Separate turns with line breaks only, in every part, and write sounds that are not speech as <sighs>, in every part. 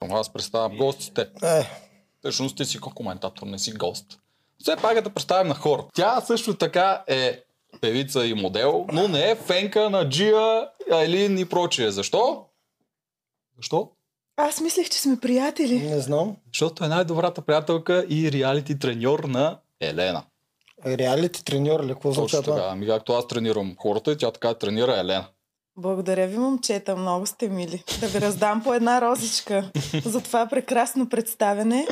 точно. Аз представям гостите.
Е,
Всъщност ти си коментатор, не си гост. Все пак е да те представим на хора. Тя също така е певица и модел, но не е фенка на Джия, Айлин и прочие. Защо? Защо?
Аз мислех, че сме приятели.
не знам.
Защото е най-добрата приятелка и реалити треньор на Елена.
Реалити треньор ли? Какво
Точно
означава
така.
това?
Ами както аз тренирам хората и тя така тренира Елена.
Благодаря ви, момчета, много сте мили. Да ви раздам по
<laughs>
една розичка за това прекрасно представене.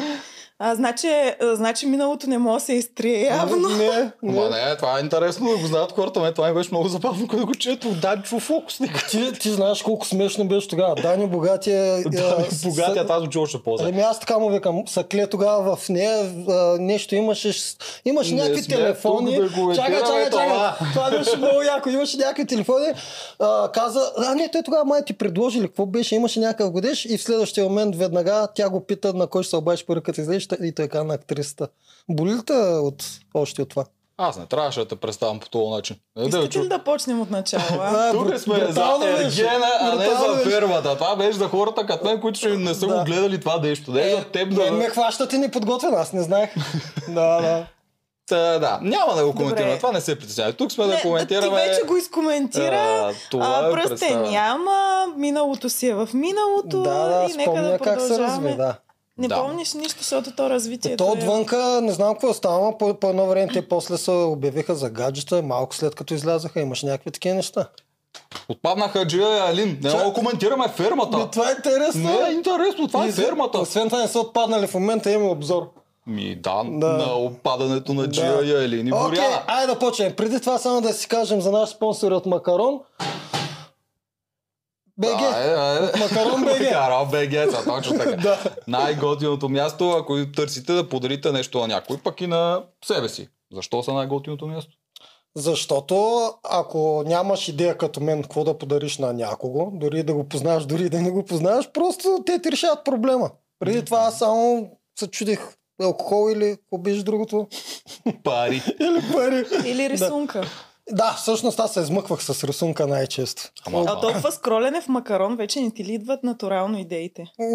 А, значи, а, значи миналото не може да се изтрие явно.
Не,
Ма
не.
не, това е интересно да го знаят хората. Мен това ми беше много забавно, когато го чето.
Данчо фокусник. Ти, ти знаеш колко смешно беше тогава.
<laughs>
Дани Богатия...
Да,
е, с-
богатия тази звучи още по-зле.
Ами аз така му викам, сакле тогава в нея а, нещо имаше, с- имаше
Не
някакви
сме
телефони.
тук да го
чакай,
етираме
чакай, чакай.
това.
Това беше много яко. Имаше някакви телефони. А, каза, а не, той тогава май ти предложи ли какво беше, имаше някакъв годеж и в следващия момент веднага тя го пита на кой ще се обадиш първи като излезеш и той каза на актрисата. Боли ли те от, още от това?
Аз не трябваше да те представям по този начин. Не, да,
Искате ли
чу...
да почнем от начало?
<laughs>
а?
А,
Тук
брут-
сме за
брутално беше.
Ергена, а не
Брутално
за
беше.
фермата. Това беше за хората като мен, които ще не са го
Да.
гледали това нещо. Не за Е, теб
Мен Е, ме
да...
хващат и неподготвен, аз не знаех. да,
<laughs>
да.
Та, да, няма да го коментираме.
Добре.
Това не се притеснявай. Тук сме да
Не,
коментираме...
Ти вече го изкоментира.
а,
А,
това е
пръсте
представяне.
няма, миналото си е в миналото
Да, да,
и нека
спомня
да
как се
продължаваме.
разви, да.
Не
Да.
помниш нищо, защото то развитието
То
е...
отвънка, не знам какво става, по, по едно време те после се обявиха за гаджета, малко след като излязаха, имаше някакви такива неща.
Отпаднаха Джия и Алин. Не
Ча-
мога да коментираме фермата.
Ми, това е интересно.
Не е интересно, това е
И за-
фермата.
Освен това не са отпаднали в момента, има обзор.
Ми да,
Да.
на опадането на Джия и Елин и
Окей,
Боряна.
айде да почнем. Преди това само да си кажем за наш спонсор от Макарон. БГ.
Да, е, е.
Макарон БГ.
Макарон БГ, са точно така.
Да.
Най-готиното място, ако и търсите да подарите нещо на някой, пък и на себе си. Защо са най-готиното място?
Защото ако нямаш идея като мен какво да подариш на някого, дори да го познаваш, дори да не го познаваш, просто те ти решават проблема. Преди това аз само се чудих алкохол или какво беше другото.
Пари.
Или пари. <laughs>
Или рисунка.
Да, всъщност аз се измъквах с рисунка най-често.
Ама,
А толкова скролене в макарон вече не ти ли идват натурално идеите?
М,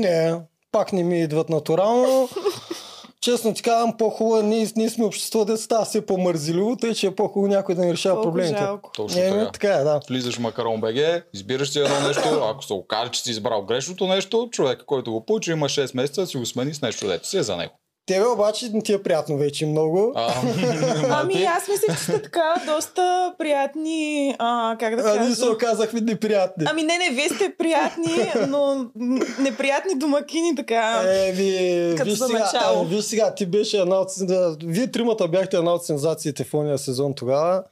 Не, пак не ми идват натурално. Честно ти казвам, по-хубаво е, ние, ние сме общество деца, все по-мързеливо, тъй че е по-хубаво някой да ни решава
Колко
проблемите.
жалко.
точно
Не,
така.
не, така е, да.
Влизаш в Макарон БГ, избираш си едно нещо, ако се окаже, че си избрал грешното нещо, човек, който го получи, има 6 месеца, си го смени с нещо, дето си е за него.
Тебе обаче не ти е приятно вече много.
А,
<laughs> Ами аз мислех, че сте така доста приятни, а, как да
А ние се
кажа.
оказахме неприятни.
Ами не, не, вие сте приятни, но н- неприятни домакини
Е,
така.
Еми,
като
виж
за
сега,
начало.
е, виж сега, ти беше една от... да, Вие тримата бяхте една от сензациите в ония сезон тогава.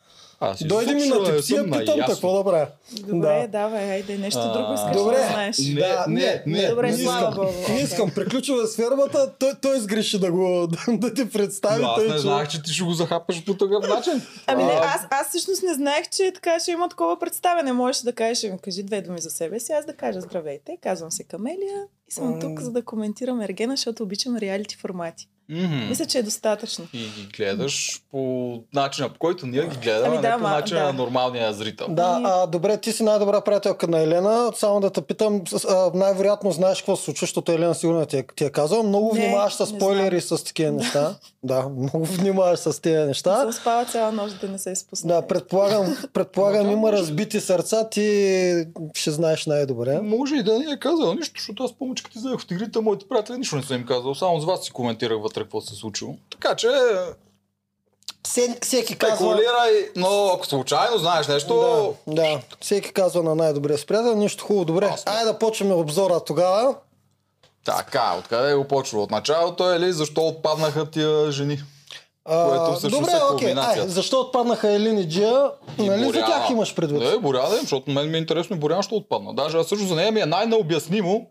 аз си
Дойде ми
изобщо
на
не
тепсия,
съм
питам
наясно.
какво да правя.
Добре, давай, айде, нещо
А,
друго искаш
добре.
да знаеш.
Не,
Да,
не, не.
Добре,
не
слава
искам,
богу.
не искам. Приключваме с фермата, той, той сгреши да го <laughs> да, да ти представи.
Но аз
тъй
не
че-
знаех, че ти ще го захапаш по такъв начин.
Ами не,
А,
аз, аз всъщност не знаех, че така ще има такова представяне. Можеш да кажеш, ми кажи две думи за себе си, аз да кажа здравейте, казвам се Камелия и съм
М.
тук, за да коментирам Ергена, защото обичам реалити формати.
мгм.
Мисля, че е достатъчно.
И ги гледаш по начина, по който ние ги гледаме,
Ами да,
не по
ма,
начина
да.
на нормалния зрител.
Ами-
Да, а, добре, ти си най-добра приятелка на Елена. Само да те питам, с- а, най-вероятно знаеш какво се случва, защото Елена сигурно ти е, ти е казала. Много
Не,
внимаваш с
не
спойлери с такива
<laughs>
неща. да, много внимаваш с тези
Да?
неща.
Съм спала цяла нощ да не се е изпусна.
Да,
<laughs>
предполагам, предполагам
Но да,
има
може.
разбити сърца, ти ще знаеш най-добре.
Може и да не е казал нищо, защото аз помня, че като излезах от игрите, моите приятели нищо не съм им казал. Само с вас си коментирах вътре какво се е случило. Така че,
Все-
Е,
Всеки казва...
спекулирай, но ако случайно знаеш нещо,
Да, да, всеки казва на най-добрия си приятел, нищо хубаво, добре.
Аз не.
Айде да почнем обзора тогава.
така, откъде е го почва? От началото или защо отпаднаха тия жени?
А,
Което всъщност
добре,
е
окей.
кулминацията.
Ай, защо отпаднаха Елин и Джия?
И
нали за
Боряна.
тях имаш предвид?
Не, Боряна, им, защото мен ми е интересно и Боряна ще отпадна. Даже аз също за нея ми е най-необяснимо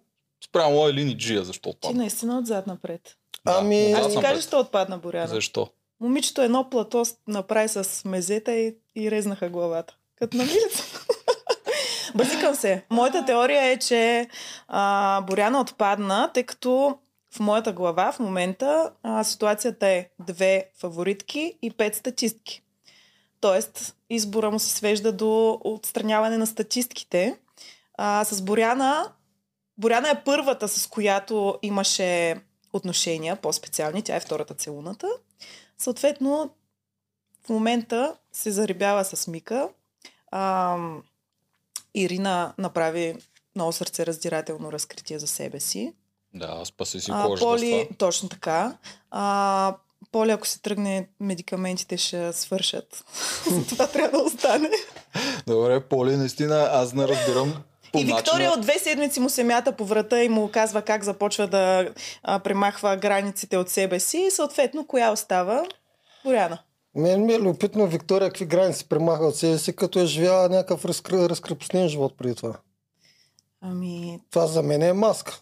спрямо Елин и Джия защо
Ти
отпадна.
наистина отзад напред.
Ами-
Да,
Аз
Аз
отзад
ще
съм
кажа,
пред.
що отпадна Боряна.
Защо?
Момичето едно плато с- направи с мезета и, и резнаха главата. Като намирица. <laughs> Базикам се. Моята теория е, че а, Боряна отпадна, тъй като в моята глава в момента а, ситуацията е две фаворитки и пет статистки. Тоест, избора му се свежда до отстраняване на статистките. А, с Боряна Боряна е първата, с която имаше отношения по-специални. Тя е втората целуната. Съответно, в момента се зарибява с Мика. А, Ирина направи много сърцераздирателно разкритие за себе си.
Да, спаси си
А,
кожата с
Поли,
това.
точно така. А, Поли, ако се тръгне, медикаментите ще свършат. <laughs> Затова трябва да остане.
Добре, Поли, наистина аз не разбирам по
и Виктория от две седмици му се мята по врата и му казва как започва да а, премахва границите от себе си. И съответно, коя остава? Боряна.
Мен ми е любопитно Виктория какви граници премаха от себе си, като е живяла някакъв разкр... разкрепостен живот преди това.
Ами,
Това за мен е маска.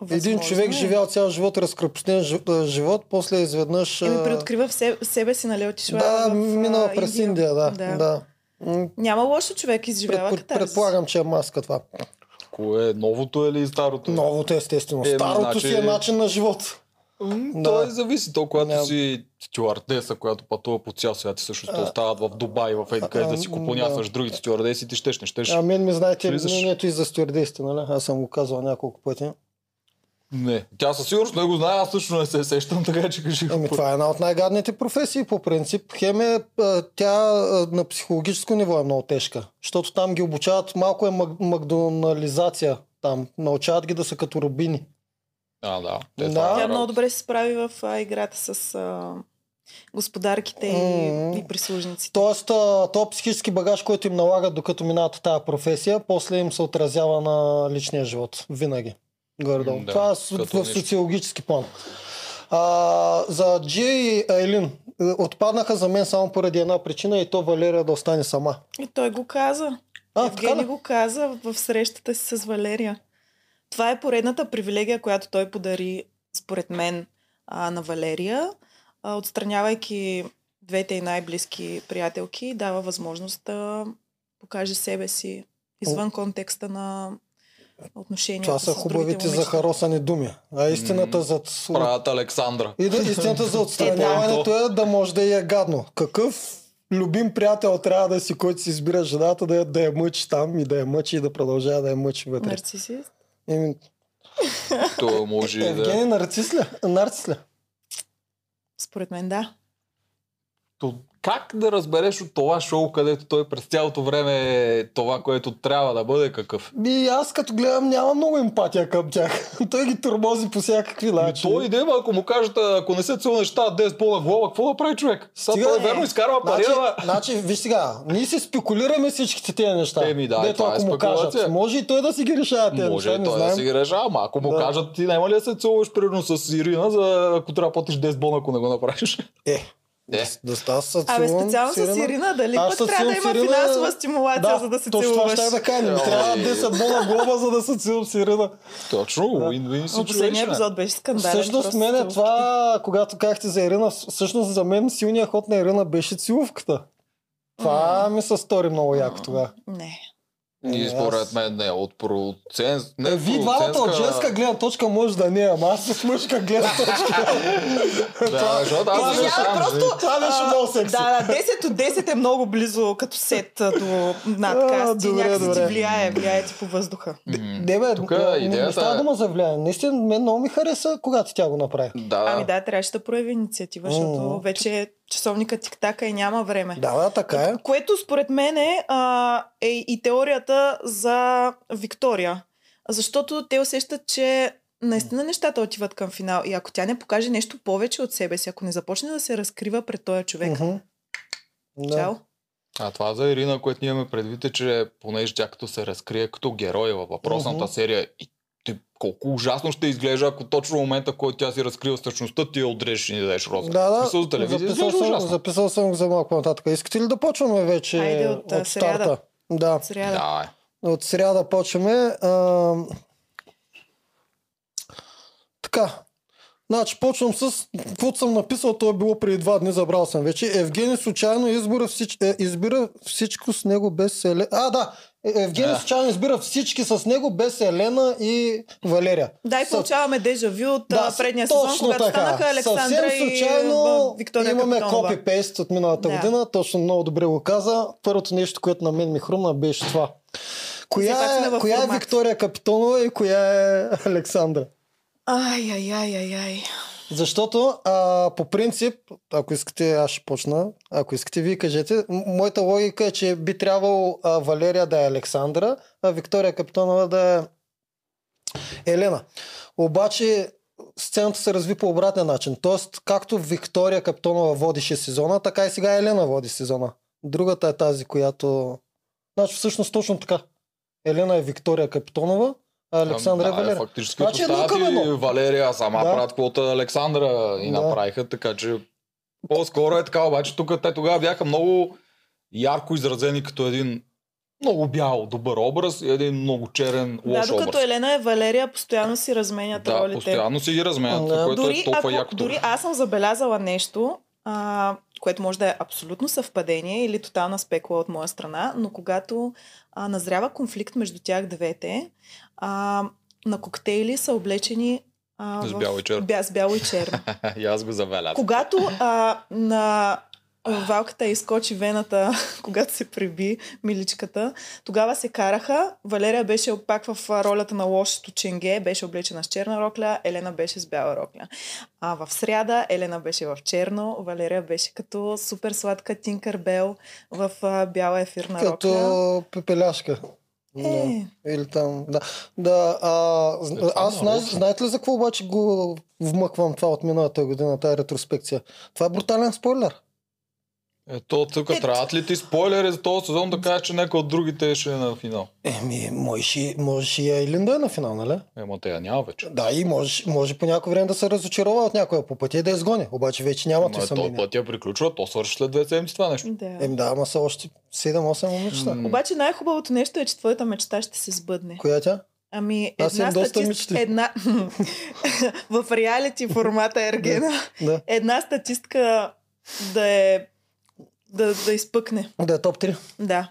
възможно
Един човек
е.
живял цял живот разкрепостен жи- живот, после изведнъж...
Еми,
а,
преоткрива в себе, себе си, нали, отишла
да,
в, а,
минала през Индия, да. да. да. М,
Няма лошо човек, изживява
Предпо-
катарзис.
предполагам, че е маска това.
Кое е новото или старото?
Новото естествено.
Е,
Старото
значи-
си е начин на живот.
М,
Да.
Той зависи. То, когато
Ням.
си стюардеса, която пътува по цял свят и също те
А,
остават в Дубай, в Еди къде да си
а,
купонясваш другите стюардеси, ти щеш, не щеш.
А мен ми знаете
Влизаш.
мнението и за стюардесите, нали? Аз съм го казвал няколко пъти.
Не. Тя със сигурност не го знае, аз също не се сещам, <laughs> така че кажи.
Еми, това е една от най-гадните професии по принцип. Хем е, а, тя а, на психологическо ниво е много тежка, защото там ги обучават, малко е мак- макдонализация там. Научават ги да са като рубини.
А, да. Те
Да.
това е
Тя
работа.
много добре се справи в а, играта с а, господарките
М.
и, и прислужниците.
Тоест, а, то психически багаж, който им налагат докато минават тази професия, после им се отразява на личния живот. Винаги. Горе-долу.
М, да,
Да, Това е с-
като
в
нещо.
социологически план. А, за Джия и Елин е, отпаднаха за мен само поради една причина и то Валерия да остане сама.
И той го каза.
А, така
Евгений
ли?
го каза в срещата си с Валерия. Това е поредната привилегия, която той подари, според мен, а, на Валерия, а, отстранявайки двете й най-близки приятелки, дава възможност да покаже себе си извън контекста на отношенията
Това са
с другите
хубавите
момичета.
захаросани думи. А истината
М,
за...
Правят Александра.
И да, истината за отстраняването е да може да я гадно. Какъв любим приятел трябва да си, който си избира жената, да я, да я мъчи там и да я мъчи и да продължава да я мъчи вътре.
Нарцисист.
Еми,
То може и да.
Евгений нарцис ли? Нарцис ли?
Според мен да.
То, как да разбереш от това шоу, където той през цялото време е това, което трябва да бъде какъв?
И аз като гледам нямам много емпатия към тях. <laughs> Той ги турмози по всякакви
Ами
начини.
той идея, ако му кажат, а, ако не се целнеш тази 10 пола глава, какво да прави човек? Сега
Стига,
той
е.
верно изкарва пари,
Значи,
ама...
значи, виж сега, ние си спекулираме всичките тези неща.
Еми да,
Дето
това е
ако му
спекулация.
кажат, може и той да си ги решава тези
Може
неща,
и
не
той
знаем.
да си ги решава, ама ако му
Да.
кажат, ти няма ли да се целуваш примерно с Ирина, за ако трябва да платиш 10 бона, ако не го направиш? <laughs>
Е,
Е.
да, да става с
Абе, специално с Ирина, дали
Аз
пък
със
трябва да
Сирена-
има финансова стимулация,
Да,
за да се
точно това
целуваш?
ще да кажа. Не
Ой.
трябва 10 бона глоба, за да се целувам с Ирина.
Точно, win-win
Но последния
situation.
епизод беше скандален.
Всъщност,
просто
мен е
целувки.
това, когато казахте за Ирина, всъщност за мен силният ход на Ирина беше целувката. Това ми се стори много яко тогава.
Не.
И
Аз-
според мен не, от процент...
Е,
Не,
ви двамата от
процентска-
женска гледна точка може да не, е, ама аз с мъжка гледна точка.
Да, защото аз съм
Извинявай,
срам,
просто-
<laughs> Това беше
А,
много секси.
Да, да, 10 от 10 е много близо като сет а, до
А,
надкаст. и
добре,
някакси ти
добре.
влияе, влияе ти по въздуха.
бе. М,
Не, бе,
Тук
не-
идеята
не става
е-
дума за влияние. Наистина, мен много ми хареса, когато тя го направи.
Да,
Ами да, трябваше да прояви инициатива, защото
М.
вече часовника тик-така и няма време.
Да, да, така е.
Което според мен е, а, е и теорията за Виктория. Защото те усещат, че наистина нещата отиват към финал. И ако тя не покаже нещо повече от себе си, ако не започне да се разкрива пред този човек,
Мгм. Да.
чао.
А това за Ирина, което ние имаме предвид е, че понеже тя като се разкрие като героя във въпросната
Мгм.
серия, и ти, колко ужасно ще изглежда, ако точно в момента, в който тя си разкрива същността, ти я отрежеш и не дадеш роза.
Да, да.
Мисъл, за телевизия
записал,
изглежда
съм,
ужасно.
записал съм го за малко по-нататък. Искате ли да почваме вече
Хайде от, а, сряда.
старта? Да,
Сряда.
Да, е.
от сряда почваме. А... Така. Значи, почвам с каквото съм написал, то е било преди два дни, забрал съм вече. Евгений случайно избира, всич... е, избира всичко с него без Елена. А, да! Е, Евгений
Да.
случайно избира всички с него без Елена и Валерия.
Да, и
С-
получаваме дежави от да, предния сезон,
точно
когато
така.
станаха Александра
Съвсем случайно
и а, Виктория
имаме
Капитонова.
копи-пейст от миналата
Да.
година. Точно много добре го каза. Първото нещо, което на мен ми хрумна, беше това.
Все пак
Коя
сме
е,
във
коя е
формат.
Виктория Капитонова и коя е Александра?
Ай, ай, ай, ай, ай.
Защото а, по принцип, ако искате, аз ще почна. Ако искате, вие кажете. М- Моята логика е, че би трябвало а, Валерия да е Александра, а Виктория Капитонова да е Елена. Обаче сцената се разви по обратен начин. Тоест, както Виктория Капитонова водише сезона, така и сега Елена води сезона. Другата е тази, която... Значи всъщност точно така. Елена е Виктория Капитонова, а Александра е
Ами, да,
Валерия.
Фактически
Значи
значи,
едно към едно.
Валерия сама
Да.
да. правят квота на Александра и
Да.
да. направиха, така че по-скоро е така, обаче тук те тогава бяха много ярко изразени като един много бял, добър образ и един много черен,
Да,
лош
докато
образ.
Елена и Валерия постоянно си разменят
да,
ролите.
постоянно си ги разменят,
Да.
което е толкова якото. <laughs>
дори аз съм забелязала нещо, а, което може да е абсолютно съвпадение или тотална спекула от моя страна, но когато а, назрява конфликт между тях двете, а, на коктейли са облечени а,
С
в-
бяло и черно.
Бя, с бяло и черно.
и аз го забелязах.
Когато а, на валката изкочи вената, <laughs> когато се приби миличката, тогава се караха. Валерия беше пак в а, ролята на лошото ченге, беше облечена с черна рокля, Елена беше с бяла рокля. А в сряда Елена беше в черно, Валерия беше като супер сладка Тинкърбел в а, бяла ефирна рокля.
Като пепеляшка. Да.
Е,
Или там, да. да а,
Е, това
аз,
много
зна,
е.
знаете ли за какво обаче го вмъквам това от миналата година, тази ретроспекция? Това е брутален спойлер.
Ето, тук
Е,
трябват ли ти спойлери за този сезон да кажеш, че някой от другите ще е на финал?
Еми, можеше, можеше и Айлин да е на финал, нали?
Ема те я няма вече.
Да, и може, може по някое време да се разочарова от някоя по пътя и да я изгони. Обаче вече няма
Ама
той
е, този
съмнение.
път я приключва, то свърши след две седмици това нещо.
да.
Еми да, ама са още 7-8 момичета.
М.
Обаче най-хубавото нещо е, че твоята мечта ще се сбъдне.
Коя е тя?
Ами,
Аз
една
имам доста
статистика...
мечти.
Една... <laughs> в реалити формата е Ергена.
Да,
една статистика да е... Да, да изпъкне. Да.
да е топ 3.
Ами
Ама,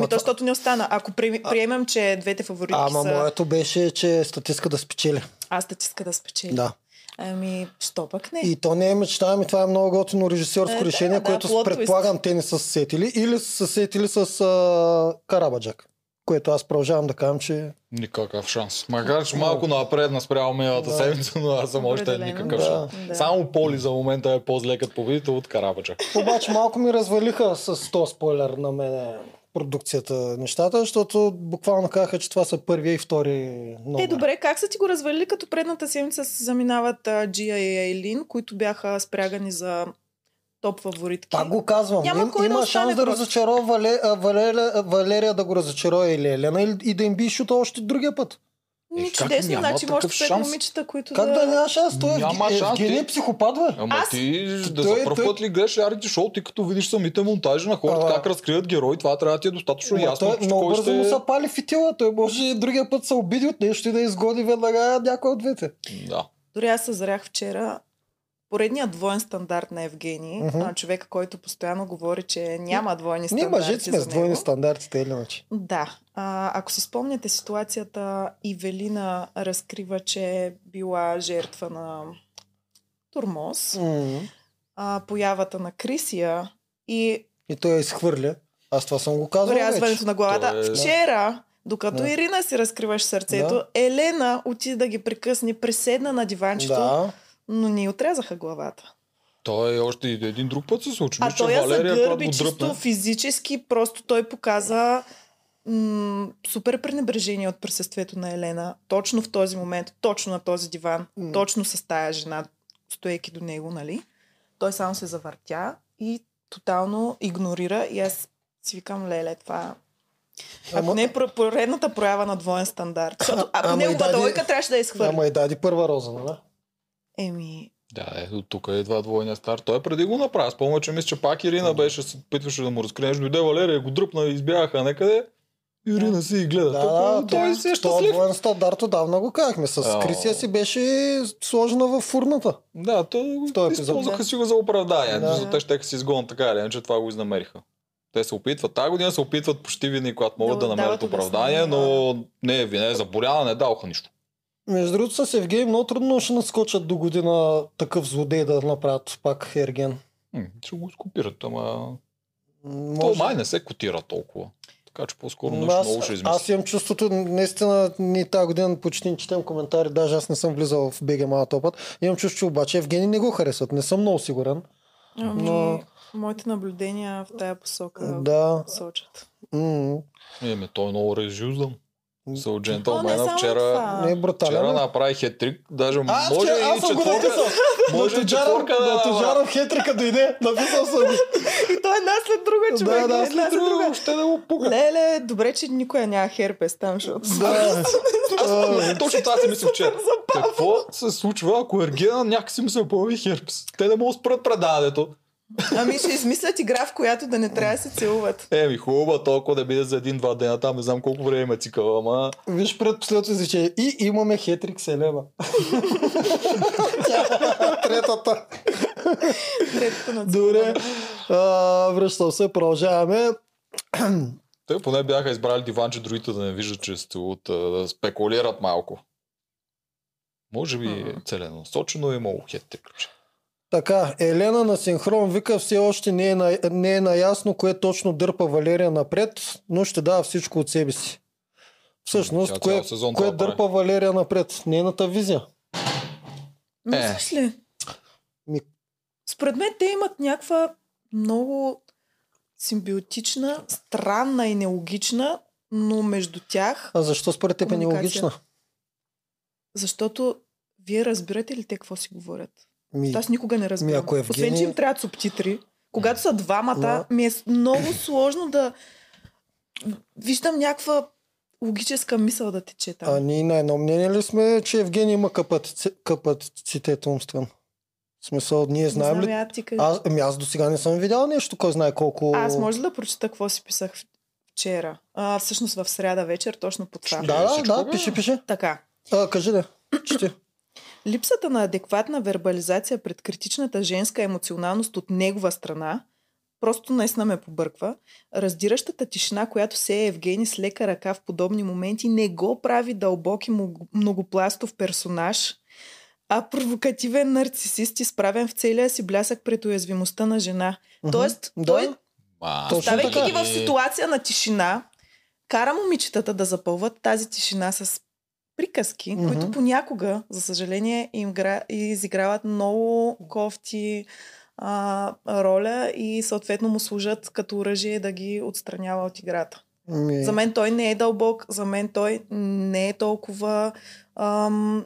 то,
това-
защото не остана. Ако при, приемем, че двете фаворитки
ама
са...
моето беше, че статистика да спечели.
А статистика да спечели.
Да.
Ами, що пък не?
И то не е мечта, ами това е много готино режисьорско
Е,
е,
да,
решение,
да,
което
plot twist.
предполагам те не са се сетили или са се сетили с а, Карабаджак, което аз продължавам да кажам, че
Никакъв шанс. Макар, че малко напредна спрямо миналата
Да.
седмица, но аз съм още
Определено.
никакъв
Да.
шанс.
Да.
Само Поли за момента е по-зле като победител от Карабачак.
обаче малко ми развалиха с този спойлер на мене продукцията нещата, защото буквално казаха, че това са първия и втори номер.
Е, добре, как са ти го развалили, като предната седмица се заминават а, Джия и Айлин, които бяха спрягани за топ фаворитки?
Пак го казвам.
Няма
Им,
кой да
има
остане
шанс да
просто.
разочарова Вале, а, Валерия, а, Валерия да го разочарова или Елена или, и да им би шута още другия път.
Ни
Е, как
чудесно,
няма
значи
такъв
може пет
шанс?
момичета, които
Как да няма шанс? Той
Няма
е,
шанс,
Евгений
ти-
е психопат, бе.
Ама
Аз-
ти да
Той-
за първ
той-
път ли гледаш реалити шоу, ти като видиш самите монтажи на хората,
Ама-
как разкриват герои, това трябва да ти е достатъчно
Ма
ясно,
той
че
много
кой
бързо му
ще...
са пали фитила. Той може и другия път се обиди от нещо и да изгоди веднага някой от двете.
Да.
Дори аз съзрях вчера поредният двоен стандарт на Евгений,
Мгм.
mm-hmm. човека, който постоянно говори, че няма двойни стандарти.
Ние мъжете сме
за
с двойни
него.
стандарти, те или иначе.
Да. А, ако си спомняте ситуацията, Ивелина разкрива, че е била жертва на турмоз, а, появата на Крисия и
И той я изхвърля. Аз това съм го казал вече.
рязването на главата.
То е-
Вчера, докато
Да.
Ирина си разкриваше сърцето,
Да.
Елена отиде да ги прекъсне, преседна на диванчето,
Да.
но ни отрязаха главата.
Той е още и един друг път се случи.
А
мисля, че
той е я
Валерия, когато
загърби
го
чисто
дръпна,
физически, просто той показа м- супер пренебрежение от присъствието на Елена. Точно в този момент, точно на този диван,
М.
точно с тая жена, стоейки до него, нали? Той само се завъртя и тотално игнорира и аз си викам, леле, това... Ако
Ама-
не е про- поредната проява на
<laughs>
двоен стандарт. Защото ако
Ама и
неговата
даде-
лойка трябваше да я изхвърли.
Ама и даде първа роза, нали?
Еми,
Да, ето тук е едва двойния стар. Той е преди го направи. Спомня, че мисля, че пак Ирина беше, се опитваше да му разкриеш. Дойде Валерия, го дръпна и избягаха някъде. Ирина си и гледа.
Да,
Тук,
да,
той си е щастлив.
двоен стандарт отдавна го казахме. С
Ау.
Крисия си беше сложена в фурната.
Да, то
В този епизод,
използваха
да.
си го за оправдание.
Да.
Да. Те ще си изгонят така или иначе, това го изнамериха. Те се опитват. Тази година се опитват почти винаги, когато могат да,
Да му
намерят
дават
оправдание,
обяснение,
но не е вина, е заболяна, не даваха нищо.
Между другото с Евгений много трудно ще наскочат до година такъв злодей да направят пак Ерген.
М, ще го изкопират, ама...
М,
То
може-
май не се котира толкова. Така че по-скоро
М,
нещо
аз,
много ще измисля.
аз имам чувството, наистина, ние тази година почти не четем коментари, даже аз не съм влизал в БГМА този път. Имам чувство, че обаче Евгений не го харесват. Не съм много сигурен.
Ами,
Но-
моите наблюдения в тая посока
Да.
сочат.
М,
Еми, той е много режуздан. Сол
О, не
джентълмена
само
вчера,
това.
не е
вчера
брутален. е.
направи хетрик. Даже
А,
може
вчера,
и
аз съм го
четворка.
написал.
Може
на
и четворка да
на
направи.
Тежаров хетрика дойде. Написал съм го.
И то е една след друга, човек. Е,
да,
една
след
след
Друго,
друга.
Въобще да го пука.
Леле, добре, че никой няма херпес там, защото...
<laughs>
Е.
Да. А,
Аз Е, точно това си мисля вчера. Какво се случва, ако Ергена някакси му се появи херпс? Те не могат да спрат предаването.
Ами ще измислят игра, в която да не трябва да се целуват.
Еми, Е, хубаво, толкова да биде за един-два дена там, не знам колко време има цикъла, ама...
Виж предпоследното изречение. И имаме
<laughs>
хетрик Селева.
е
Третата.
Третото на
Добре. А, връщам се, продължаваме.
Те поне бяха избрали диванче, другите да не виждат, че сте от... да спекулират малко. Може би
Мгм.
целенасочено е имало хетрик.
Така, Елена на синхрон вика все още не е, на, не е наясно кое точно дърпа Валерия напред, но ще дава всичко от себе си. Всъщност,
Тя
кое,
цял сезон
кое
това прави.
дърпа Валерия напред? Нейната визия.
Мислиш Ами, ли?
Ми-
Според мен те имат някаква много симбиотична, странна и нелогична, но между тях,
А защо според теб е
Комуникация.
нелогична?
защото вие разбирате ли те какво си говорят?
Ми,
Аз никога не разбирам.
Ми, ако
Освен, че
Евгения-
им трябват субтитри. Когато са двамата,
Да.
ми е с- много сложно да виждам някаква логическа мисъл да тече там.
а ние на едно мнение ли сме, че Евгений има капаци- капацитет умствен? В смисъл, ние знаем ли?
Знамя, ти къде...
Аз, ами аз до сега не съм видял нещо, кой знае колко...
Аз може ли да прочета какво си писах в- вчера? А, всъщност в сряда вечер, точно по това.
Да.
Да, да,
Всичко,
да,
бе.
пиши, пиши.
Така.
А, кажи да. Чети.
Липсата на адекватна вербализация пред критичната женска емоционалност от негова страна просто наистина ме побърква. Раздиращата тишина, която се е Евгений с лека ръка в подобни моменти, не го прави дълбоки многопластов персонаж, а провокативен нарцисист, изправен в целия си блясък пред уязвимостта на жена.
Мгм.
Тоест,
Да.
той
Ма,
Точно
ставайки
Ставайки
така.
ги в ситуация на тишина, кара момичетата да запълват тази тишина с приказки,
Мгм.
mm-hmm. които понякога, за съжаление, им гра... изиграват много кофти а, роля и съответно му служат като оръжие да ги отстранява от играта.
Ми...
За мен той не е дълбок, за мен той не е толкова... Ам...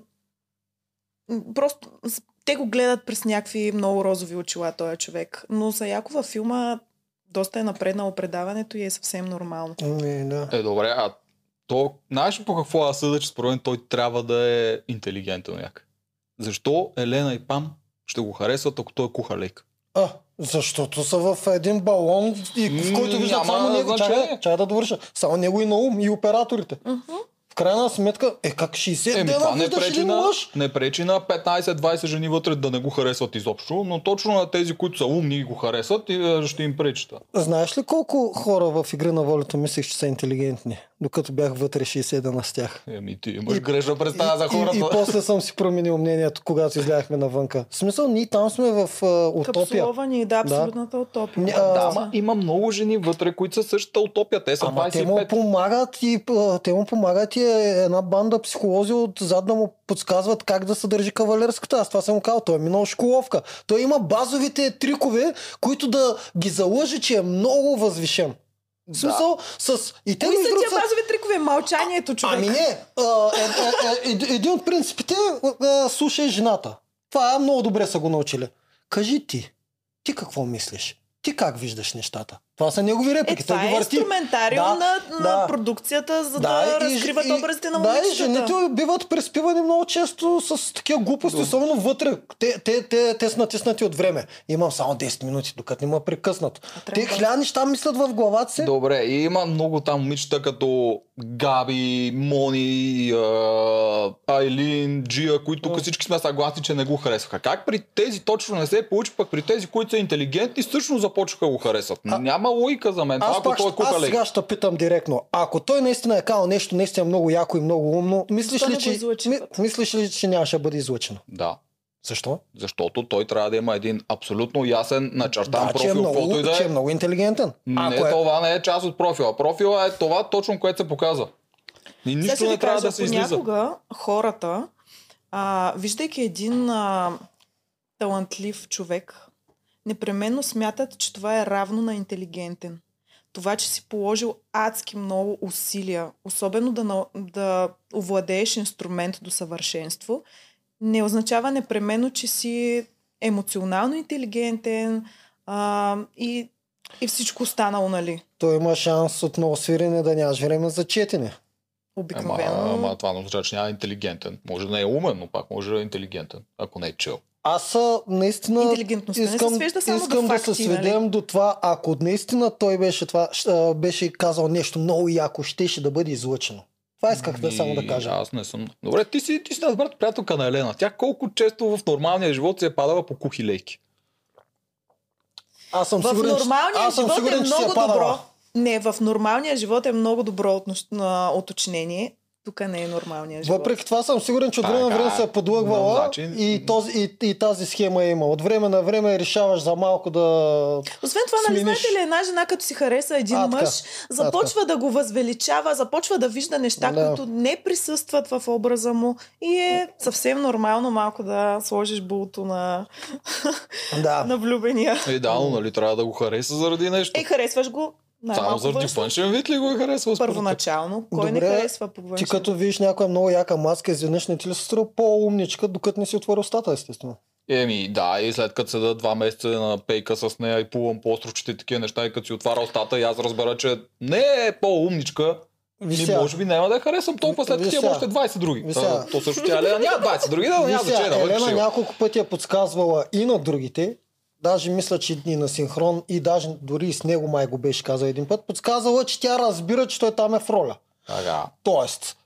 Просто с- те го гледат през някакви много розови очила, този човек. Но за яко във филма доста е напреднало предаването и е съвсем нормално.
Ми, да.
Е, добре, а то, знаеш ли по какво аз съда, че според мен той трябва да е интелигентен някак? Защо Елена и Пам ще го харесват, ако той е куха лек?
А, защото са в един балон, и в
М,
който виждат
няма
само него.
значение.
Чакай, чакай да довърша. Само него и на ум и операторите. В крайна сметка, е как 60
Еми,
дена
това не
виждаш
пречи,
един
на,
мъж?
не пречи на 15-20 жени вътре да не го харесват изобщо, но точно на тези, които са умни и го харесват, и, е, ще им пречи. това.
Знаеш ли колко хора в Игра на волята мислех, че са интелигентни, докато бях вътре 60 дена с тях?
Еми, Е, ами ти имаш
И-
грешна представа за хората.
И, и, и после съм си променил мнението, когато изляхме навънка. В смисъл, ние там сме в а, утопия.
Капсуловани, да, абсолютната утопия.
Ня-
Да,
а,
ама има много жени вътре, които са същата утопия. Те са
Ама
25.
те му е помагат и а, те му помагат и е- една банда психолози отзад да му подсказват как да се държи кавалерската. Аз това съм му казал, той е минал школовка. Той има базовите трикове, които да ги залъжи, че е много възвишен. В смисъл, с... И те
Кои
между
са
другото
тия базови трикове? Мълчанието, човек.
Ами не, а, е, е, е, е, един от принципите е, е, слушай жената. Това е, много добре са го научили. Кажи ти, ти какво мислиш? Ти как виждаш нещата? Това са негови
Е,
реплики.
това
той
е
ги върти.
инструментариум
Да,
на, на
да.
продукцията, за да,
и-
разкриват
и-
образите на
Да,
момичетата.
и жените биват преспивани много често с такива глупости,
Да.
особено вътре. Те, те, те, те са натиснати от време. Имам само 10 минути, докато не ме прекъснат.
трябва
Те
да-
хиляда неща мислят в главата си.
Добре, и има много там момичета като Габи, Мони, а, Айлин, Джия, които тук
Да.
всички сме съгласни, че не го харесваха. Как при тези точно не се получи, пък при тези, които са интелигентни, всъщност започнаха да го харесват?
А-
Няма логика за мен, това,
Аз,
ако
пак,
той е
ще- аз
кухалек.
сега ще питам директно. Ако той наистина е казал нещо наистина много яко и много умно, мислиш
Защо
ли,
не го
че,
излъчват?
ми, мислиш ли, че нямаше да бъде излъчено?
Да.
Защо?
Защото той трябва да има един абсолютно ясен, начертан
да,
профил,
че е, много,
каквото и да
че е
е.
много интелигентен.
Не,
Ако е,
това не е част от профила. Профила е това точно, което се показва. И
Сега
нищо
ще
не
ви
трябва
кажа,
да се излиза.
Понякога хората, а, виждайки един а, талантлив човек, непременно смятат, че това е равно на интелигентен. Това, че си положил адски много усилия, особено да, на- да овладееш инструмент до съвършенство, не означава непременно, че си емоционално интелигентен а, и, и всичко останало, нали?
той има шанс от много свирене да нямаш време за четене.
Ама,
Обикновено.
ама това не означава, че няма интелигентен. Може да не е умен, но пак може да е интелигентен, ако не е чел.
Аз а, наистина
Интелигентността не се
искам,
свежда само
искам
до
да
факти,
се сведем
нали?
до това, ако наистина той беше, това, щ- а, беше казал нещо много яко, щеше да бъде излъчено. Това исках да само да
И
кажа.
Ами, Аз не съм. Добре, ти си, ти си разбрат приятелка на Елена. Тя колко често в нормалния живот се е падала по кухи лейки.
Аз съм
В
сигурен, че-
нормалния
аз съм
живот
сигурен,
е
че си е
много
падала.
добро. Не, в нормалния живот е много добро отнош... на уточнение. Тук не е нормалния живот.
Въпреки това съм сигурен, че от
Така,
време на време се е подлъгвала
но значи-
и, този, и, и тази схема е има. От време на време решаваш за малко да...
Освен това, нали
смениш-
знаете ли, една жена, като си хареса един
А,
а,
така.
мъж, започва да го възвеличава, започва да вижда неща,
Да.
които не присъстват в образа му и е съвсем нормално малко да сложиш булто на,
Да.
на влюбения.
Е, да, но нали трябва да го хареса заради нещо.
Е, харесваш го
Само
най-малко
заради
външно.
външен вид ли го е харесал? според теб?
Първоначално. Кой не
Добре,
харесва по
Ти
външен?
като видиш някоя много яка маска, изведнъж не ти ли се струва по-умничка, докато не си отвори устата, естествено.
Еми, да, и след като седа два месеца на пейка с нея и плувам по островчета и такива неща, и като си отваря устата, и аз разбера, че не е по-умничка, ми
Вися.
може би няма да я харесам толкова след
Виж
като имам
сега.
още 20 други.
Виж сега.
Та, то също тя Елена няма 20 други, да, но няма
Вися,
значение, да бъде
Елена
красива.
няколко пъти е подсказвала и на другите, даже мисля, че и на синхрон и даже дори и с него май го беше казал един път, подсказала, че тя разбира, че той там е в роля.
Ага.
Тоест,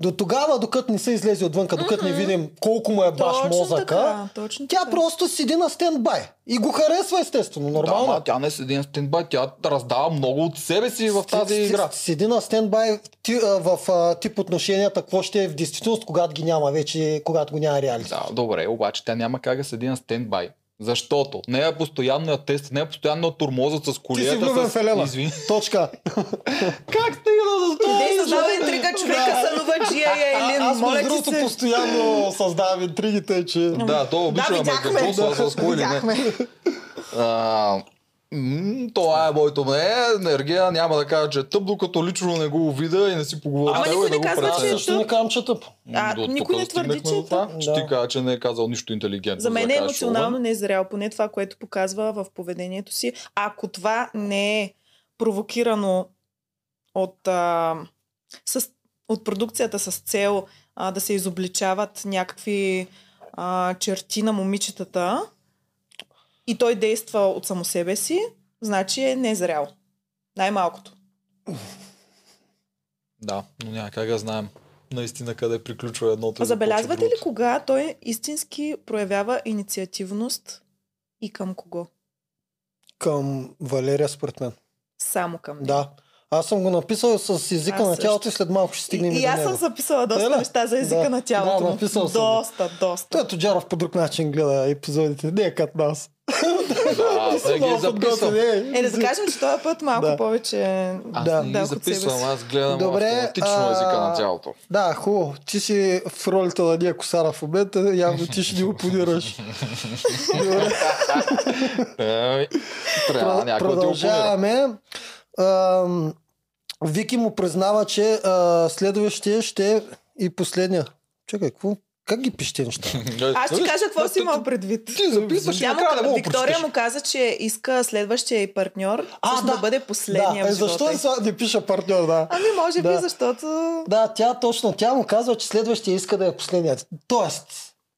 до тогава, докато не се излезе отвънка, докато не видим колко му е баш
Точно
мозъка,
така, точно
тя
така.
просто седи на стендбай и го харесва естествено,
Да,
нормално.
ма, тя не седи на стендбай, тя раздава много от себе си в тази
Си- си-
игра.
Седи на стендбай ти, а, в а, тип отношенията, какво ще е в действителност, когато ги няма вече, когато го няма реализация.
Да, добре, обаче тя няма как да седи на стендбай. Защото нея постоянно я тест, нея постоянно я турмозат с
Ти си
колията.
влюбен
с...
в Елена.
Извини.
Точка.
Как стигна за това?
Идеи създава интрига, човека сънува Джия и
е А,
Елин.
аз
Моля
между
ти
другото
се.
постоянно създавам интригите, че...
Да, то обича, ама какво са с кой ли не. А, м, Това е моето мнение. Енергия няма да кажа, че е тъп, докато лично не го видя и не си поговоря
Ама
с него
никой
и не
не
го
казва,
Аз
Значи,
преценя.
също не кам, че тъп.
А,
М, до
никой не
тук
твърди,
стигнахме
че
до
е
това.
тъп.
Ще
Да.
ти кажа, че не е казал нищо интелигентно.
За мен
да
е
кажеш,
емоционално
Олен.
незрял, поне това, което показва в поведението си. Ако това не е провокирано от, а, с, от продукцията с цел а, да се изобличават някакви а, черти на момичетата и той действа от само себе си, значи е незрял. Най-малкото.
Да, но няма как да знаем наистина къде приключва едното. и
А Забелязвате ли
започва
кога той истински проявява инициативност и към кого?
Към Валерия, според мен.
Само към него.
Да. Аз съм го написал с езика
Аз
на
също.
тялото и след малко ще стигнем
и,
и
и
до
аз
него.
съм записала доста
Еле?
неща за езика
Да.
на тялото
Да,
му.
написал съм го.
доста, доста.
Той е Тоджаров по друг начин гледа епизодите. Не е като нас.
другото. Да, аз не ги
Много
записвам.
подготвен,
Е, да кажем, че този път малко
Да.
повече...
Аз
Да.
не
Да,
ги
от себе
записвам,
си.
аз гледам
Добре,
автоматично
а,
езика на <laughs> тялото.
Да, хубаво. Ти си в ролята на Ния Косара в момента. Явно ти ще ни опонираш. Добре.
Еми, Е, Трябва
Про-
някой да ти опонира.
Продължаваме. Ам, Вики му признава, че а, следващия ще е и последния. Чакай, какво? Как ги пишете неща?
Аз ще кажа какво си имал предвид.
Е, нали? Ти записваш и
Тя му,
накрая не мога да
Виктория
прочетеш.
му каза, че иска следващия и партньор
А,
също
да.
да. бъде последния
да, е,
в
защо
живота й.
сега не пише партньор, да.
Ами може би,
Да.
защото...
Да, тя точно, тя му казва, че следващия иска да е последният. Тоест,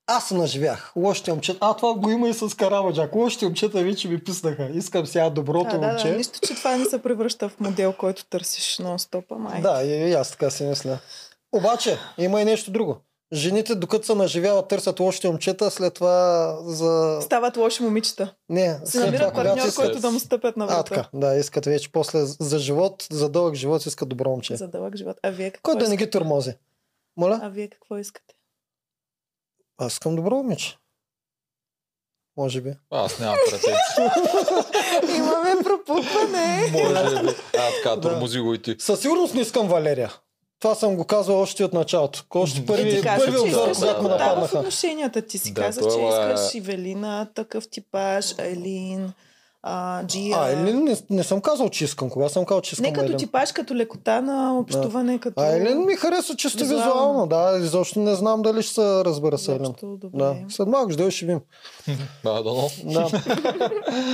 аз се наживях. Лошите момчета. А, това го има и с Карамаджак. Лошите момчета вече ми писнаха. Искам сега доброто
Да, да,
момче.
да, нищо, че това не се превръща в модел, който търсиш нон-стопа, май.
Да, и, и аз така си мисля. Обаче, има и нещо друго. Жените, докато са наживяват, търсят лошите момчета, след това за...
Стават лоши момичета.
Не,
Се
след това,
намират партньор,
когато...
си-
който да му стъпят на
А,
врата.
така, да, искат вече после за живот, за дълъг живот искат добро момче.
За дълъг живот. А вие какво
Кой да не
искате?
ги тормози? Моля?
А вие какво искате?
Аз искам добро момиче. Може би.
Аз нямам претенции.
Имаме пропукване.
Може би. А, така,
Да.
тормози го и ти.
Със сигурност не искам Валерия. Това съм го казал още от началото. Още
Мгм.
Е,
първи,
ти
Ти
каза,
първи
че
обзор,
искаш
да
когато ме
го
да в
нападнаха.
отношенията. Ти си
Да,
каза, че
това е-
искаш Ивелина, такъв типаж, Айлин, а, Джия.
А, Елин не, не съм казал, че искам. Кога съм казал, че искам
Не като
Елин?
типаж, като лекота на общуване, като...
А Елин ми харесва чисто
Визуално.
визуално. да. Изобщо не знам дали ще се разбера с Елин.
Изобщо добре.
Да. След малко ще дойде, ще видим.
Да, дано.
<laughs>
Да.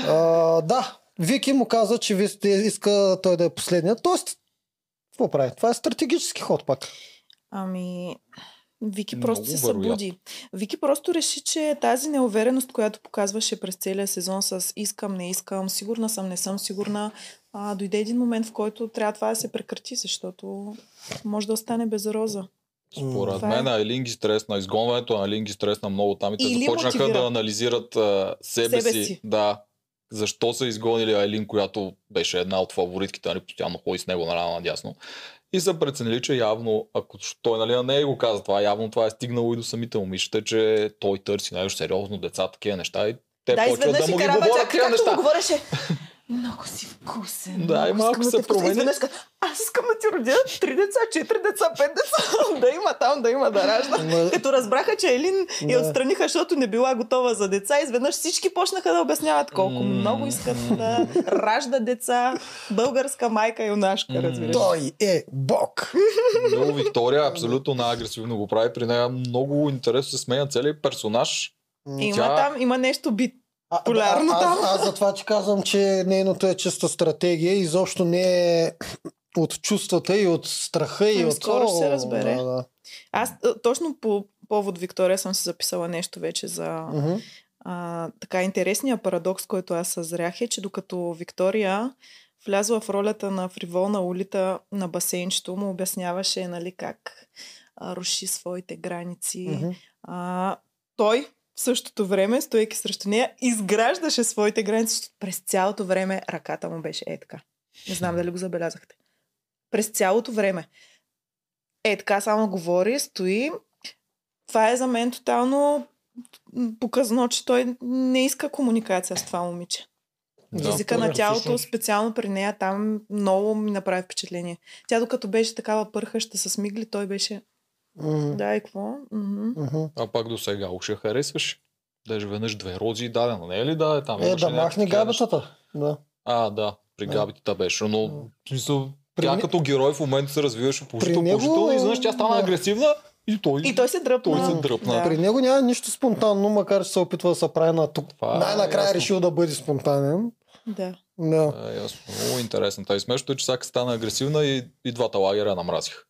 а, да. Вики му каза, че ви сте- иска той да е последния. Тоест, какво прави? Това е стратегически ход пак.
Ами, Вики
Много
просто се
вероятно.
събуди. Вики просто реши, че тази неувереност, която показваше през целия сезон с искам, не искам, сигурна съм, не съм сигурна, а, дойде един момент, в който трябва това да се прекрати, защото може да остане без роза.
Според
Това е.
мен Айлин ги стресна, изгонването на Айлин ги стресна много там и те
Или
започнаха
мотивира.
да анализират а, себе,
Себе
си.
си.
Да. Защо са изгонили Айлин, която беше една от фаворитките, нали, постоянно ходи с него наляво надясно. И са преценили, че явно, ако щ- той нали, на нея го каза това, явно това е стигнало и до самите момичета, че той търси най-сериозно деца, такива неща и те
да,
почват
изведнъж
да
си
му ги
карабача,
говорят тия
както
неща. <laughs>
му говореше. Много си вкусен.
Да, и
много
малко
искам да
се
те вкуса."
промени.
Изведнъж каза, аз искам да ти родя три деца, четири деца, пет деца. <laughs> да има там, да има да ражда.
Ма-
Като разбраха, че Елин я
Да.
отстраниха, защото не била готова за деца, изведнъж всички почнаха да обясняват колко
М.
много искат да ражда деца. Българска майка юнашка,
М.
<laughs>
разбира се.
Той е бог.
Но Виктория абсолютно най-агресивно го прави. При нея много интересно се сменя целият персонаж.
Има
Тя-
там, има нещо бит.
А,
Полярно
а,
там.
аз, аз затова ти казвам, че нейното е чиста стратегия. Изобщо не е от чувствата и от страха и
Ами,
от...
скоро ще се
О,
разбере.
Да, да.
Аз а, точно по повод Виктория съм си записала нещо вече за
Мгм.
А, така, интересният парадокс, който аз съзрях е, че докато Виктория влязла в ролята на фриволна улита на басейнчето, му обясняваше нали, как а, руши своите граници.
Мгм.
А, той в същото време, стоейки срещу нея, изграждаше своите граници. защото През цялото време ръката му беше е така. Не знам дали го забелязахте. През цялото време. Е така само говори, стои. Това е за мен тотално м, показно, че той не иска комуникация с това момиче.
Да,
Езика на
е
да,
тялото,
всъщност.
специално при нея, там много ми направи впечатление. Тя докато беше такава пърхаща с мигли, той беше...
Мгм.
Да, и какво? Мгм.
Мгм.
А пак до сега уж я харесваш. Даже веднъж две рози даде, но не е ли даде там?
Е,
имаше
да
някакви
махне
такива
габетата. Да.
неща. А, да, при
Да.
габитата беше, но в смисъл,
При
тя
не-
като герой в момента се развиваше положително,
него-
положително и изведнъж тя стана
да.
агресивна и той...
И той се дръпна.
Той се дръпна.
Да.
Е, При него няма нищо спонтанно, макар че се опитва да се прави на тук.
Това е
Най-накрая
ясно.
решил да бъде спонтанен.
да.
Да.
А, ясно. Много интересно. Та и смешното е, че всяка стана агресивна и, и двата лагера намразиха.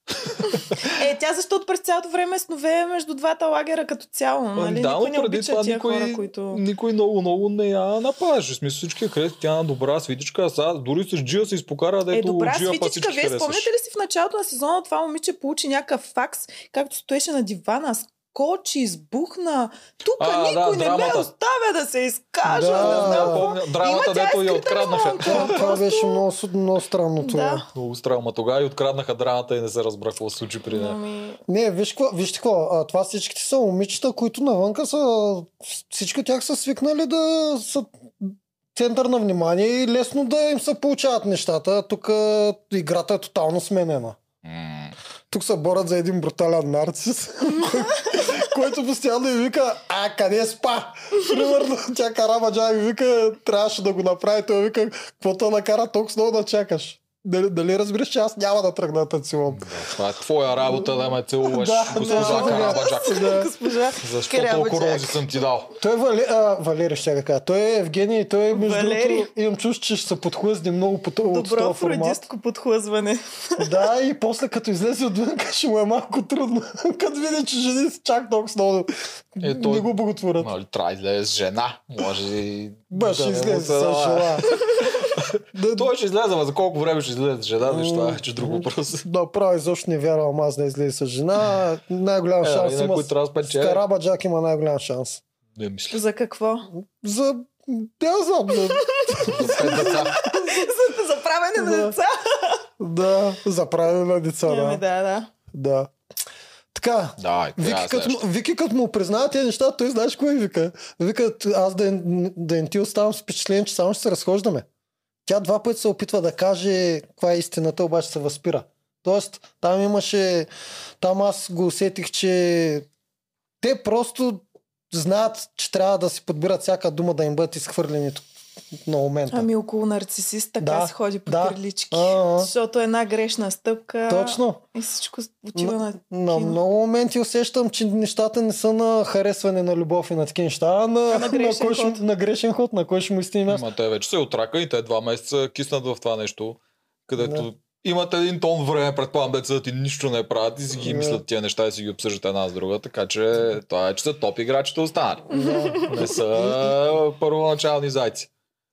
Е, тя защото през цялото време снове между двата лагера като цяло.
Ами
Нали?
да,
никой
но
не
преди
обича
това
тия
никой,
хора, които...
никой много, много не я нападаше. В смисъл всички я харесват. Тя е добра свитичка. а Сега дори с Джия се изпокара, дето
Е, добра
Джия па
свитичка.
всички
Вие
харесваш.
спомняте ли си в началото на сезона това момиче получи някакъв факс, както стоеше на дивана, скочи, избухна. Тук
А, да,
никой не ме
драмата.
оставя да се изкажа.
Да,
Да, не знам
Да,
какво.
помня, драмата,
Има, тя е
дето я
скрита
откраднаха.
ремонт.
Това, това
просто-
беше много, суд- много странно това.
Да.
Много странно. Ма тогава и откраднаха драмата и не се разбра какво се случи при нея.
Ами,
Не, виж какво, вижте какво, а, това всичките са момичета, които навънка са, всички от тях са свикнали да са център на внимание и лесно да им се получават нещата. Тук а, играта е тотално сменена.
М,
Тук се борят за един брутален нарцис, <laughs> кой- който постоянно и вика, а къде спа? Примерно, тя карабаджа и вика, трябваше да го направи, той вика, какво те накара толкова много да чакаш? Дали, дали разбираш, че аз няма да тръгна да целувам.
да, Това е твоя работа да ме целуваш,
Да,
госпожа
да.
Карабаджак.
Да.
<laughs> госпожа
Защо
Карабаджак.
толкова рози съм ти дал?
Той е Вали... а, Валери, ще да кажа. Той е Евгений и той е, между
Валери.
другото, имам чувство, че ще се подхлъзне много по това, от
Добро
този формат.
фройдистко
<laughs>
подхлъзване.
Да, и после като излезе отвън, ще му е малко трудно. <laughs> като види, че жени си чак толкова много.
Е,
Не
той-
го боготворят.
Нали, трябва да излезе с жена. Може и...
Ба, ще
да не му
излезе
се
с
налага.
жела. да,
Той ще излезе, ама за колко време ще излезе с жена, неща, че друг въпрос.
Направо изобщо не вярвам аз да излезе с жена. Най-голям
Е,
шанс
нали,
има.
някой
с-
трябва да
С
спече.
Карабаджак има най-голям шанс.
Не мисля.
За какво? <laughs>
За... Да, знам. За...
За пет деца.
За, за правене на
Да.
деца.
да, за правене на деца. Да.
Ами да, да.
Да. Така,
Да, и
Вики,
трябва
като, му-
следващо.
Вики като му признава тези неща, той знаеш кое вика. Вика, т- аз да, н- да не ти оставам с впечатление, че само ще се разхождаме. Тя два пъти се опитва да каже каква е истината, обаче се възпира. Тоест, там имаше... Там аз го усетих, че те просто знаят, че трябва да си подбират всяка дума да им бъдат изхвърлени тук на момента.
Ами около нарцисист така
Да,
се ходи по
да.
крилички.
А, а,
Защото една грешна стъпка
точно.
и всичко отива на...
На
Кино.
много моменти усещам, че нещата не са на харесване на любов и на такива неща, а на,
А на грешен
кой ще,
ход.
на грешен ход, на кой ще му истини място.
Ма те вече се отрака и те два месеца киснат в това нещо, където да. имат един тон време, предполагам, деца ти нищо не правят и си ги
Да.
мислят тия неща и си ги обсъждат една с друга, така че това е, че са топ играчите останали. Не
<laughs>
са първоначални зайци.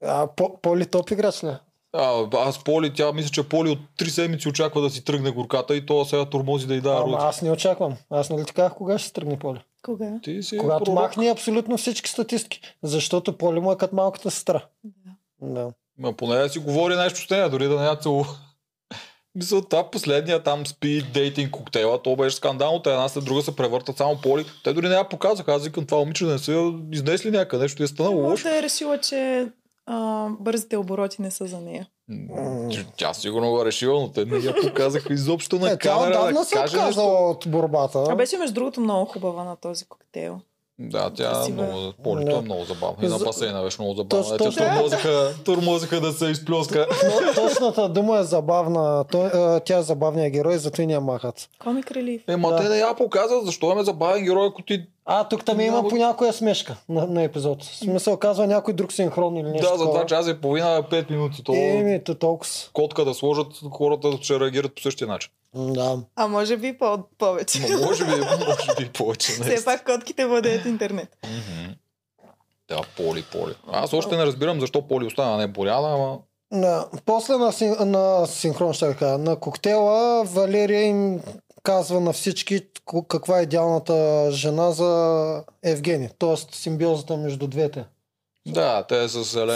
А, по, поли топ играч ли? е?
А, аз Поли, тя мисля, че Поли от три седмици очаква да си тръгне горката и то сега турмози да й дава
Ама
роди.
аз не очаквам. Аз нали така, кога ще се тръгне поли?
Кога?
Ти си
Когато
пророк.
махне абсолютно всички статистики. Защото поли му е като малката сестра. Да.
Ма поне да си говори нещо с нея, дори да не я целува. <laughs> Мисля, това последния там спид дейтинг коктейла, то беше скандално, те една след друга се превъртат само поли. Те дори не я показаха, аз викам това момиче да не са я изнесли някъде, нещо и е станало
Може
лошо.
да е решила, че а, бързите обороти не са за нея.
М, тя- Тя сигурно го е решила, но те не я показаха изобщо
Е,
на
тя
камера
отдавна
да
се
каже нещо.
отказала от борбата.
А беше между другото много хубава на този коктейл.
Да, тя е
Красива.
много, полито
Да.
е много забавно. И на
За-
басейна беше много забавно.
Точно
Е, Те
така.
турмозиха, турмозиха да се изплюска.
Но точната дума е забавна. Той, а, тя е забавният герой, затова и ни я махат.
Комик релиф.
Ема
Да.
те не я показват, защо им е забавен герой, ако ти
А, тук там има
Много-
по някоя смешка на, на епизод. В смисъл казва някой друг синхрон или нещо.
Да, за
такова.
2 часа и половина, 5 минути. То...
Еми, то толкова.
котка да сложат, хората ще реагират по същия начин.
Да.
А може би по- повече.
Ма, може би, може би повече. наистина.
<laughs> Все пак котките владеят интернет.
Мгм. Да, Поли, Поли. Аз още не разбирам защо Поли остана, а не Боряна, ама...
На, после на, син, на синхрон, ще кажа, на коктейла Валерия им казва на всички ко- каква е идеалната жена за Евгений. Тоест симбиозата между двете.
Да, те с Елена...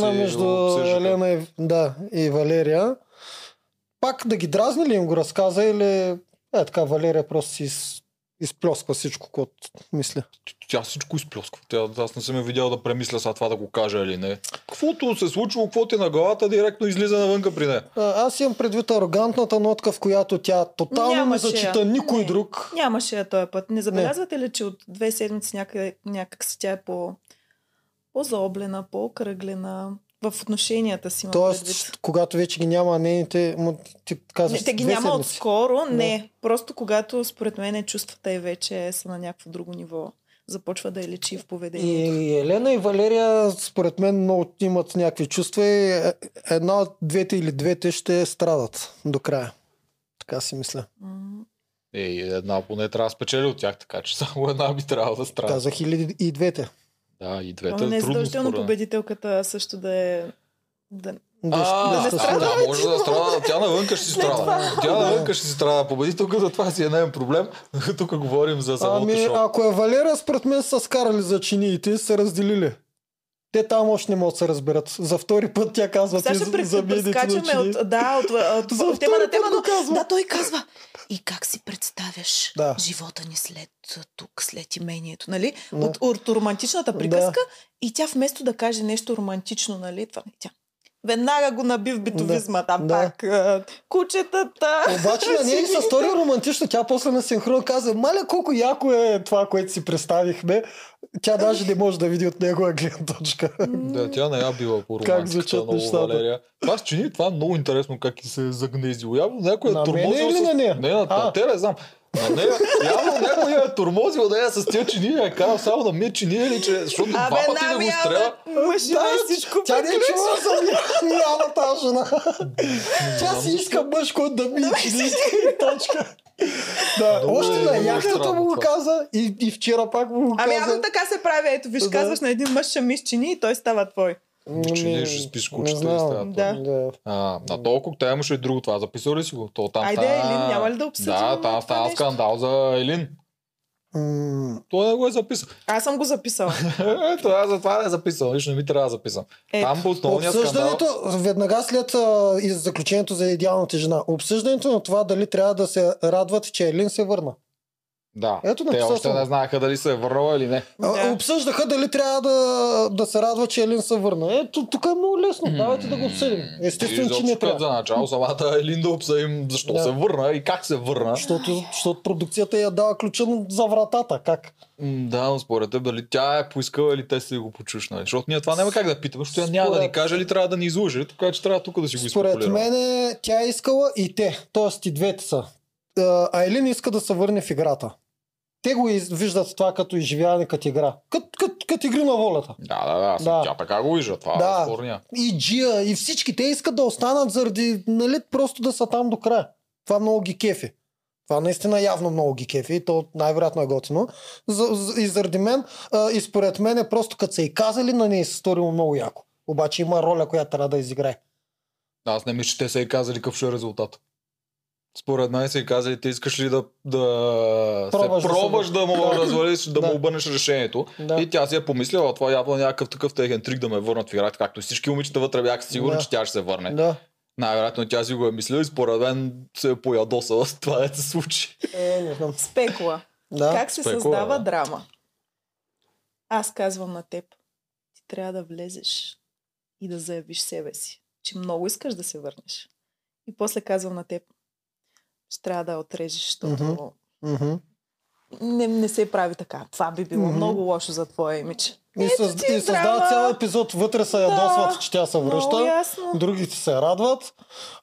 нали, това си
между
го обсъждаха.
Елена и, да, и Валерия. Пак да ги дразни ли им го разказа или е така Валерия просто си из, изплесква всичко, което мисля.
Тя всичко изплюсква. Тя, аз не съм я видял да премисля сега това да го кажа или не. Каквото се случило, какво ти е на главата, директно излиза навънка при нея.
А, Аз имам предвид арогантната нотка, в която тя тотално не
Нямаше я.
зачита никой
Не.
друг.
Нямаше я този път. Не забелязвате ли, че от две седмици някъде, някак си тя е по, по-заоблена, по-окръглена в отношенията си? имам предвид.
Тоест, когато вече ги няма нейните, му- ти казваш
Не, те ги
две
няма
седмици.
отскоро,
Да.
не. Просто когато според мен е чувствата и вече са на някакво друго ниво, започва да я лечи в поведението.
И Елена и Валерия, според мен, много имат някакви чувства и е- една от двете или двете ще страдат до края. Така си мисля.
М,
Ей, една поне трябва да спечели от тях, така че само една би трябвало да страда.
Казах или и двете.
Да, и двете
Ама не е
трудно
задължително
според мен.
победителката също да е... Да...
А,
ще-
а,
ще-
да, може да страда. Тя навънка ще си
След
страда.
това.
Тя навънка ще си страда. Победителката, това си е най проблем. <laughs> Тук говорим за самото
Ами,
шоу.
ако е Валерия, според мен са скарали за чиниите и са разделили. Те там още не могат да се разберат. За втори път тя казва, ти
Сега ще
за- забиедите на
прескачаме
чини.
от, да, от, от,
За
от тема
втори
на тема,
път го
но
казва.
да, той казва. И как си представяш
Да.
живота ни след а, тук, след имението, нали?
Да.
От, от романтичната
Да.
приказка.
И тя вместо да каже нещо романтично, нали, това тя веднага го наби в битовизма, там
да.
пак а, кучетата.
Обаче на нея и се стори романтично. Тя после на синхрон каза, маля колко яко е това, което си представихме. Тя даже не може да види от негова гледна точка.
Да, тя не я била по
Как
романтиката
звучат
много
нещата?
Валерия. Това с чини, това е много интересно как и се е загнездило. Явно някой е
На мене
турмозил.
или
с-
на нея?
Не, на,
А.
на те не знам. На нея, явно някой я е турмозил да я с тия чини и я е карал само да мие чини или че... Защото два
Абе,
пъти да го изстреля.
мъжина и всичко
тя не е
приключва.
чула за няма тази жена. Тя си иска мъж, който да ми и точка. Да,
Много
още
е-
на
много е
яхтата
странно
му го
това.
каза и, и вчера пак му го
Ами
каза.
явно така се прави. Ето, виж,
Да.
казваш на един мъж, ще миш чини и той става твой.
М,
Чини ще спиш
Ами, не
кучета и
знам.
става това.
Да.
Да.
А, на толкова тя имаше и друго това. Записал ли си го? То, там,
Айде,
стана-
Елин, няма ли да обсъдим
Да,
това
там стана
нещо?
скандал за Елин.
М,
Той не го е записал. <laughs>
Аз съм
<laughs>
го записал.
Това за това не е записал. Лично не ми трябва да записам.
Ето.
Там основният скандал...
Обсъждането, веднага след а, и заключението за идеалната жена, обсъждането на това дали трябва да се радват, че Елин се върна.
Да.
Ето
Те
написал
още
съм.
не знаеха дали се е върнала или не.
Да.
Да.
Обсъждаха дали трябва да, да се радва, че Елин се върна. Ето, тук е много лесно. Давайте да го обсъдим. Естествено, че не трябва.
За начало самата Елин да обсъдим защо
Да.
се върна и как се върна.
Защото, защото продукцията я дава ключа за вратата. Как?
М, Да, но според теб дали тя е поискала или те са го почушнали. Защото ние това няма как да питаме, защото тя няма да ни
Според-
каже ли трябва да ни излъже, така че трябва тук да си го
Според
изпопулираме.
мен е, тя е искала и те. Тоест и двете са. Е, А Елин иска да се върне в играта. Те го из- виждат това като изживяване, като игра. Кът, кът, кът игри на волята.
Да, да, да,
Да.
да. Тя така го вижда, това
Да.
да. е спорния.
И Джия, и всички те искат да останат заради, нали, просто да са там до края. Това много ги кефи. Това наистина явно много ги кефи и то най-вероятно е готино. За, за, и заради мен, а, и според мен е просто като са и казали, на нея се сторило много яко. Обаче има роля, която трябва да изиграе.
Аз не мисля, че те са и казали какъв ще е резултат. Според мен са и казали, ти искаш ли да, да
Пробваш
се
да се
пробваш да, му
Да.
развалиш, да,
Да.
му обърнеш решението.
Да.
И тя си е помислила, това явно е някакъв такъв техен трик да ме върнат в играта, както всички момичета вътре бяха сигурни,
Да.
че тя ще се върне.
Да.
Най-вероятно тя си го е мислила и според мен се е поядосала <laughs> с това, да се случи.
Е, не знам.
Спекула.
Да.
как се
спекула,
създава
да.
драма? Аз казвам на теб, ти трябва да влезеш и да заявиш себе си, че много искаш да се върнеш. И после казвам на теб, ще трябва да я отрежеш, защото
Мгм. Мгм.
не, не се прави така. Това би било
Мгм.
много лошо за твоя имидж. Е,
И, съз,
ти
и създава
драма.
цял епизод. Вътре се ядосват, че тя се връща.
Много ясно.
Другите се радват.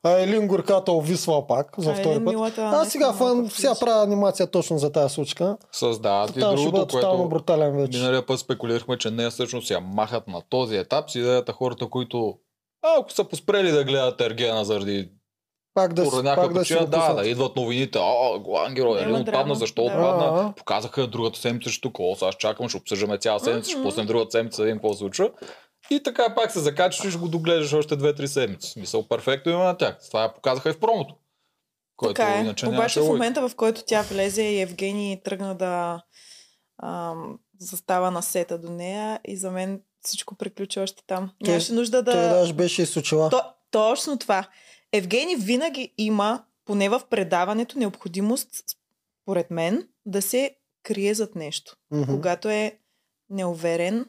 А Елин горката увисва пак за
А,
втори
Елин,
път.
е милата,
А
наистина
сега, фан,
малко
сега
фиш.
правя анимация точно за тази случка.
Създават и
Там ще бъде
другото,
тотално
което
брутален вече.
Миналия път спекулирахме, че нея всъщност я махат на този етап с идеята хората, които а, ако са поспрели да гледат Ергена заради
Пак да,
да,
си-
поради
пак
някаква
да си го
причина, да,
пуснат.
да, идват новините. О, главен герой,
Има
Елин
драма,
отпадна, защо
да.
отпадна?
А.
Показаха другата седмица, ще тук, о, сега ще чакам, ще обсъждаме цяла седмица, ще
Мгм.
пуснем другата седмица, да видим какво се случва. И така пак се закачаш и ще го догледаш още 2-3 седмици. В Смисъл, перфектно има на тях. Това я показаха и в промото. Което
Така е.
иначе нямаше
Обаче в
логика.
момента, в който тя влезе и Евгений тръгна да ам, застава на сета до нея и за мен всичко приключи още там.
Той-
Нямаше нужда да...
Той е, даже беше и с очила.
То, точно това. Евгений винаги има, поне в предаването, необходимост, според мен, да се крие зад нещо.
Мгм.
Когато е неуверен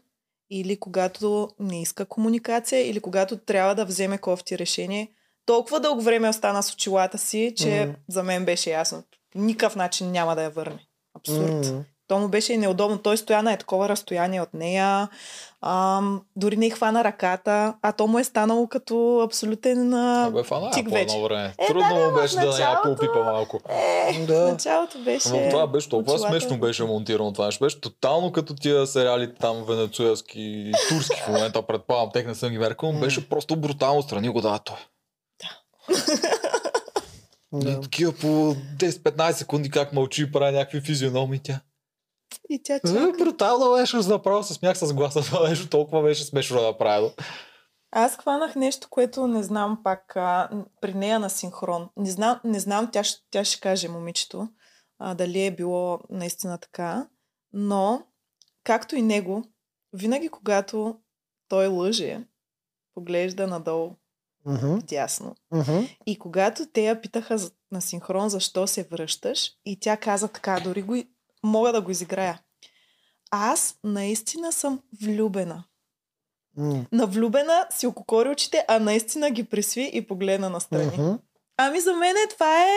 или когато не иска комуникация или когато трябва да вземе кофти решение. Толкова дълго време остана с очилата си, че
Мгм.
за мен беше ясно. Никакъв начин няма да я върне. Абсурд.
Мгм.
То му беше и неудобно. Той стоя на е такова разстояние от нея. Ам, дори не й хвана ръката. А то му е станало като абсолютен... А...
Абе, фана
тик
по едно
вече.
време.
Е,
Трудно
да,
му
да,
беше
в
да я
началото-
попипа малко.
Е,
Да.
да. началото беше...
Ама това беше толкова
очилата.
смешно беше монтирано това нещо. Беше тотално като тия сериали там венецуелски и турски в момента, предполагам, тех не съм ги меркал, но беше просто брутално страни го да той.
Да.
И такива по 10-15 секунди как мълчи и прави някакви физиономии тя.
И тя
Е,
чака.
Брутално беше, направо се смях с гласа, това нещо толкова беше смешно направено.
Аз хванах нещо, което не знам пак а, н- при нея на синхрон. Не знам, не знам тя, щ- тя ще каже момичето, а, дали е било наистина така, но както и него, винаги когато той лъже, поглежда надолу,
Мгм.
дясно.
Мгм.
И когато те я питаха за- на синхрон защо се връщаш, и тя каза така, дори го, и- мога да го изиграя. Аз наистина съм влюбена.
Мгм.
На влюбена си ококори очите, а наистина ги присви и погледна настрани.
Мгм.
Ами за мен това е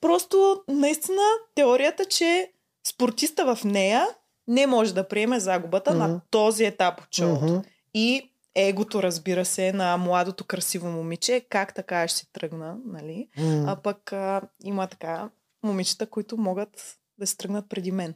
просто наистина теорията, че спортиста в нея не може да приеме загубата
Мгм.
на този етап от шоуто.
Мгм.
И егото, разбира се, на младото красиво момиче, как така ще си тръгна, нали?
Мгм.
А пък а, има така момичета, които могат да се тръгнат преди мен.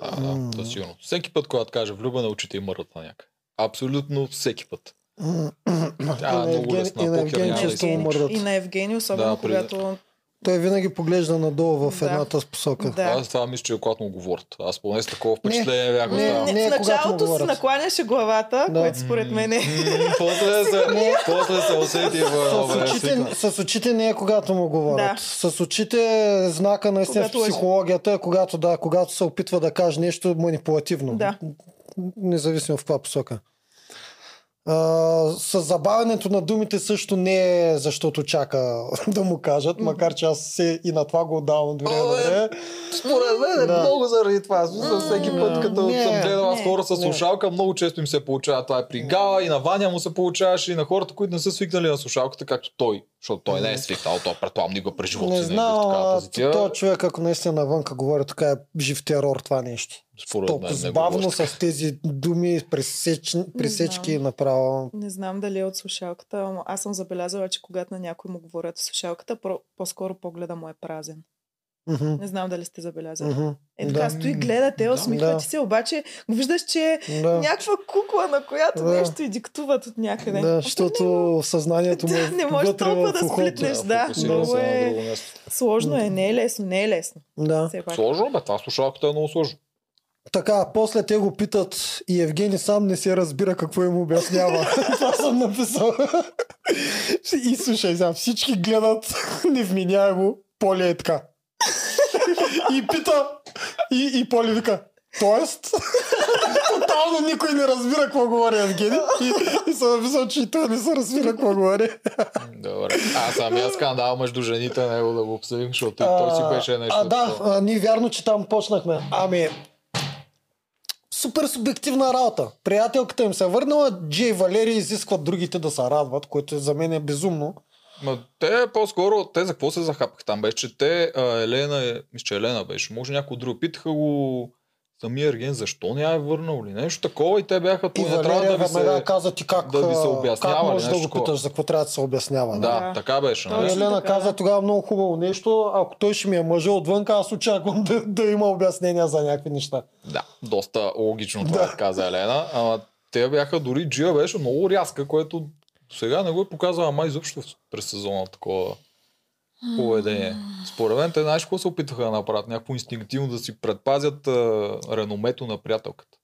Да, да, да, да, сигурно. Всеки път, когато каже влюбена, очите й мърдат на някъде. Абсолютно всеки път.
Мгм.
Тя е
И на
много
Евгени-
лесна,
и на
покер
Евгени
няма да
често му
изключи.
мърдат.
И на Евгений, особено
Е, Да, при-
когато...
Той винаги поглежда надолу в
Да.
едната посока.
Да.
Аз това мисля, че е когато му говорят. Аз поне с такова впечатление бях
не,
оставам.
Не,
не,
не, в
когато му
началото си
говорят.
накланяше главата,
Да.
да. което според мен е...
М, После се, после се усети в
С очите, с очите не е когато му говорят.
Да.
С очите е знака наистина в
Когато лъже.
психологията, е когато, да, когато се опитва да каже нещо манипулативно.
Да.
Независимо в каква посока. А, с забавянето на думите също не е защото чака <laughs> да му кажат, макар че аз се и на това го отдавам от време на
О, е,
време.
Според мен е
Да.
много заради това. Аз мисля, всеки път, като
Не,
съм гледал аз
не,
хора с
не.
слушалка, много често им се получава това. При Гала и на Ваня му се получаваше и на хората, които не са свикнали на слушалката, както той. Защото той не е свикнал, той предполагам никога през живота
Не
си не е бил в
знам,
такава
а,
позиция.
този човек, ако наистина навънка говори, така е жив терор това нещо.
Според
Толкова
мен не
забавно
говори.
с тези думи, пресеч... пресечки направо.
Не знам дали е от слушалката. ама Аз съм забелязала, че когато на някой му говорят в слушалката, про- по-скоро погледа му е празен.
Мгм,
Не знам дали сте забелязали.
мгм,
Е, така
да.
стои, гледа те, усмихва
Да.
ти се, обаче го виждаш, че е
Да.
някаква кукла, на която
Да.
нещо и диктуват от някъде.
Да,
Абе, <laughs>
защото съзнанието му е
не можеш
вътре
толкова
в
да
ухото.
сплитнеш.
Да,
да,
фокусиран
много
се на
е.
друго нещо.
Сложно е, не е лесно, не е лесно.
Да.
Все пак.
Сложно, бе, това слушалката е много сложно.
Така, после те го питат и Евгений сам не се разбира какво им
<laughs>
обяснява. Това съм написал. и слушай, сега всички гледат невменяемо. Поле е така. и пита. И, и Поле вика. Тоест, тотално никой не разбира какво говори Евгений. И, и съм написал, че и той не се разбира какво говори.
Добре. А самия скандал между жените, него да го обсъдим, защото и
А,
той си беше нещо.
А, да,
такова.
а, ние вярно, че там почнахме. Ами, супер субективна работа. Приятелката им се е върнала, Джей и Валерий изискват другите да се радват, което за мен е безумно.
Ма те по-скоро, те за какво се захапаха там? Беше, че те, а, Елена, мисля, че Елена беше, може някой друг, питаха го самия Ерген, защо не я е върнал ли нещо такова и те бяха,
И
той не трябва
Валерия
да ви
веднага
се...
каза ти как,
да ви се
а,
обяснява
как
или
можеш да
нещо
го
такова.
питаш, за какво трябва да се обяснява.
Да,
Да.
така беше.
Той
нали?
е
И Елена
така,
каза
да.
тогава много хубаво нещо, ако той ще ми е мъжа отвън, аз очаквам да, да има обяснения за някакви неща.
Да, доста логично това да. каза Елена. Ама те бяха, дори Джия беше много рязка, което до сега не го е показала май изобщо в- през сезона такова поведение. Според мен те знаеш какво се опитаха да направят? Някакво инстинктивно да си предпазят а, реномето на приятелката.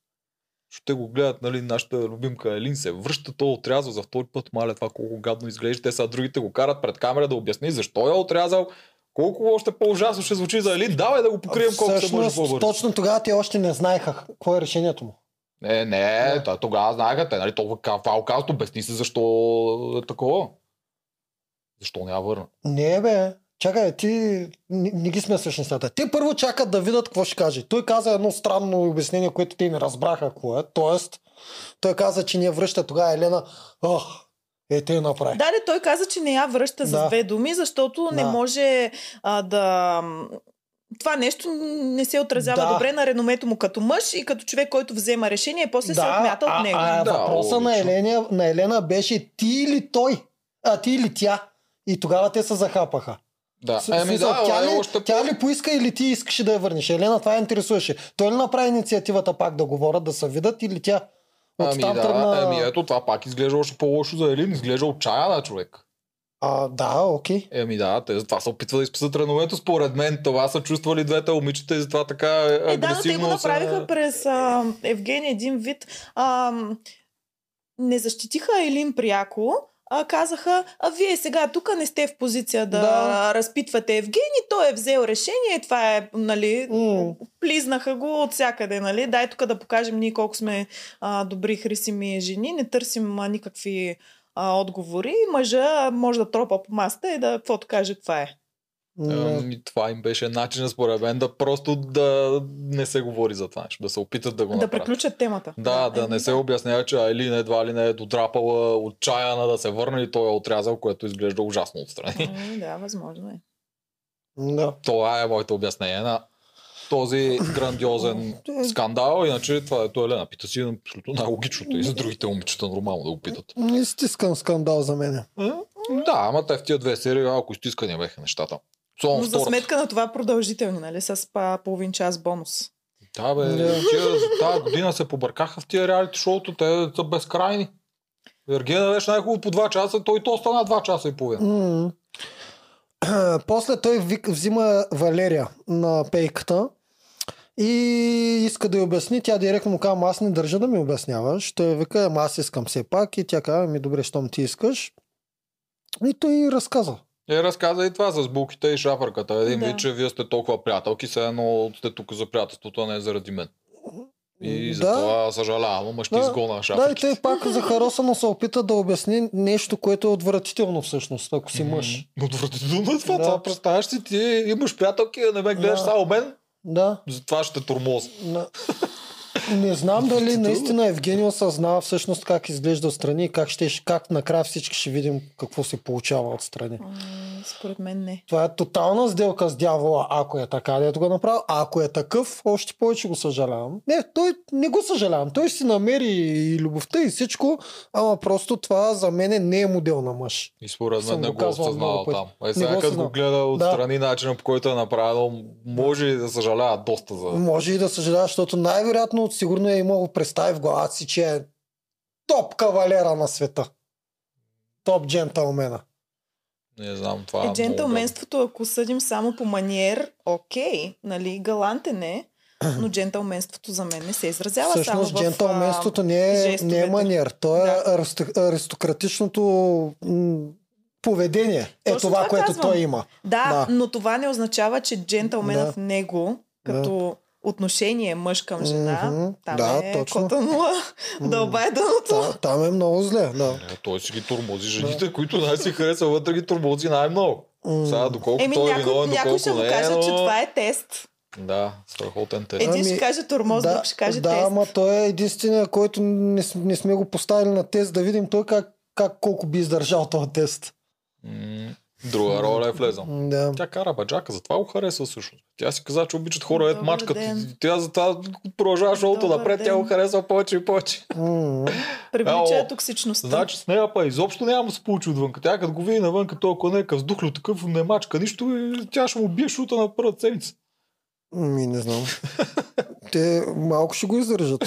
Ще те го гледат, нали, нашата любимка Елин се връща, то отрязва за втори път, маля това колко гадно изглежда. Те сега другите го карат пред камера да обясни защо я отрязал, колко още по-ужасно ще звучи за Елин. Давай да го покрием колко се може
Всъщност,
по-бързо.
точно тогава те още не знаеха какво е решението му.
Не, не,
Не.
да. тогава знаеха, те, нали, толкова ка- фал казват, обясни се защо е такова. Защо не я върна?
Не, бе. Чакай, ти не, не ги смесваш нещата. Те първо чакат да видят какво ще каже. Той каза едно странно обяснение, което те не разбраха какво е. Тоест, той каза, че ни я връща тогава Елена. Ох, е, те я направи.
Да, де, той каза, че не я връща да.
Да.
за две думи, защото да. не
Да.
може а, да... Това нещо не се отразява
Да.
да. добре на реномето му като мъж и като човек, който взема решение, и после да, се отмята от
а,
него.
а,
Да,
въпроса на
логично.
Елена, на Елена беше ти или той, а ти или тя. И тогава те се захапаха.
Да,
С- смисъл, тя,
е
ли,
още
тя
по-
ли поиска или ти искаше да я върнеш? Елена, това я интересуваше. Той ли направи инициативата пак да говорят, да се видят или тя?
Ами
Оттам
да,
тръгна...
ами ето това пак изглежда още по-лошо за Елин, изглежда отчаяна човек.
А, да, окей.
Еми да, те затова се опитва да изписат реномето, според мен това са чувствали двете момичета и затова така
Е, да, но те го
агресивно се-
направиха през а, Евгений един вид. А, не защитиха Елин пряко, а казаха, а вие сега тук не сте в позиция да,
Да.
да. разпитвате Евгений, той е взел решение, това е, нали,
М,
плизнаха го от всякъде, нали? Дай тук да покажем ние колко сме а, добри хрисими жени, не търсим а, никакви а, отговори. Мъжа може да тропа по маста и да каквото каже, това е.
м,
Ами, това им беше начин, според мен, да просто да не се говори за това нещо, да се опитат да го
да
направят.
приключат темата. Е,
Да, да не се обяснява, че Айлин едва ли не е додрапала отчаяна да се върне и той е отрязал, което изглежда ужасно отстрани. <laughs>
М, Да, възможно е.
Да.
Това е моето обяснение на този грандиозен скандал. Иначе това е Елена. Пита си е абсолютно най-логичното и за другите момичета нормално да го питат.
Не стискам скандал за мене.
Да, ама те в тия две серии малко изтискани бяха нещата.
Но
Само
за
втората.
сметка на това продължителни, нали? С па, половин час бонус.
Да, бе,
Да.
тия, за тази година се побъркаха в тия реалити шоуто, те са безкрайни. Ергена беше най-хубаво по 2 часа, той то стана 2 часа и половина.
М. <clears throat> После той вик, взима Валерия на пейката и иска да й обясни. Тя директно му казва, аз не държа да ми обясняваш. Той вика, ама аз искам все пак. И тя казва, ми добре, щом ти искаш. И той й разказа.
Е, разказа и това с булките и шафърката. Един
Да.
вид, че вие сте толкова приятелки, все едно сте тук за приятелството, а не заради мен. И
Да.
за това съжалявам, ама ще
Да.
изгона
Да, и
шапки.
той пак за харосано се опита да обясни нещо, което е отвратително всъщност, ако си мъж.
Отвратително е това.
Да.
Това представяш си, ти имаш приятелки, не ме гледаш
Да.
само мен,
Да.
затова ще турмоз.
На... Не знам дали наистина Евгений осъзнава всъщност как изглежда отстрани и как, ще, как накрая всички ще видим какво се получава отстрани.
М, Ами, Според мен не.
Това е тотална сделка с дявола, ако е така, дето го направил. А ако е такъв, още повече го съжалявам. Не, той не го съжалявам. Той ще си намери и любовта и всичко, ама просто това за мен не е модел на мъж.
И според мен
Съм
не
го
го
казвал
осъзнава
много пъти.
там. Е,
Не
сега
го
като го
осъзнава.
гледа отстрани начина по който е направено, може и да съжалява доста за...
Може и да съжалява, защото най-вероятно сигурно е имало представи в главата си, че е топ кавалера на света. Топ джентълмена.
Не знам, това е
Е,
много
джентълменството, ако съдим само по маниер, окей, нали, галантен е, но джентълменството за мен не се изразява
Всъщност
само в...
джентълменството не е, не е
жестовете.
маниер. То е
Да.
аристо- аристократичното м, поведение. Е
Точно
това,
това
което
казвам.
той има.
Да,
Да.
да, но това не означава, че джентълменът
Да.
в него, като отношение мъж към жена,
Мгм.
там
Да,
е
точно.
кота нула,
М.
дълба е
Та,
дъното.
там е много зле. Да.
Е, той си ги турмози жените, които най си харесва вътре ги турмози най-много. Сега, доколко
Еми,
той е
някой,
виновен,
някой ще
доколко
му
не е,
каже,
но...
че това е тест.
Да, страхотен тест.
Един
Ами,
ще каже тормоз, друг ще каже
да,
тест.
ама той е единствения, който не, с- не сме го поставили на тест, да видим той как, как колко би издържал този тест.
М, Друга роля е влезъл.
М, Да.
Тя кара баджака, затова го харесва всъщност. Тя си каза, че обичат хора, ед
Добър
мачкат.
ден.
Тя затова продължава шоуто
Добър
напред, тя го
ден.
харесва повече и повече.
М,
Привлича
Ало.
е токсичността.
Е, Значи с нея па изобщо няма да се получи отвън. Тя като го види навън, като ако не е къс духлю, такъв не мачка нищо, и тя ще му бие шута на първата седмица.
Ми, не знам. Те малко ще го издържат.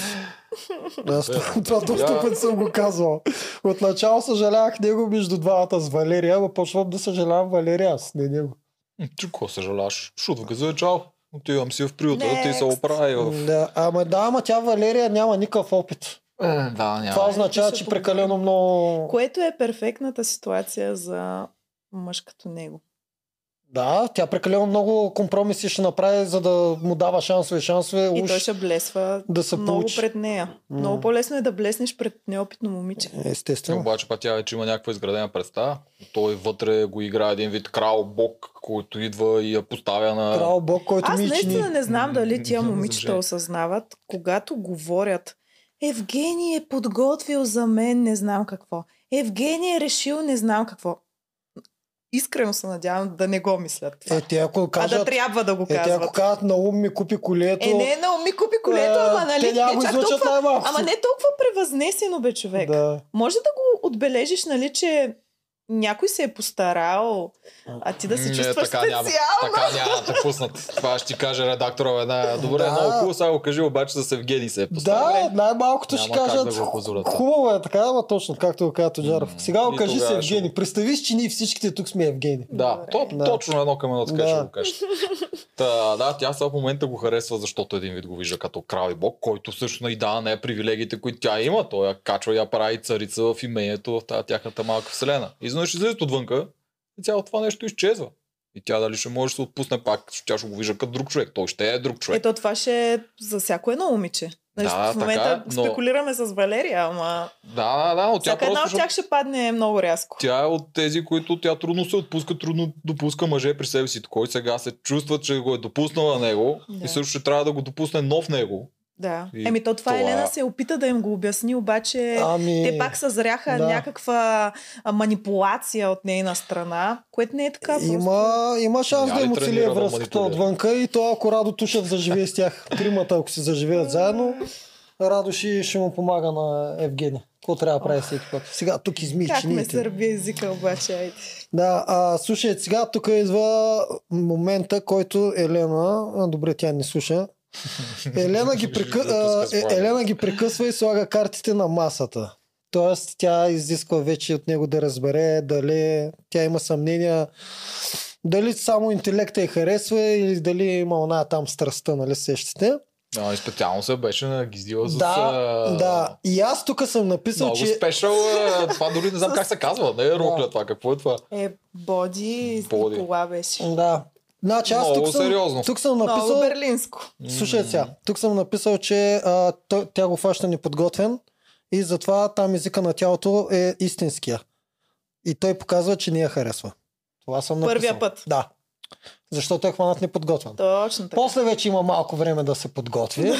Аз <laughs> това, това доста
Я-
път съм го казвал. Отначало съжалявах него между двамата с Валерия, но почвам да съжалявам Валерия, аз не него.
М, Ти какво съжаляваш? Шутва каза, е, чао. Отивам си в приюта, ти се
Next.
оправи. в-
Да, ама да, ама тя Валерия няма никакъв опит.
Да,
Това
няма.
означава,
Ще
че е
помогне.
прекалено много...
Което е перфектната ситуация за мъж като него.
Да, тя прекалено много компромиси ще направи, за да му дава шансове, шансове,
И той
уж
ще блесва
да се
много
получи.
пред нея.
М.
Много по-лесно е да блеснеш пред неопитно момиче.
Ти
Естествено.
обаче па тя вече има някаква изградена представа. Той вътре го играе един вид крал бог, който идва и я поставя на...
Крал Бог, който
Аз
ми чини.
наистина не знам дали тия
М,
момичета
добре.
осъзнават, когато говорят Евгений е подготвил за мен не знам какво. Евгений е решил не знам какво. Искрено се надявам да не го мислят това.
Е, те ако
а да
кажат...
трябва да го
Е, те
казват.
ако кажат на ум ми купи колето...
Е, не, на ми купи колето,
а,
ама нали?
е, Те няма
не
го
чак
излучат
толкова,
най-малко.
ама не толкова превъзнесено бе човек.
Да.
Може да го отбележиш, нали, че някой се е постарал, а ти да се
Не,
чувстваш
така няма.
специално.
Така няма да те пуснат. Това ще ти каже редактора веднага. Добре,
Да.
много хубаво, сега го кажи обаче за Евгений се е поставил.
Да, най-малкото ще
Няма как
кажат.
да го позволят.
Хубаво е така, ама точно както го каза Тоджаров.
М,
Сега го
и
кажи се
тогава ще
Евгени.
го-
Представи си, че ние всичките тук сме Евгени.
Да,
Добре.
то,
Да.
точно едно към едно така
Да.
ще го кажеш. Та, да, тя сега в момента го харесва, защото един вид го вижда като крал и бог, който също и да, не е привилегиите, които тя има. Той я качва и я прави царица в имението, в тази тяхната малка вселена. И знаеш, излизат отвънка и цялото това нещо изчезва. И тя дали ще може да се отпусне пак, защото тя ще го вижда като друг човек. Той ще е друг човек.
Ето това ще е за всяко едно момиче. Нали,
Да,
в момента
така е, но-
спекулираме с Валерия, ама
Да, да, да, но тя
всяка една
просто...
от
ще-
тях ще падне много рязко.
Тя е от тези, които тя трудно се отпуска, трудно допуска мъже при себе си. Кой сега се чувства, че го е допуснала него
Да.
и също ще трябва да го допусне нов него.
Да.
И
Еми то това,
това-
Елена се опита да им го обясни, обаче
Ами...
Е, те пак съзряха
да.
някаква а, манипулация от нейна страна, което не е така. просто.
Има, има шанс
Няма ли
да им оцелее
тренирана
връзката
манипулация?
отвънка и то ако Радо Тушев заживее с тях, тримата ако си заживеят заедно, Радо ще, ще му помага на Евгени. Какво трябва да прави всеки път? Сега тук изми
Как ме
чините.
сърби езика обаче, айде.
Да, а, слушай, сега тук идва момента, който Елена... А, добре, тя
<laughs>
не слуша. Елена ги, прекъ... а, Е- Елена ги прекъсва и слага картите на масата. Тоест, тя изисква вече от него да разбере дали тя има съмнения дали само интелекта я харесва или дали има она там страстта, нали сещате.
А, и специално се беше на гиздила с...
Да,
а,
да. И аз тук съм написал,
Много
че...
спешъл, а, това дори не знам как се казва, не е рокля това, какво е това?
Е, Боди,
Боди.
Боди. Никола беше.
Да. Значи аз тук
Много
съм,
сериозно.
тук съм
Много
написал...
берлинско.
Слушай сега, тук съм написал, че а, тъ, тя го фаща неподготвен и затова там езика на тялото е истинския. И той показва, че не я харесва. Това съм написал.
Първия път.
Да. Защото е хванат неподготвен.
Точно така.
После вече има малко време да се
<laughs>
подготви,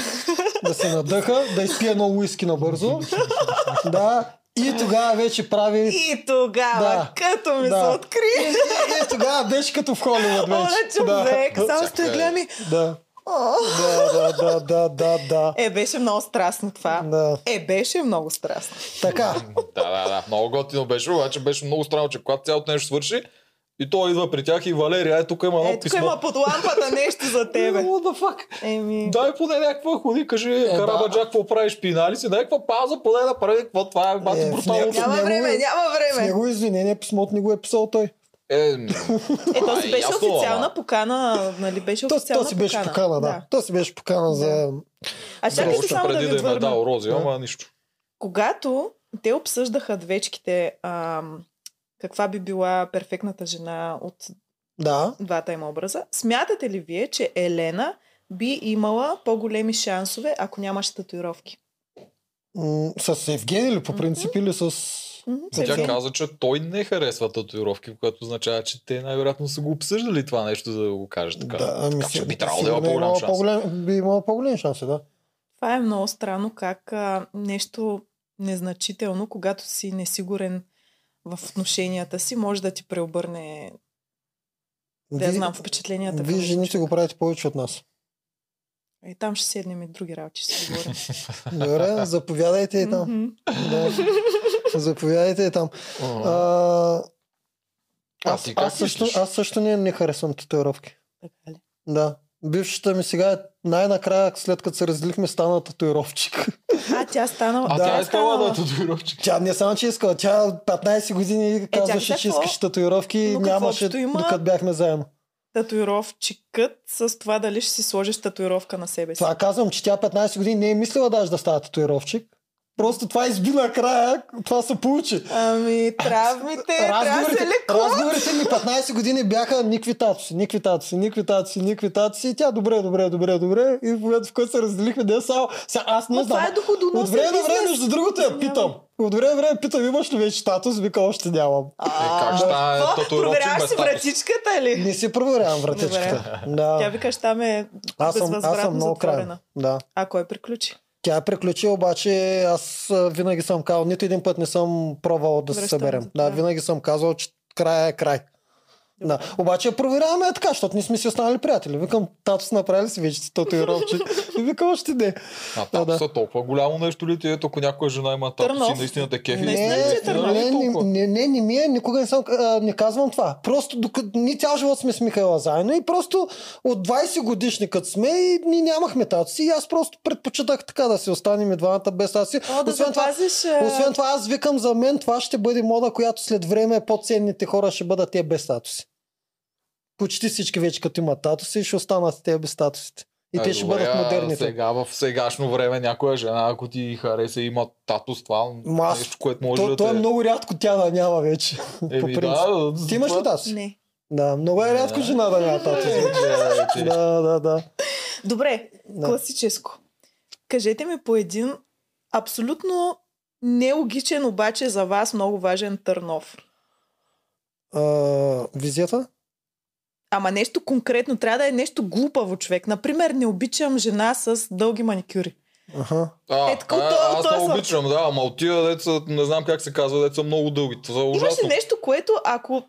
да се надъха, да изпие едно уиски набързо. да. И тогава вече прави...
И тогава,
Да.
като ми
Да.
се откри,
И тогава беше като в Холивуд
оле
вече.
човек,
Да.
само ще
Чакай.
гледам и...
Да.
О!
Да, да, да, да, да, да.
Е, беше много страстно това.
Да.
Е, беше много страстно.
Така,
Да, да, да. Много готино беше, обаче беше много странно, че когато цялото нещо свърши, и той идва при тях и Валерия, е, тук има едно
Е, тук
писмо. Е,
има под лампата нещо за тебе.
What the fuck?
Еми,
Дай поне някаква ходи, кажи,
да.
Карабаджак, какво правиш, пинали си, дай някаква пауза, поне да прави какво това е,
Е,
бати
в
брутално.
него- с
няма
него
време,
е-
няма
с
време.
него извинение писмото не го е писал той.
Е,
Ето си
а,
беше
ясно,
официална
ама.
покана, нали беше
То,
официална
то си беше
покана.
покана, да. То си беше покана за...
А чакайте
Още
само да
преди да
ви
им е
отвърна.
дал Рози,
Да.
ама нищо.
Когато те обсъждаха двечките ам, каква би била перфектната жена от
Да.
двата им образа, смятате ли вие, че Елена би имала по-големи шансове, ако нямаше татуировки?
М, с Евгений ли по принцип или с...
Мгм,
Е,
Но Тя
Сергей?
каза, че той не харесва татуировки, което означава, че те най-вероятно са го обсъждали това нещо, за да го каже така. така че
ами си-
би трябвало да
сигурно
има по-голям
имала
шанс.
по-голям- Би имала по-голям шанс, да.
Това е много странно как а, нещо незначително, когато си несигурен в отношенията си, може да ти преобърне, да я
Ви-
знам, впечатленията.
Вие
към
жените го
човека.
правите повече
<laughs>
от нас.
И там ще седнем и други работи ще
<laughs>
си говорим.
Добре, заповядайте и там.
Мгм.
Е, Да. Заповядайте и там.
А,
А,
А
аз,
ти как
аз, също,
мислиш?
аз също не, не харесвам татуировки.
Така ли?
Да. Бившата ми сега е най-накрая, след като се разделихме, стана татуировчик.
А, тя стана...
а тя е искала да е
станала.
татуировчик.
Тя не само, че искала, тя 15 години казваше,
Е, тя
че
какво?
искаше татуировки и
Но
нямаше,
каквото има-
докато бяхме заедно.
Татуировчикът с това дали ще си сложиш татуировка на себе си.
Това е- казвам, че тя 15 години не е мислила даже да става татуировчик. Просто това изби накрая, това се получи.
Ами, травмите,
Е,
трябва да се лекува.
разговорите ми 15 години бяха никакви татуси, никакви татуси, никакви татуси, никакви татуси. И тя добре, добре, добре, добре. И в момента, в който се разделихме, не само... Сега, аз не
Но
знам.
това е
От
доходоносен
време на време,
бизнес.
между другото, я
Извинявай.
питам. От време на време питам, имаш ли вече татус? Вика, още нямам.
Е, как ще стане
Какво?
татуировчик
Проверяваш
без
си
татус?
вратичката ли?
Не си проверявам вратичката.
Тя
Да.
викаш, там е
Аз съм, аз съм
безвъзвратно
много крайен.
затворена.
Да.
А кой приключи?
Тя е приключи, обаче аз а, винаги съм казал, нито един път не съм пробвал да се
Връщам,
съберем. Да,
да.
винаги съм казал, че края е край. Да. Обаче я проверяваме е така, защото ние сме си останали приятели. Викам, тато си направили си вече си
<laughs>
татуировчик. И викам, още не.
А
Да, да.
татуса толкова голямо нещо ли ти е, ако някоя жена има татуси,
Търнов.
наистина те кефи.
Не,
наистина
не,
ли е
не, не,
толкова?
не, не, не ми е, никога не, съм, а, не казвам това. Просто докато ние цял живот сме с Михайла заедно и просто от 20 годишни като сме и ни нямахме татуси и аз просто предпочитах така да си останем и двамата без татуси.
О, да
Освен това,
запазиш...
Освен това, аз викам за мен, това ще бъде мода, която след време по-ценните хора ще бъдат те без статуси. Почти всички вече като имат статуси, ще останат те без статусите. И
Е,
те ще
добре,
бъдат
а
модерните.
Сега, в сегашно време, някоя жена, ако ти хареса, има татус, това
Ма аз-
нещо, което може
То,
да
то е
те-
много рядко тя да няма вече. по
Еми,
принцип.
да,
Ти имаш ли
затова-
татуси?
Не.
Да, много е рядко
Да.
жена да няма татуси.
Е, е, е, е.
да, да, да.
Добре,
да.
класическо. Кажете ми по един абсолютно нелогичен, обаче за вас много важен търнов.
А, визията?
Ама нещо конкретно, трябва да е нещо глупаво човек. Например, не обичам жена с дълги маникюри.
Аха.
А,
Е, така,
а,
то-
аз
то е
не
слаб.
обичам, да, ама от тия деца, не знам как се казва, деца много дълги. Това е
Имаш ли
ужасно.
нещо, което ако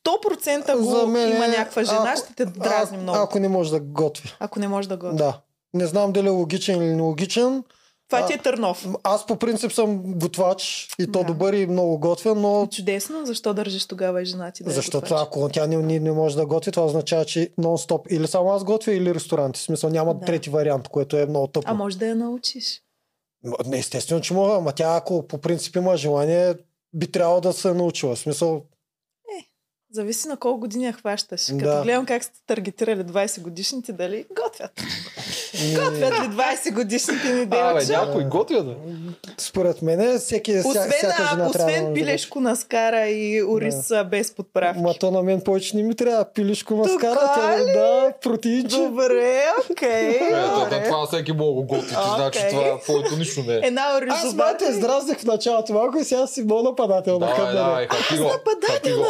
100%
За
го
мен е-
има някаква жена,
ако-
ще те дразни
а,
много, ако...
Ако не може да готви.
не може да го... Да.
Да. Не знам дали е логичен или нелогичен.
Това
а-
ти е търнов.
Аз по принцип съм готвач и то
Да.
добър и много готвен, но
Чудесно, защо държиш тогава и жена ти да е
Защото
готвач?
ако тя не, не, не може да готви, това означава, че нон-стоп или само аз готвя, или ресторанти. В смисъл няма да.
Да.
трети вариант, което е много тъпо.
А може да я научиш.
М, Не, естествено, че мога, ама тя ако по принцип има желание, би трябвало да се е научила. В смисъл,
Зависи на колко години я хващаш.
Да.
Като гледам как сте таргетирали 20 годишните, дали готвят. Готвят ли 20 годишните ни
Абе,
девчета?
някой готвя да.
Според мен, всеки, е вся,
Освен,
всяка
а,
жена трябва да
освен
му
пилешко наскара и ориз а, без подправки.
Ма то на мен повече не ми трябва. Пилишко маскара,
Така
тя
ли?
да, протеинче.
Добре, окей.
Е, да, да,
добре.
това всеки мога го готви, ти
Окей.
значи това твоето нищо не е.
Една
Аз мате
оризобата.
здразнах в началото малко и сега си много нападателна към
Давай,
мен.
давай, хапи го, хапи го,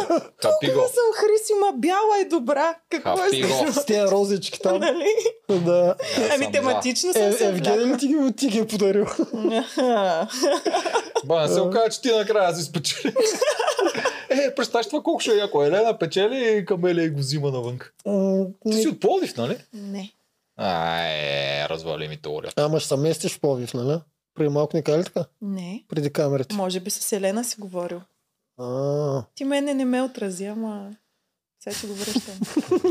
хапи го.
Аз съм Хрисима, бяла е добра. Какво е
Хапи го.
смешно?
С тези розички там.
Нали?
да.
Аз
Ами
съм
тематично
Е,
съм се
Евгений ли ти ги, ти ги е подарил?
вляпала.
за. Ба, не се окаже, че ти накрая си спечели. Е, представяш това колко ще е яко. Елена печели и Камелия го взима навън.
М,
Ти
не.
си от Пловдив, нали?
<laughs> Не.
Ай, развали ми теория.
Ама ще се местиш в Пловдив, нали? Преди малко не кали така?
Не.
Преди камерите.
Може би с Елена си говорил.
А,
Ти мене не ме отрази, ама сега ще го връщам.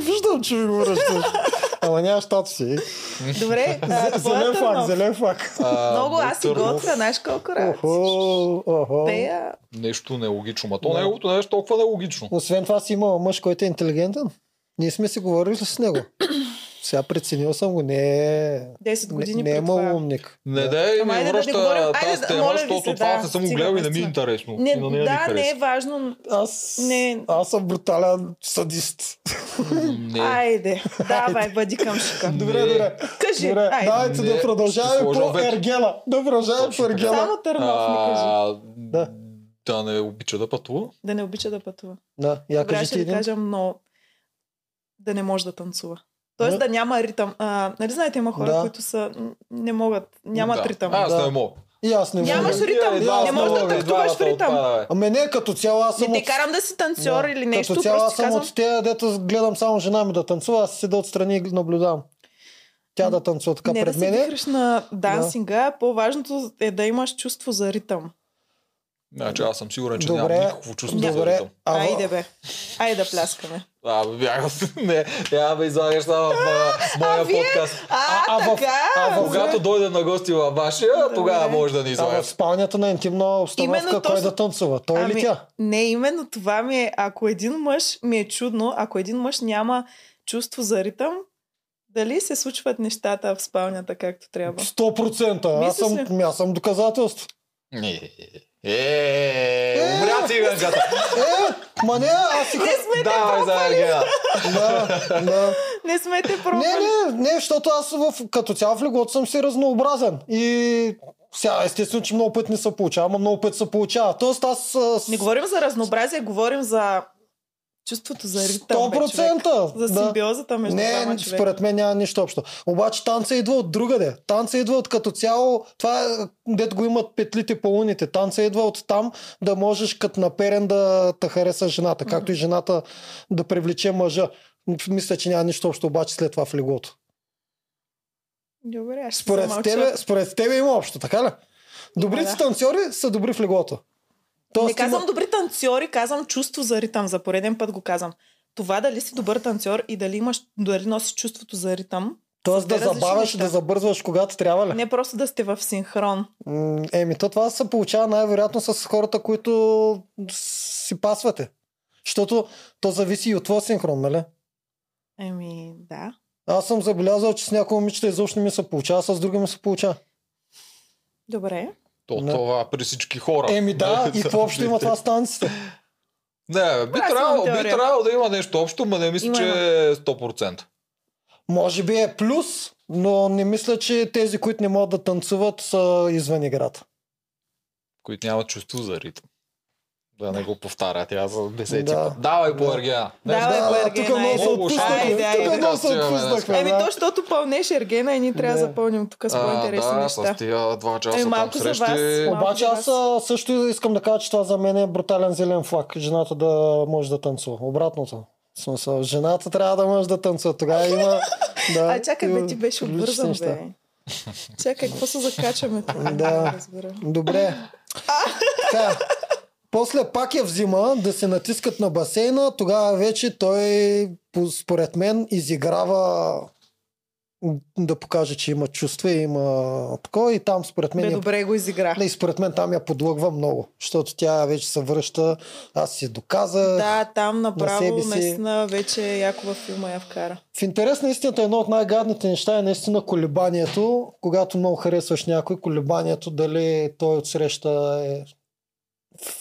Виждам, че ви го връщаш. Ама няма щата си.
Добре, а, е
З- <laughs> Зелен
твоята
флаг,
нов.
зелен флаг.
А,
Много
мой
аз си
Търнов
готвя, знаеш колко работиш.
Охо, охо.
Пея.
Нещо нелогично. Ма то
Да.
неговото нещо е толкова нелогично.
Освен това си имал мъж, който е интелигентен. Ние сме си говорили с него. Сега преценил съм го. Не е...
10
Не,
години
не е
пред това.
малумник.
Не дай
Ама
ми
айде да не
връща
говорим.
тази
Айде да-
тема,
моля ви се,
защото
да,
това не съм го
стига,
гледал и не ми е
наистина.
интересно.
Не,
И на нея ми
да, не е
харесва.
важно.
Аз,
Не.
аз съм брутален садист.
е
Не,
Айде, давай, бъди към
<laughs>
шика.
Добре,
<laughs> Не.
добре.
Кажи,
Добре,
айде.
давайте
Не,
да
ще
продължаваме
сложа
по
вето.
Ергела. Да продължаваме
Точно
по
така.
Ергела.
Само Търнов ми кажи.
а,
Да.
да не обича да пътува.
Да не обича да пътува.
Да, я
Тогава
кажи ти
ще ви
един.
кажа, но да не може да танцува.
Да.
Тоест да, няма ритъм. А, нали знаете, има хора,
Да.
които са, м, не могат, нямат
да.
ритъм.
Аз
Да. Е,
не мога.
И аз не мога.
Нямаш
Вие
ритъм,
едва
не
аз
можеш да
мога, едва
тактуваш
аз
в ритъм.
отпада, бе.
Ами не, като цяло аз съм
Не
от-
Е, те карам да си танцор
Да.
или нещо,
Като цяло
просто
аз
ти
съм
казвам,
от тези, дето гледам само жена ми да танцува, аз седа отстрани и наблюдавам. Тя да танцува така
не
пред
да се
мене.
вихреш на дансинга, по-важното е да имаш чувство за ритъм.
Значи аз съм сигурен, че
Добре.
нямам никакво чувство за
Добре,
ритъм.
а,
Айде бе, айде да пляскаме.
А, бе, бяга се. <laughs> Не, я ме излагаш само в а, моя
вие?
подкаст.
А,
а в-
така!
а в-
Когато дойде на гости във вашия,
Добре.
тогава може да ни
а
излагаш.
в спалнята на интимна обстановка,
Именно
кой
точно-
да танцува? Той или
Ами,
тя?
Не, именно това ми е. Ако един мъж ми е чудно, ако един мъж няма чувство за ритъм, дали се случват нещата в спалнята както трябва?
100%. Аз
Мислиш
съм,
ли?
ами аз съм доказателство.
Е, е, умря циганката.
Е, ма не, аз си...
Не сме,
Давай за Ергена.
Да, да.
не сме те
Не,
пробвали.
не, не, защото аз в, като цяло в легото съм си разнообразен. И сега, естествено, че много път не се получава, ама много път се получава. Тоест аз... а, с-
не говорим за разнообразие, говорим за чувството за ритъм. Бе, човек.
100%!
За
да.
симбиозата между
Не,
двама
не,
човека.
според мен няма нищо общо. Обаче танца идва от другаде. Танца идва от като цяло, това е, дето го имат петлите по луните. Танца идва от там да можеш като наперен да те хареса жената, както и жената да привлече мъжа. Мисля, че няма нищо общо обаче след това в легото.
Добре, аз ще
Според
замълча.
тебе, според тебе има общо, така ли? Добрите
да.
танцори са добри в легото.
не
Тоест,
казвам
има...
добри танцори, казвам чувство за ритъм. За пореден път го казвам. Това дали си добър танцор и дали, имаш, дали носиш чувството за ритъм,
Тоест да
различни
забавяш,
неща.
да забързваш, когато трябва ли?
не просто да сте в синхрон.
М, Еми, то това се получава най-вероятно с хората, които си пасвате. Защото то зависи и от твоя синхрон, нали?
Еми, да.
Аз съм забелязал, че с някои момичета изобщо не ми се получава, с други ми се получава.
Добре.
То
Да.
това при всички хора. <laughs>
Еми да, и
са-
какво общо има това с танците?
Не, би
Аз
трябвало,
имам
би
теория.
трябвало да има нещо общо, но не мисля,
Има,
че
има.
е 100%.
Може би е плюс, но не мисля, че тези, които не могат да танцуват, са извън играта.
Които нямат чувство за ритъм. Да не го повтаря тя за десети
Да.
път. Давай по
Да.
Ергена.
Да, Давай,
да, да,
Бергена,
тук много се
айде.
Айде,
отпуснахме.
айде.
Тук много се
Сега имаме
отпуснахме.
Еми,
да.
то, защото пълнеш Ергена и ние трябва да
Да.
запълним тук с по-интересни
да,
неща.
с тия два часа
Е,
там
малко за
срещи.
вас. Малко
Е, Обаче
за
аз а, също искам да кажа, че това за мен е брутален зелен флаг. Жената да може да танцува. Обратното. В Смисъл, жената трябва да може да танцува. Тогава
<laughs>
има... Да,
А чакай, бе, ти беше
прилични
обвързан,
неща.
бе. Чакай, какво се закачаме тук?
<laughs> Да.
Не мога разбера. <laughs>
Добре. Така. После пак я взима да се натискат на басейна. Тогава вече той, по- според мен, изиграва да покаже, че има чувства и има такова. И там според мен е
Бе,
я
добре го изиграх.
Да, и според мен там я подлъгва много, защото тя вече се връща. Аз си доказах.
Да, там направо
себе си.
наистина вече яко във филма я вкара.
В интерес на истината едно от най-гадните неща е наистина колебанието. Когато много харесваш някой, колебанието дали той отсреща е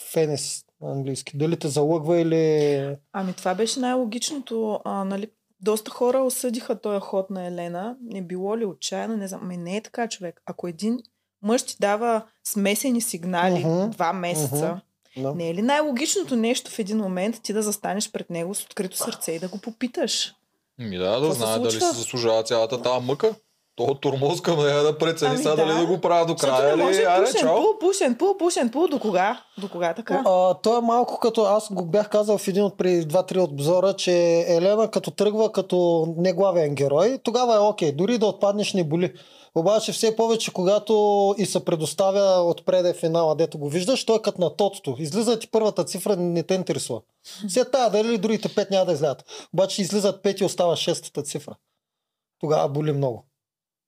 фенес на английски. Дали те залъгва или...
Ами това беше най-логичното. А, нали, доста хора осъдиха този ход на Елена. Не било ли отчаяно? Не знам. Ами не е така, човек. Ако един мъж ти дава смесени сигнали
Мгм.
uh-huh. два месеца,
Мгм. Да.
не е ли най-логичното нещо в един момент ти да застанеш пред него с открито сърце и да го попиташ?
Ми Ами да,
Какво
да
се
знае дали
случва?
се заслужава цялата тази мъка. То турмоз към нея да прецени
Ами
сега дали
да.
да го правя до
Защото
края
не
или
може
аре,
пушен,
чао.
пул, пушен, пул, пушен, пул. До кога? До кога така?
А, то е малко като аз го бях казал в един от преди 2-3 обзора, че Елена като тръгва като не главен герой, тогава е окей, дори да отпаднеш не боли. Обаче все повече, когато и се предоставя отпреде финала, дето го виждаш, той е като на тотото. Излиза ти първата цифра, не те интересува. Все тая, дали другите пет няма да излязат. Обаче излизат пет и остава шестата цифра. Тогава боли много.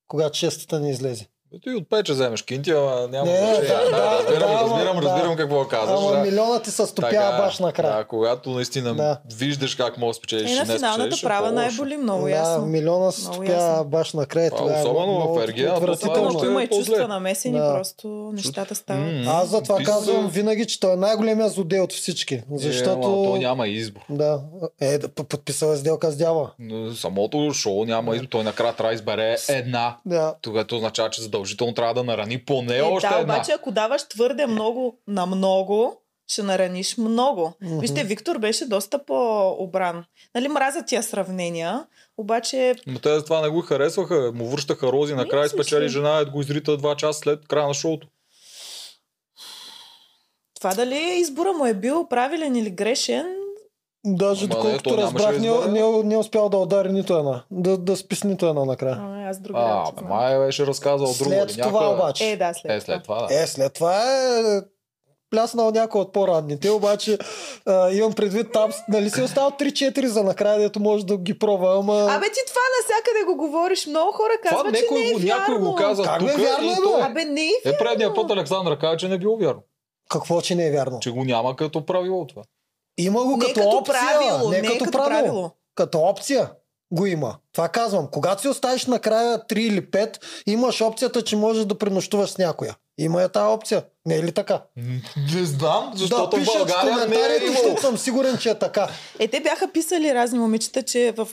Когато шестата не излезе.
Ето и от пече вземеш кинти, ама няма
Не,
значение.
да, да,
да, разбирам,
да,
разбирам,
ама,
разбирам
да.
какво казваш.
Ама
да.
милиона ти се стопява
Така е.
баш накрая.
Да, когато наистина
Да.
виждаш как можеш да спечелиш
Е,
и
на
не
финалната
спечелиш, е
права
по-лошо.
най-боли много
да,
ясно.
милиона се
Много
стопя
ясно.
баш накрая.
А,
Тогава е
особено
много
в Ергена, то това е
отвратително.
Особено
още
ако има и
по-зле.
чувства намесени,
Да.
просто нещата стават.
М,
Аз затова
ти си-
казвам винаги, че той е най-големия злодей от всички.
Е, ама то
Защото...
няма избор.
да. Е, да, п- подписала е сделка с дявола.
Н- Самото шоу няма избор. Той накрая трябва да избере една.
Да.
Тогава то означава, че задължително трябва да нарани поне
Е,
още
да,
една.
обаче ако даваш твърде много на много, ще нараниш много.
Мгм.
Вижте, Виктор беше доста по-обран. Нали, мразя тия сравнения, обаче
Но те това не го харесваха, му връщаха рози, накрая
смисъл.
спечели жена, е, го изрита два часа след края на шоуто.
това дали избора му е бил правилен или грешен,
Даже
Ама
доколкото
не, то нямаше
разбрах, не, е-
избор,
не, не, успял да удари нито една. Да, да спи нито една накрая.
а, аз друга
А,
работа
бе,
значи знам.
май беше разказал друго.
След
или
това
някоя-
обаче.
Е, да, след,
Е, след това, да.
Е, след това е пляснал някой от по-ранните, обаче а, имам предвид там, нали си остават 3-4 за накрая, дето може да ги пробва, ама...
Абе ти това навсякъде го говориш. Много хора казват,
това
че
някой,
не е
го, някой
вярно.
го каза
Как бе,
тук.
вярно е,
и то...
Абе не е
е, предния път Александър каза, че не е било вярно.
Какво, че не е вярно?
Че го няма като правило това.
Има го
не е
като,
като
опция,
правило.
не е като, правило. Като опция го има. Това казвам. Когато си оставиш накрая 3 или 5, имаш опцията, че можеш да пренощуваш с някоя. Има я тази опция. Не е ли така?
М, Не знам,
да,
защото в
пишат в
България не е
коментарите,
имало.
защото съм сигурен, че е така.
Е, те бяха писали разни момичета, че в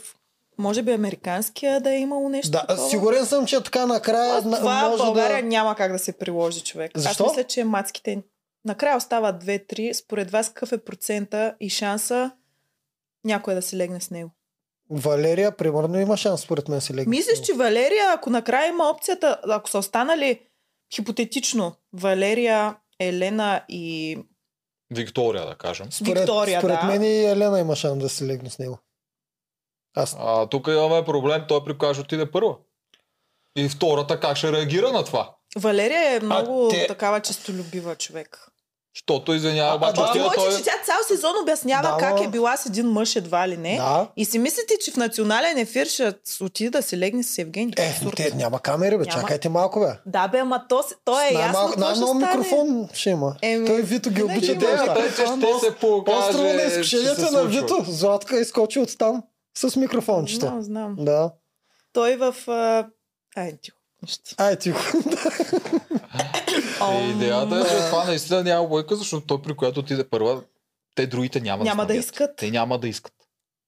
може би американския да е имало нещо.
Да,
такова.
сигурен съм, че е така накрая.
А,
на-
Това в
може
България
да...
няма как да се приложи човек.
Защо?
Аз мисля, че мацките накрая остават 2-3. Според вас какъв е процента и шанса някой да се легне с него?
Валерия, примерно, има шанс, според мен, си легне.
Мислиш, че Валерия, ако накрая има опцията, ако са останали хипотетично Валерия, Елена и
Виктория, да кажем.
според,
Виктория,
според
да.
мен и Елена има шанс да се легне с него. Аз
А, тук имаме проблем, той при кой ще отиде първа. И втората как ще реагира на това?
Валерия е много
те-
такава честолюбива човек.
Защото, извинявай,
А,
обаче
а,
отиде
Ти
той...
че тя цял сезон обяснява
Да,
как
ама-
е била с един мъж едва ли не.
Да.
И си мислите, че в национален ефир ще отиде да се легне с Евгений. Това
Е,
абсурд.
те, няма камери, бе.
Няма.
Чакайте малко, бе.
Да бе, ама то, с- то е ясно какво ще
най-много
стане.
микрофон ще има.
Еми,
Той е Вито ги
винаги
обича
има
тези
Те,
неща.
те, че ще се е покаже,
Остро на
ще се
изкушенията на
случва.
Вито. Златка изкочи от там с микрофончето.
Знам, знам.
Да.
Той в... а, Ай, тихо. Нищо.
Ай, тихо.
И идеята е, че това наистина няма бойка, защото той при която отиде първа, те другите няма,
Няма да
станат.
искат.
Те няма да искат.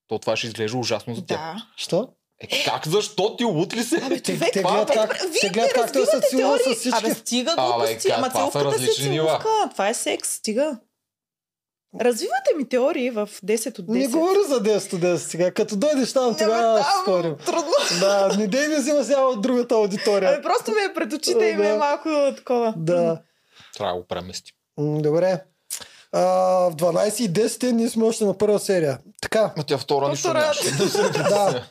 То това ще изглежда ужасно за тях.
Да.
<laughs> Що?
Е, как? Защо ти лут ли се?
Абе,
Те,
човек,
те
това-
гледат как,
Е, вие
те гледат
е
как той се
развивате
целува с
теории.
всички.
Абе, стига
Абе,
глупости.
как?
Ама
Това са
целувката си е
различни нива.
целувка. Това е секс. Стига. Развивате ми теории в 10 от 10.
Не говори за 10 10 сега. Като дойдеш там, тогава ще спорим.
Трудно.
Да, не дей ми взима сега от другата
Абе,
аудитория.
просто ме е пред очите и ме е
Да.
малко такова.
Да.
Трябва да го премести.
М, Добре. А, в 12 и 10 ние сме още на първа серия. Така.
Но тя втора нищо
Втора-
нямаше.
Да.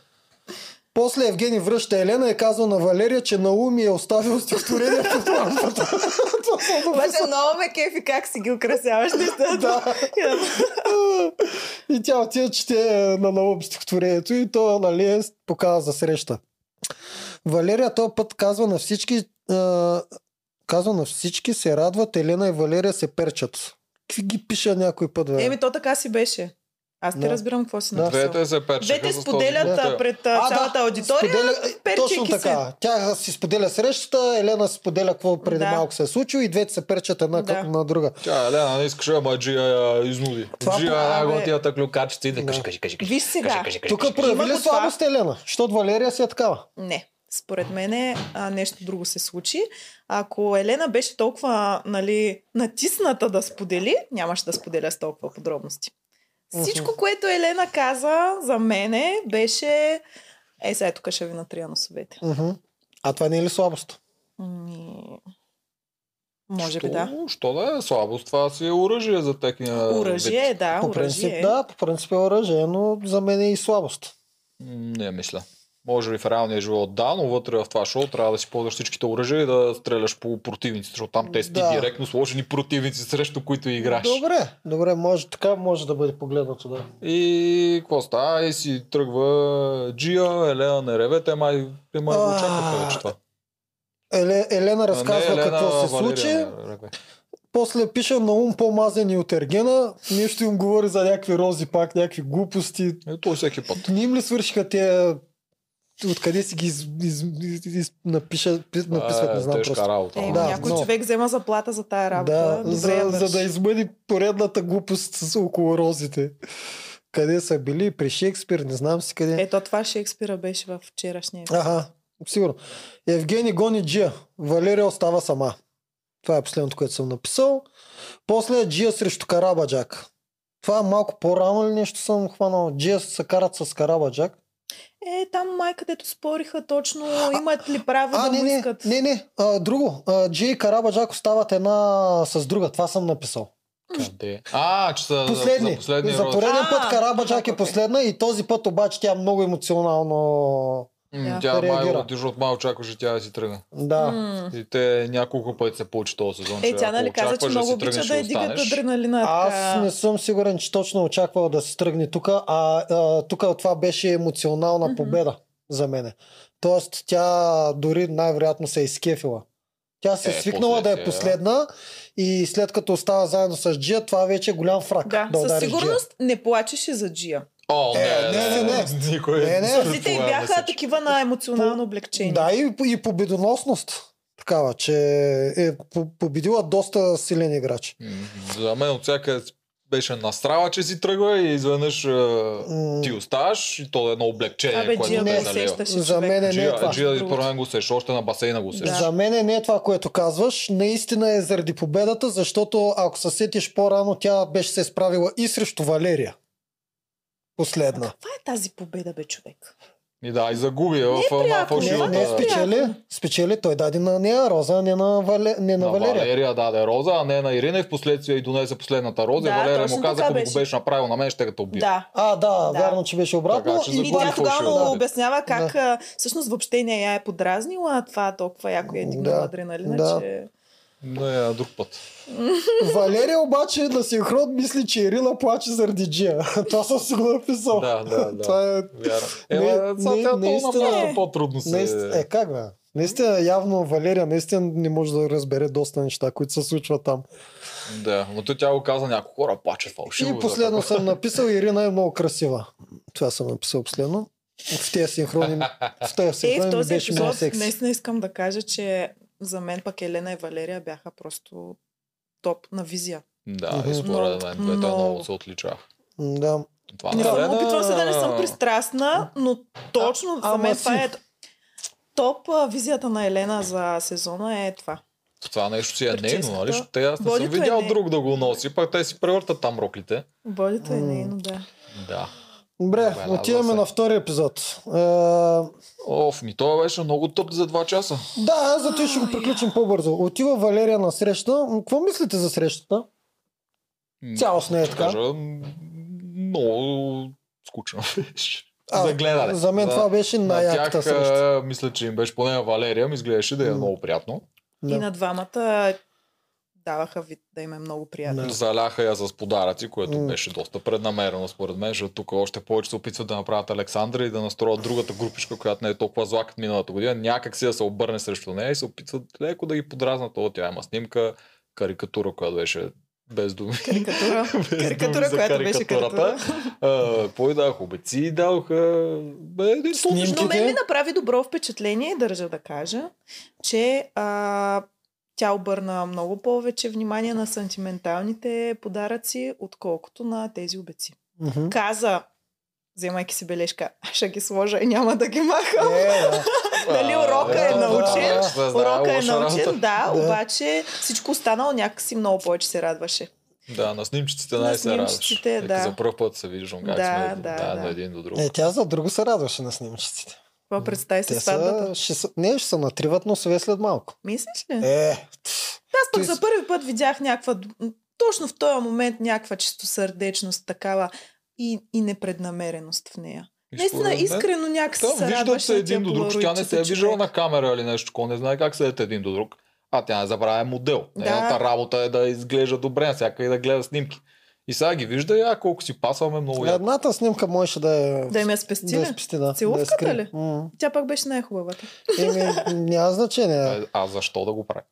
После Евгений връща Елена и казва на Валерия, че Науми е оставил стихотворение под лампата. Това съм го
<laughs> Обаче много ме кефи как си ги
<laughs>
украсяваш нещата.
Да. И тя отива, че те на Наум стихотворението и то, нали, е покана за е, среща. Валерия този път казва на всички, а, казва на всички, се радват, Елена и Валерия се перчат. Какви ги пиша някой път, бе?
Еми, то така си беше. Аз ти
Да.
разбирам какво си
Да.
написал.
Двете се перчаха
Двете
с този
споделят
хотел.
а, пред а, цялата аудитория,
е, точно
перчейки се.
така. Тя си споделя срещата, Елена споделя какво преди
Да.
малко се е случило и двете се перчат една
Да.
към- на друга.
Тя, Елена, не искаш, ама Джия я изнуди.
Това
Джия
по-
една
абе.
готия тъклюкачица и да
Да.
кажи, кажи, кажи.
Виж сега.
Тук
Е, Има
прояви
го
ли
това.
слабост Елена? Защото Валерия си е такава.
Не. Според мен нещо друго се случи. Ако Елена беше толкова нали, натисната да сподели, нямаше да споделя с толкова подробности. Всичко, което Елена каза за мене, беше... Е, сега тук ще ви натрия носовете.
Мгм. А това не е ли слабост?
Ми... Ами, Може би да.
Що- Що да е слабост? Това си е оръжие за техния
Оръжие, е. да,
по принцип,
оръжие.
да, по принцип е оръжие, но за мен е и слабост.
М, Не мисля. Може би в реалния живот да, но вътре в това шоу трябва да си ползваш всичките оръжия и да стреляш по противници, защото там те са ти
Да.
директно сложени противници, срещу които играш.
Добре, добре, може, така може да бъде погледнато, да.
И какво става? И си тръгва Джия, Елена не ревете, май, май го
А,
очакваха вече това.
Еле, Елена
А, не,
разказва
Елена,
какво се
Валерия
случи,
не реве.
после пише на ум по-мазени от Ергена, нещо им говори за някакви рози пак, някакви глупости.
Е, той всеки път.
Не им ли свършиха те Откъде си ги из, из, из, из, напиша, пи- написват, не
Е,
знам
тежка
просто.
работа.
Е,
ама.
Да,
някой
но-
човек взема заплата за тая работа.
Да,
Добре я
за, за да
върши.
измъни поредната глупост с около розите. Къде са били? При Шекспир, не знам си къде.
Ето това Шекспира беше във вчерашния. епизод.
Аха, сигурно. Евгений гони Джия. Валерия остава сама. Това е последното, което съм написал. После е Джия срещу Карабаджак. Това е малко по-рано ли нещо съм хванал. Джия се карат с Карабаджак.
Е, там май където спориха точно имат ли право
А,
да
не,
му
не,
искат.
не, не. А, друго. А, Джия и Карабаджак остават една с друга. Това съм написал.
Къде? А, че са
Последни.
за последния
За
роз.
пореден
А,
път Карабаджак
окей,
е
окей.
последна и този път обаче тя е много емоционално...
М,
Да.
Тя май
реагира.
отиже от май очакваше тя да си тръгне.
Да.
М.
И те няколко пъти се получи този сезон.
Е,
че
тя
ако
нали каза, че
очакваш
много
си
обича
тръгнеш
да
и
я дигат
останеш.
адреналина.
Аз
така.
не съм сигурен, че точно е очаквала да се тръгне тук, а, а тук това беше емоционална
Мгм.
победа за мене. Тоест, тя дори най-вероятно се е изкефила. Тя се е
Е,
свикнала да е
последствие, да.
последна и след като остава заедно с Джия, това вече е голям фраг.
Да,
да
със
удариш
сигурност не плачеше за Джия.
О,
Е, не, не, не. Е,
Никой
Не, не.
Сълзите й бяха такива на емоционално облегчение.
Джия. Да, и, и победоносност. Такава, че е по- победила доста силен играч.
За мен от всяка беше настрала, че си тръгва и изведнъж е,
М,
ти оставаш и то е едно облегчение,
Абе,
което
Джия
те
не
е
не
налива.
усещаше
За
човек.
мен е не е това.
Джия, Джия
Другото.
според мен го сеш, още на басейна го сеш.
Да.
За мен не е това, което казваш. Наистина е заради победата, защото ако се сетиш по-рано, тя беше се справила и срещу Валерия. Последна.
Каква е тази победа, бе, човек?
И да, и загуби в
е
една
приятно,
Не,
фалшивата.
не спечели, спечели, той даде на нея роза, а не на, Вале, не на,
на
Валерия.
Валерия даде роза, а не на Ирина и в последствие и донесе последната роза.
Да,
и Валерия му
точно
каза,
така
ако ми го
беше.
беше направил на мен, ще те като убия.
Да.
А, да,
Да.
вярно, че беше обратно.
Така, че
и
И
загуби
тя
Фалшиво,
тогава
да.
му обяснява как
Да.
а, всъщност въобще не я е подразнила, а това толкова яко я е дигнала
Да,
адреналина,
да.
че...
Не, а е, друг пък.
Валерия обаче на синхрон мисли, че Ирина плаче заради Джия. <laughs> Това съм си го написал.
Да, да, да.
Това е...
Вярно.
Не,
Е, сега
не,
тя то
наистина-
на много по-трудно се...
Наистина, е, как бе? Наистина, явно Валерия наистина не може да разбере доста неща, които се случват там.
Да, но той тя го каза, някои хора плачат фалшиво.
И последно съм написал, Ирина е много красива. Това съм написал последно. В тези синхрони, в тези
Е,
синхрони
в
ми
този
беше много
епизод
секси.
наистина искам да кажа, че за мен пък Елена и Валерия бяха просто топ на визия.
Да,
Мгм.
и според мен двете
Много.
много се отличах.
М, Да.
Това
Не
на
съм,
Елена-
опитвам се да не съм пристрастна, но точно за
ама
мен
си.
това е топ а, визията на Елена за сезона е това.
Това нещо си е нейно,
Прическата.
нали? Защото Те аз не съм
Бодито е
видял
нейно.
друг да го носи, пък те си превъртат там роклите.
Бодито е
М.
нейно, да.
Да.
Добре,
Добре,
отиваме
радвам се.
на втори епизод. Е,
Оф, ми той беше много тъп за 2 часа.
да, зато ще го приключим по-бързо. Отива Валерия на среща. М, Какво мислите за срещата?
М,
Цялостно е
ще
така.
кажа, м, много скучно <laughs> беше.
А,
за гледане.
За мен
За-
това беше
На
най-яката
тях,
среща.
а, е мисля, че им беше поне на Валерия, ми изглеждаше да е
М.
много приятно.
И
Да.
на двамата даваха вид да им е много приятно.
Да.
Заляха я с подаръци, което
М.
беше доста преднамерено според мен, защото тук още повече се опитват да направят Александра и да настроят другата групичка, която не е толкова зла като миналата година, някак си да се обърне срещу нея и се опитват леко да ги подразнат. О, тя има снимка, карикатура, която беше без думи.
<laughs>
Карикатура,
Без думи
карикатура
за
която беше
карикатурата.
карикатура.
А, Пой даха обеци, даваха... Бе, един
Снимки.
сутиш,
Но
Ките?
мен ми направи добро впечатление, държа да кажа, че а, тя обърна много повече внимание на сантименталните подаръци, отколкото на тези обеци.
Мгм.
Каза, вземайки си бележка, <laughs> аз ще ги сложа и няма да ги махам.
Е, да.
Дали урока е
А,
научен?
да, да, да,
Урока е
лоша работа.
научен, да,
Да.
обаче всичко останало някакси много повече се радваше.
Да, на снимчиците
На
най-се радваш.
снимчиците,
Ето
да.
За първ път се виждам как
Да,
сме
да,
да,
да.
на един до друг.
Е, тя за друго се радваше на снимчиците.
Това представи
Те
си сватбата.
са, ще са, не, ще се натриват носове след малко.
Мислиш ли?
Е,
Аз пък
Тоест-
за първи път видях някаква, м, точно в този момент някаква чистосърдечност такава и, и непреднамереност в нея.
И
Наистина,
според мен-
искрено някакси
Да,
се
виждат
радваше
се
на
един
тия
до друг. че Тя не се е
полароидчета,
виждала
човек.
на камера или нещо, такова, не знае как седят един до друг. А тя не забравя е модел.
Да.
Нейната работа е да изглежда добре, всяка и да гледа снимки. И сега ги вижда и а, колко си пасваме много яко.
Е, едната снимка можеше да е...
Да им я
да
спестили.
я спести, да.
Целувката
да я скри.
ли?
М.
Тя пак беше най-хубавата.
Еми, няма значение.
А, А защо да го прави?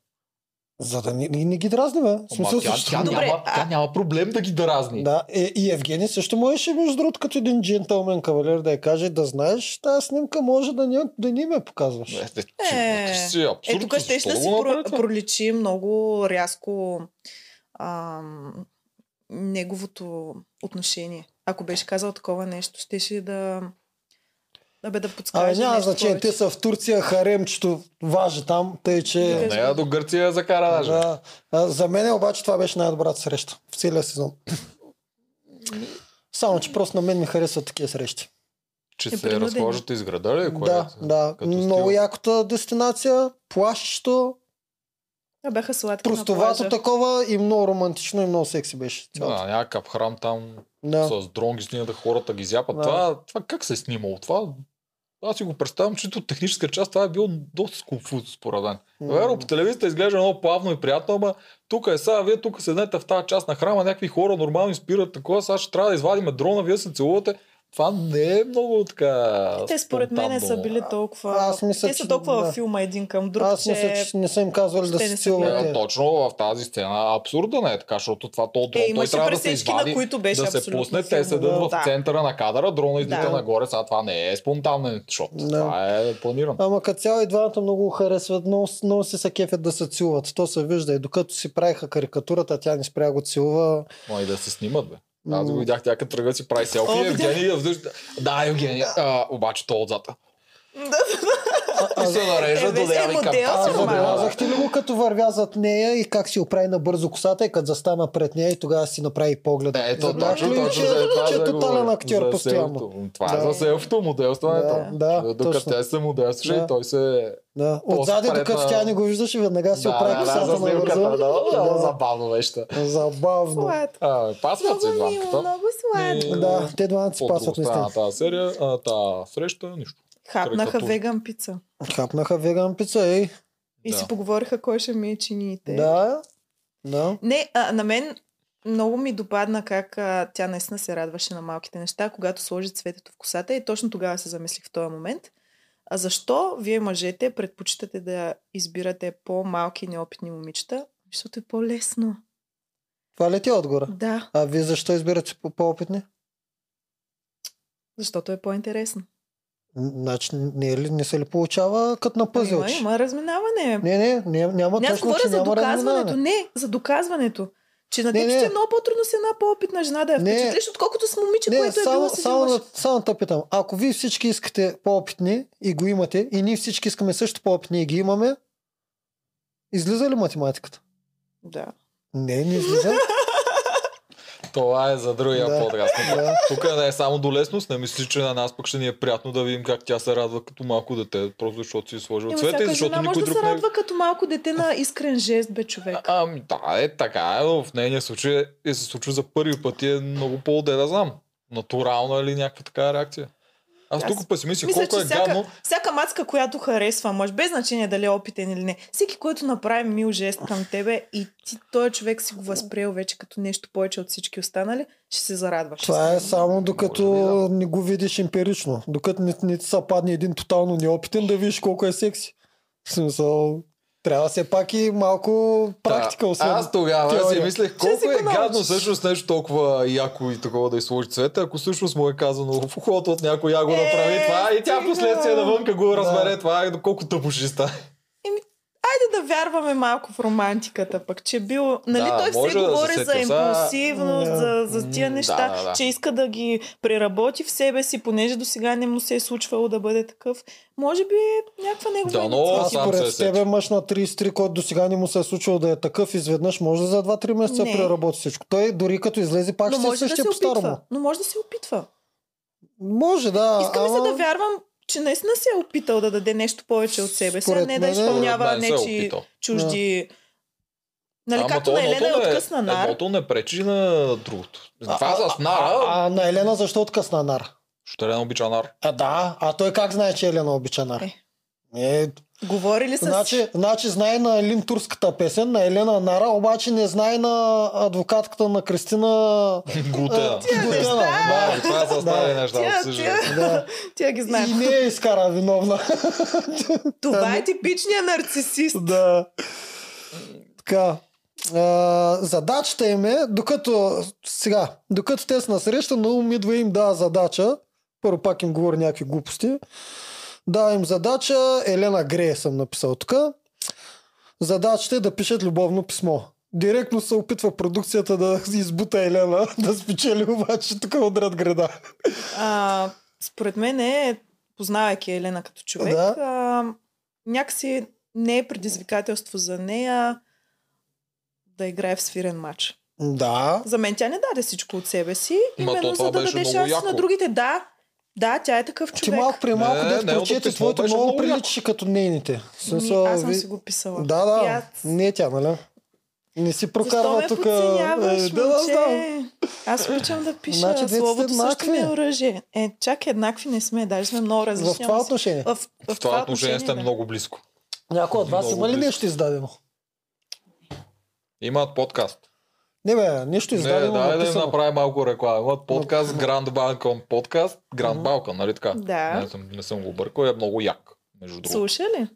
За да ни, ни, ни ги дразни, бе. В
Ама
Смисъл,
тя,
също-
тя,
Добре,
няма,
а-
тя няма проблем да ги дразни.
Да, е, и Евгений също можеше, между другото, като един джентълмен кавалер да я каже, да знаеш, тази снимка може да ни, да ни ме показваш.
Е, ти-
Е,
ти си абсурд,
Е, тук ще
защо
да
го
си
направи
про-
това?
проличи много рязко ам, неговото отношение. Ако беше казал такова нещо, щеше да... Абе, да подскаже
Абе, няма
нещо
значение,
повече.
те са в Турция, харемчето важи там, тъй че...
Е,
Нея до Гърция я закара даже.
Да. А, за мен обаче това беше най-добрата среща в целия сезон.
Ами-
Само, че просто на мен ми харесват такива срещи.
Че
Е,
се
принудени.
разхождат из града ли? Кое
да,
е?
да.
Като
Много
стил.
якота дестинация, плащето,
А бяха сладки на
простовато
плажа.
такова и много романтично и много секси беше. цялото.
Да, някакъв храм там
Да.
с дронги снимат, да хората ги зяпат.
Да.
Това, това как се е снимало? Това аз си го представям, че от техническа част това е било доста скуфуз, според мен.
М.
Веро, по телевизията изглежда много плавно и приятно, ама тук е сега, вие тук седнете в тази част на храма, някакви хора нормално спират такова, сега ще трябва да извадиме дрона, вие се целувате. Това не е много така.
Те според мен
спонтанно. Е,
са били толкова...
Аз мисля,
те са
че-
толкова
да.
във филма един към друг,
Аз
че...
мисля, че не са им казвали да
въобще
се
не са
Е,
целуват. те.
точно в тази сцена абсурдна е така, защото това то,
Е,
дрон, той
имаше
трябва да се
пресечки, на
извади,
които беше
да се
абсолютно
пусне, те
сигурно.
седат в
Да.
центъра на кадъра, дрона излита
Да.
нагоре, сега това не е спонтанен шот,
Да.
това е планирано.
Ама като цяло и двамата много го харесват, но, но си се кефят да се целуват. То се вижда и докато си правиха карикатурата, тя не спря го целува.
Но и да се снимат, бе. Аз го
М.
видях, тя като тръгва си прави селфи, е
О,
Евгений я вдъжда. Да, Евгений, а, обаче то отзад. И се нарежда
Е,
до
весело
Деяни
дело,
А,
Аз
Капан.
съм нормално. малка.
забелязахте ли го като вървя зад нея и как си оправи набързо косата и като застана пред нея и тогава си направи погледа?
Ето,
Забелязах
Е, точно,
ли,
точно.
че,
за това
че е
да
тотален
говоря.
актьор
За
постоянно.
селфито. Това е
Да.
за селфито моделстването.
Да, да,
Докато
точно.
те се моделстваше
Да.
и той се
Да.
После
Отзади,
пред
докато
на-
тя не го виждаше, веднага си оправи
за
косата
снимката, да,
набързо.
да,
Да.
забавно беше.
Забавно.
Сладко.
А, Пасват се
Много мило,
двамата.
много сладко.
И-
Да, те двамата си
По
пасват
друга
наистина.
страна тази серия, а, тази среща, нищо.
Хапнаха
Карикатура.
веган пица.
Хапнаха веган пица, ей.
И
Да.
си поговориха кой ще ми е чиниите.
Да. Да.
Не, а, на мен много ми допадна как а, тя наистина се радваше на малките неща, когато сложи цветето в косата и точно тогава се замислих в този момент. А защо вие мъжете предпочитате да избирате по-малки неопитни момичета? Защото е по-лесно.
Това ли ти е отгора?
Да,
А вие защо избирате по- по-опитни?
защото е по-интересно.
М, Значи не, е ли, не се ли получава като на
Ами, Има,
пъзелче?
има разминаване.
Не, не, не, няма
Не, аз
точно, че
говоря за
няма
доказването.
разминаване.
Не, за доказването. Че на
Не,
теб
не.
ще е много по-трудно с една по-опитна жена да я
Не.
впечатлиш, отколкото с момиче,
Не,
което е било
само,
с един
само,
мъж.
на, само те питам. Ако вие всички искате по-опитни и го имате, и ние всички искаме също по-опитни и ги имаме, излиза ли математиката?
Да.
Не, не излиза.
Това е за другия
Да.
подкаст.
да.
Тук не е само до лесност, не мисли, че на нас пък ще ни е приятно да видим как тя се радва като малко дете, просто защото си е сложил
Ема
цвета и
всяка
защото
жена може
никой
да
друг
се
не... е-
радва като малко дете на искрен жест, бе човек.
А- Ами да, е така, е, но в нейния случай е, се случва за първи път и е много по-де да знам. Натурална ли някаква така реакция? Аз
Аз
тук пък си мисля,
Мисля,
колко
че
е
всяка,
гадно.
всяка мацка, която харесва мъж, без значение дали е опитен или не, всеки, който направи мил жест към тебе и ти, този човек си го възприел вече като нещо повече от всички останали, ще се зарадваш.
Това е само докато
Може
не го видиш емпирично. Докато не, не ти се падне един тотално неопитен, да видиш колко е секси. В смисъл, трябва все пак и малко практика,
Да,
освен.
Аз тогава си
теория.
мислех
си
колко
го
е
научиш?
гадно всъщност нещо толкова яко и такова да изслужи цвета, ако всъщност му е казано в ухото от някой я го
Е,
направи това и тя
стига.
последствие навънка го
Да.
разбере това и доколко тъпо ще стане.
Хайде да вярваме малко в романтиката пък, че бил... Нали
Да,
той
може
все
да
говори
се
за
сетя. За-
импулсивност,
Да.
за, за тия
М,
неща,
да, да, да.
че иска да ги преработи в себе си, понеже до сега не му се е случвало да бъде такъв. може би е някаква негова
Дано
инициатива.
сам
Аз
се е
според
сетил.
тебе мъж на 33, който до сега не му се е случило да е такъв, изведнъж може за 2-3 месеца
Не.
преработи всичко. Той дори като излезе пак
Но
ще е
може да
същия
се
по-старому.
опитва. Но може да се опитва.
Може, да.
Иска ми се
ама-
да вярвам, че наистина се е опитал да даде нещо повече от себе си, а
Според
не да
мен е-
изпълнява
Според мен се е
нечи
опитал.
чужди... Нали,
Ама
както
то
на Елена е
едното не-
откъсна нар.
Едното не пречи на другото.
А,
Това
а,
с нара,
А, а на Елена защо откъсна нар?
ще Елена обича
<laughs>
нар.
А да, а той как знае, че Елена обича нар?
Е.
Е,
Говорили са си.
Значи, значи знае на Елин турската песен, на Елена Нара, обаче не знае на адвокатката на Кристина
Гутена.
Е, Гутена,
Да,
да.
това е са стари неща.
Тя-
обсъждаме.
тя-
Да.
Тя ги знае.
И не я изкара виновна.
Това е типичният нарцисист.
да. Така. А, задачата им е, докато сега, докато те са на среща, но ум идва и им дава задача. Първо пак им говори някакви глупости. Дава им задача. Елена Грея съм написал тук. Задачата е да пишат любовно писмо. Директно се опитва продукцията да избута Елена, <laughs> да спечели обаче тук удрят града.
А, според мен е, познавайки Елена като човек,
Да.
а, някакси не е предизвикателство за нея да играе в свирен матч.
Да,
За мен тя не даде всичко от себе си,
Ма то
именно
това
за да
беше
даде
много
шанс
яко.
на другите. Да, да, тя е такъв
ти
човек.
Значи малко при малко
Не,
не, дето
неговото
прочете
писмо
твоето
беше
много
много яко.
приличаше като нейните.
Ми,
Смисъл,
Ами, аз съм
ви-
си го писала.
Да, да.
И аз-
Не е тя, нали? Не си
Защо
прокарва
ме
тук. е,
подценяваш,
да, да, знам.
момче? Аз обичам да пиша.
Значи, дете сте
Словото също ми е
еднакви.
оръжие. Е, чак еднакви не сме. Даже сме много различни.
В това
ама си-
отношение.
в, в,
В това отношение сте
да.
много близко.
Някой от вас
Много
има ли
близко.
нещо издадено?
Имат подкаст.
Не бе, нещо
Не,
издадено.
дай да им
написано.
направим малко реклама. Имат подкаст Grand Balkan подкаст. Grand
Мгм.
Balkan, нали така?
Да.
Не, съм, не съм го бъркал, е много як. Между другото.
Слуша ли?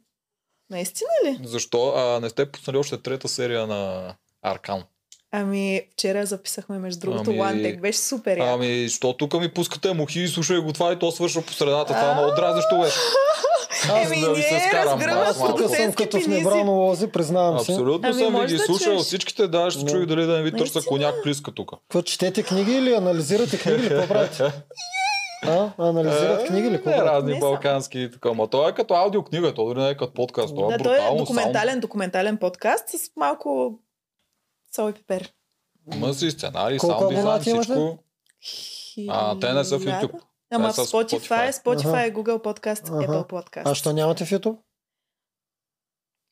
Наистина ли?
Защо? А, не сте пуснали още трета серия на Аркан.
Ами, вчера записахме, между другото,
Ами-
ами... OneTech. Беше супер яко. Ами...
Ами, що тук ми пускате мухи и слушай го това и то свършва по средата. Това много дразнещо
<laughs>
беше. Аз
Еми,
да ви се
ние
скарам.
разгръваме
аз
Аз
малко.
тук съм
Полицейски
като в
пенизи.
небрано лози, признавам си.
Абсолютно
Ами,
съм ви
може
ги
да
слушал
чуеш.
всичките, да, ще
Да.
чуя дали да не ви търса
Наистина.
коняк близка тук.
Какво, четете книги или анализирате книги или какво правите? А? Анализират Ами, книги или какво
Не,
правите?
Е, разни
Не само.
балкански и така. Ма той е като аудиокнига, то дори не е като подкаст. Това е
Да, той е
брутално. само.
документален, документален подкаст с малко сол и пипер.
Има си сценарий,
Колко
саунд дизайн,
абонати имате?
всичко. А, те не са в YouTube.
Ама
Те
в
са в Spotify.
Spotify, Spotify, Google Podcast,
Аха.
Apple Podcast.
А що нямате в YouTube?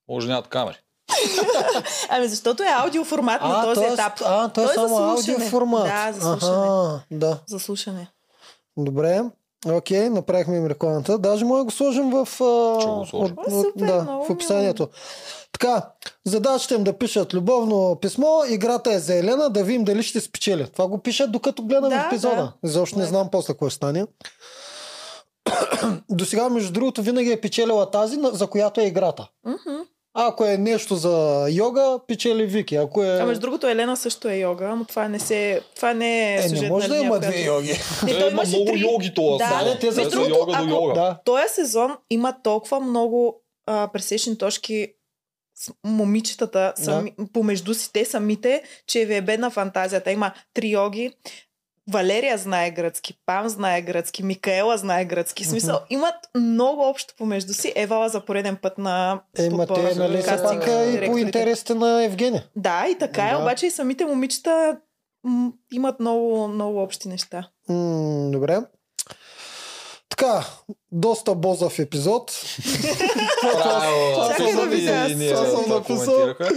Може нямат камери.
Ами защото е аудиоформат на този
той е-
етап.
а, той е
Той е за
само
слушане.
аудиоформат.
Да, за
Аха, да.
За слушане.
Добре. Окей, направихме им рекламата. Даже може да го сложим в, а,
Ще го сложим.
от-
О,
от-
супер,
да,
много
в описанието. Така, задачата им да пишат любовно писмо. Играта е за Елена, да видим дали ще спечели. Това го пишат докато гледам
Да,
епизода.
да.
Изобщо не
Да.
знам после какво ще стане. До сега, между другото, винаги е печелила тази, на- за която е играта.
Мгм.
Ако е нещо за йога, печели Вики. Ако е...
А между другото Елена също е йога, но това не, се, това не е
е, не
сюжетна
може да
линия,
има
която-
две йоги.
Не, той
Е, има
имаше
много
три.
йоги това
Да,
само.
да, те за
са
другото,
е йога до
ако-
йога.
Да.
Този сезон има толкова много а, пресечни точки с момичетата сами, да. помежду си те самите, че ви е бедна фантазията. Има три йоги, Валерия знае гръцки, Пам знае гръцки, Микаела знае гръцки. В Смисъл, имат много общо помежду си. Евала за пореден път на
Ема
подбора
те,
за
нали, са
кастинг
пак а, и по
директорите.
интересите на Евгения.
Да, и така е,
Да.
обаче и самите момичета м- имат много, много общи неща.
М, добре. Така, доста бозов епизод.
Правилно.
Чакай да видя, аз
и ние
това съм
това
написал.
коментираха.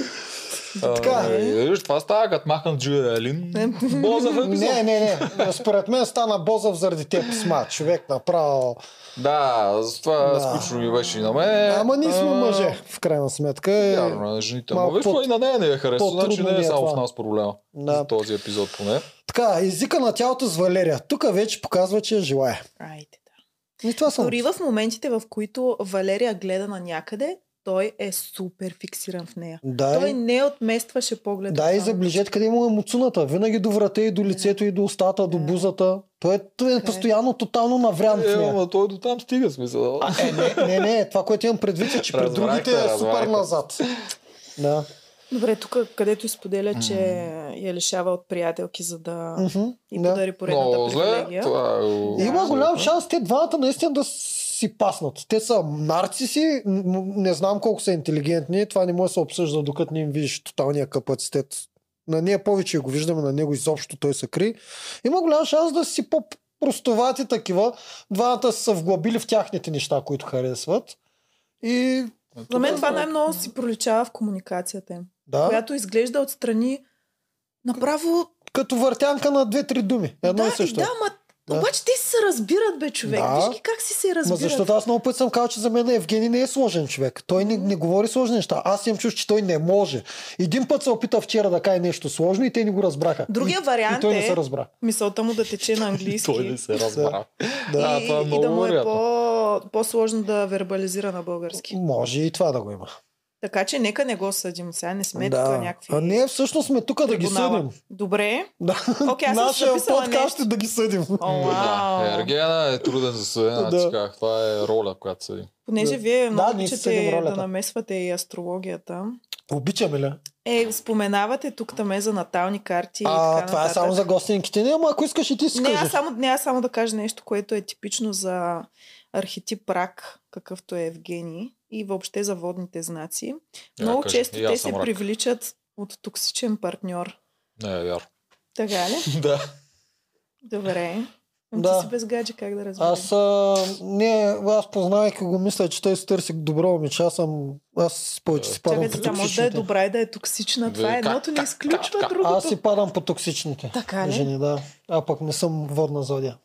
Така.
А, е, Виж, това става, като махнат Джуя Елин. Бозов епизод.
Не, не, не. Според мен стана Бозов заради теб сма. Човек направо.
Да, за това
Да.
скучно ми беше и на
Е,
мен.
Ама ние сме
А,
мъже, в крайна сметка. Е,
Вярно, на жените. Ама
Малко
виж,
по-
и на нея не я харесва,
по-трудно
значи не
ни
е
е
само
това.
в нас проблема.
Да.
За този епизод поне.
Така, езика на тялото с Валерия. Тук вече показва, че я желая.
Айде, да.
И това съм.
Дори в моментите, в които Валерия гледа на някъде, той е супер фиксиран в нея.
Да,
Той
и-
не отместваше поглед.
да, и заближете къде му е муцуната. Винаги до врата и до лицето и до устата, до
Да.
бузата. Той е, той е
Така е.
постоянно тотално наврян в
Е,
нея.
ама той до там стига смисъл.
Е, не, не, не, това, което имам предвид е, че при
Разбрахте,
другите е супер
разбрахте.
назад. Да.
Добре, тук където изподеля, че
М.
я лишава от приятелки, за да
Мгм,
и
да.
подари поредната
Много зле.
привилегия.
Това е... о,
Да.
Има
абсолютно.
голям шанс те двамата наистина да си паснат. Те са нарциси, м- м- не знам колко са интелигентни, това не може да се обсъжда, докато не им видиш тоталния капацитет. На ние повече го виждаме, на него изобщо той се кри. Има голям шанс да си по-простовати такива. Двамата са се вглъбили в тяхните неща, които харесват. И
За мен това най-много си проличава в комуникацията им,
да,
която изглежда отстрани направо...
като въртянка на две-три думи. Едно
да,
и също.
да, ма...
Да.
Обаче те си се разбират, бе, човек.
Да.
Да. Виж ги как си се
Ма
разбират.
защото аз много път съм казал, че за мен Евгений не е сложен човек. Той не, не говори сложни неща. Аз имам чувство, че той не може. Един път се опита вчера да каже нещо сложно и те не го разбраха.
Другия
и, и
вариант
той не
е
се разбра.
мисълта му да
<laughs>
тече на английски.
Той не се разбра.
Да.
Да,
и,
това е
и
много
да му е
вероятно.
по, по-сложно да вербализира на български.
Може и това да го има.
Така че нека не го съдим. Сега не сме
да.
да. някакви...
А не, всъщност сме тук да ги
трибунала.
съдим.
Добре.
Да.
Окей, аз съм си
Нашия
записала
подкаст
нещо.
ще да ги съдим.
О,
Да,
вау.
Ергена е труден за съдене,
Да.
аз ти казах. Това е роля, която съди.
Понеже
Да.
вие много
Да, ние си седим
обичате да
ролята.
намесвате и астрологията,
Обичаме ли?
е, споменавате тук таме за натални карти и
А,
така
това е
нататък.
само за гостинките. Не, ама ако искаш и ти си
Не, аз
кажеш.
само, не, аз само да кажа нещо, което е типично за архетип рак, какъвто е Евгений и въобще за водните знаци.
Я
много
кажа,
често
и аз
те
съм
се
рак.
привличат от токсичен партньор.
Не е вярно.
Така
<laughs>
ли?
Да.
Добре. Ами
Да.
Ти си без гадже, как да разберем?
Аз, а, не, аз познавайки го, мисля, че той се търси добро момиче. Аз съм, аз повече си падам
Чакайте,
по
сега може да е
токсичните.
добра и да е токсична. Това
Вие
е
как-
едното не
как-
изключва
как-
другото.
Аз си падам по токсичните.
Така ли?
Жени, да. А пък не съм водна зодия.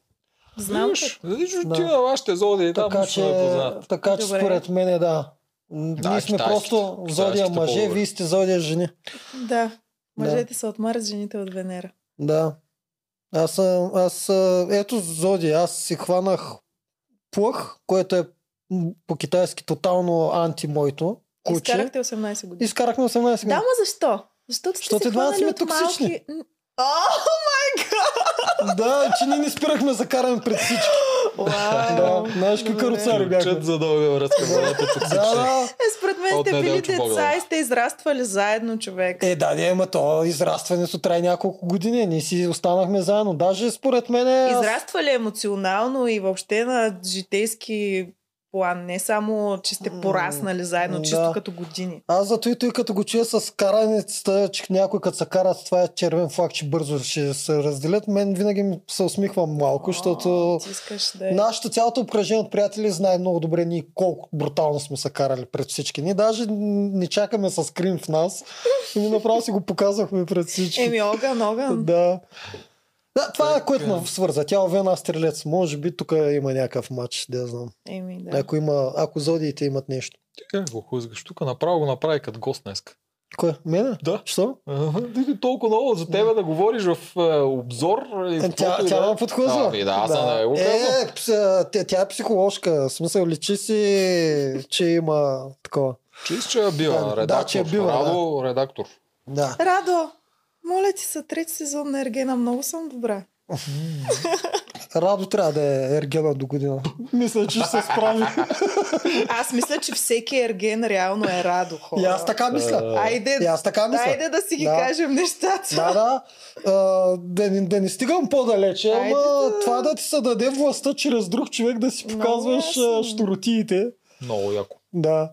Знам
Виж, Видиш,
Да.
ти на вашите зоди, там
така
нищо не е
че,
познат.
така, че
Добре.
според мен е да. М,
Да,
Ние сме
китайските-
просто зодия
китайските
мъже,
по-добре.
вие сте зодия жени.
Да. Мъжете са от Марс, жените от Венера.
Да. Аз съм, аз, съм- ето зодия, аз си хванах плъх, което е м, по китайски тотално анти моето куче.
Изкарахте 18 години.
Изкарахме 18
Да,
години.
ма защо? Защото сте
Защото
се
едва сме
хванали от
токсични.
малки... М, О,
Да, че ние не спирахме за каране пред всички. Да,
вау!
знаеш какви
Добре.
каруцари бяхме.
Ключът за дълга връзка, бъдете
Да,
токсични.
да.
Е, според мен
От
сте били
Неделчо
деца
Богданов.
и сте израствали заедно, човек.
Е, да, не, ама то израстването трае няколко години. Ние си останахме заедно. Даже според мен е...
Израствали емоционално и въобще на житейски план. Не само, че сте
М,
пораснали заедно, чисто
да.
като години.
Аз зато и той като го чуя с караницата, че някой като се карат, това е червен флаг, че бързо ще се разделят. Мен винаги ми се усмихвам малко, защото
О, ти искаш да е.
нашето цялото обкръжение от приятели знае много добре ние колко брутално сме се карали пред всички. Ние даже не чакаме с крим в нас. И ми направо си го показахме пред всички.
Еми, огън, огън.
Да. Да, това е което ме свърза. Тя Овена Стрелец. Може би тук има някакъв матч, да я знам.
Еми, да.
Да. Ако, има, ако зодиите имат нещо.
Ти как го хузгаш? Тук направо го направи като гост днес.
Кой? Мене?
Да.
Що?
Аха, Ти ти толкова много за тебе да говориш в е, обзор. и в
Е, Тя,
каквото и
тя
да е.
ме подхлъзва.
Ами да, аз не го казвам.
е, пс- тя, тя е психоложка. В смисъл, личи си, че има такова.
Чист, че е била
Да,
редактор. Да, че е била,
да.
Радо, редактор.
Да.
Радо, моля ти се, трети сезон на Ергена, много съм добра.
Радо трябва да е Ергена до година. Мисля, че ще се справи.
Аз мисля, че всеки Ерген реално е Радо, хора.
И аз така мисля.
Айде,
И аз така мисля.
айде да си ги
Да.
кажем нещата.
Да, да. А, да, не, да не стигам по-далече,
Айде
ама
да.
това да ти се даде властта чрез друг човек да си
Много
показваш
ясно.
а, щуротиите.
Много яко.
Да.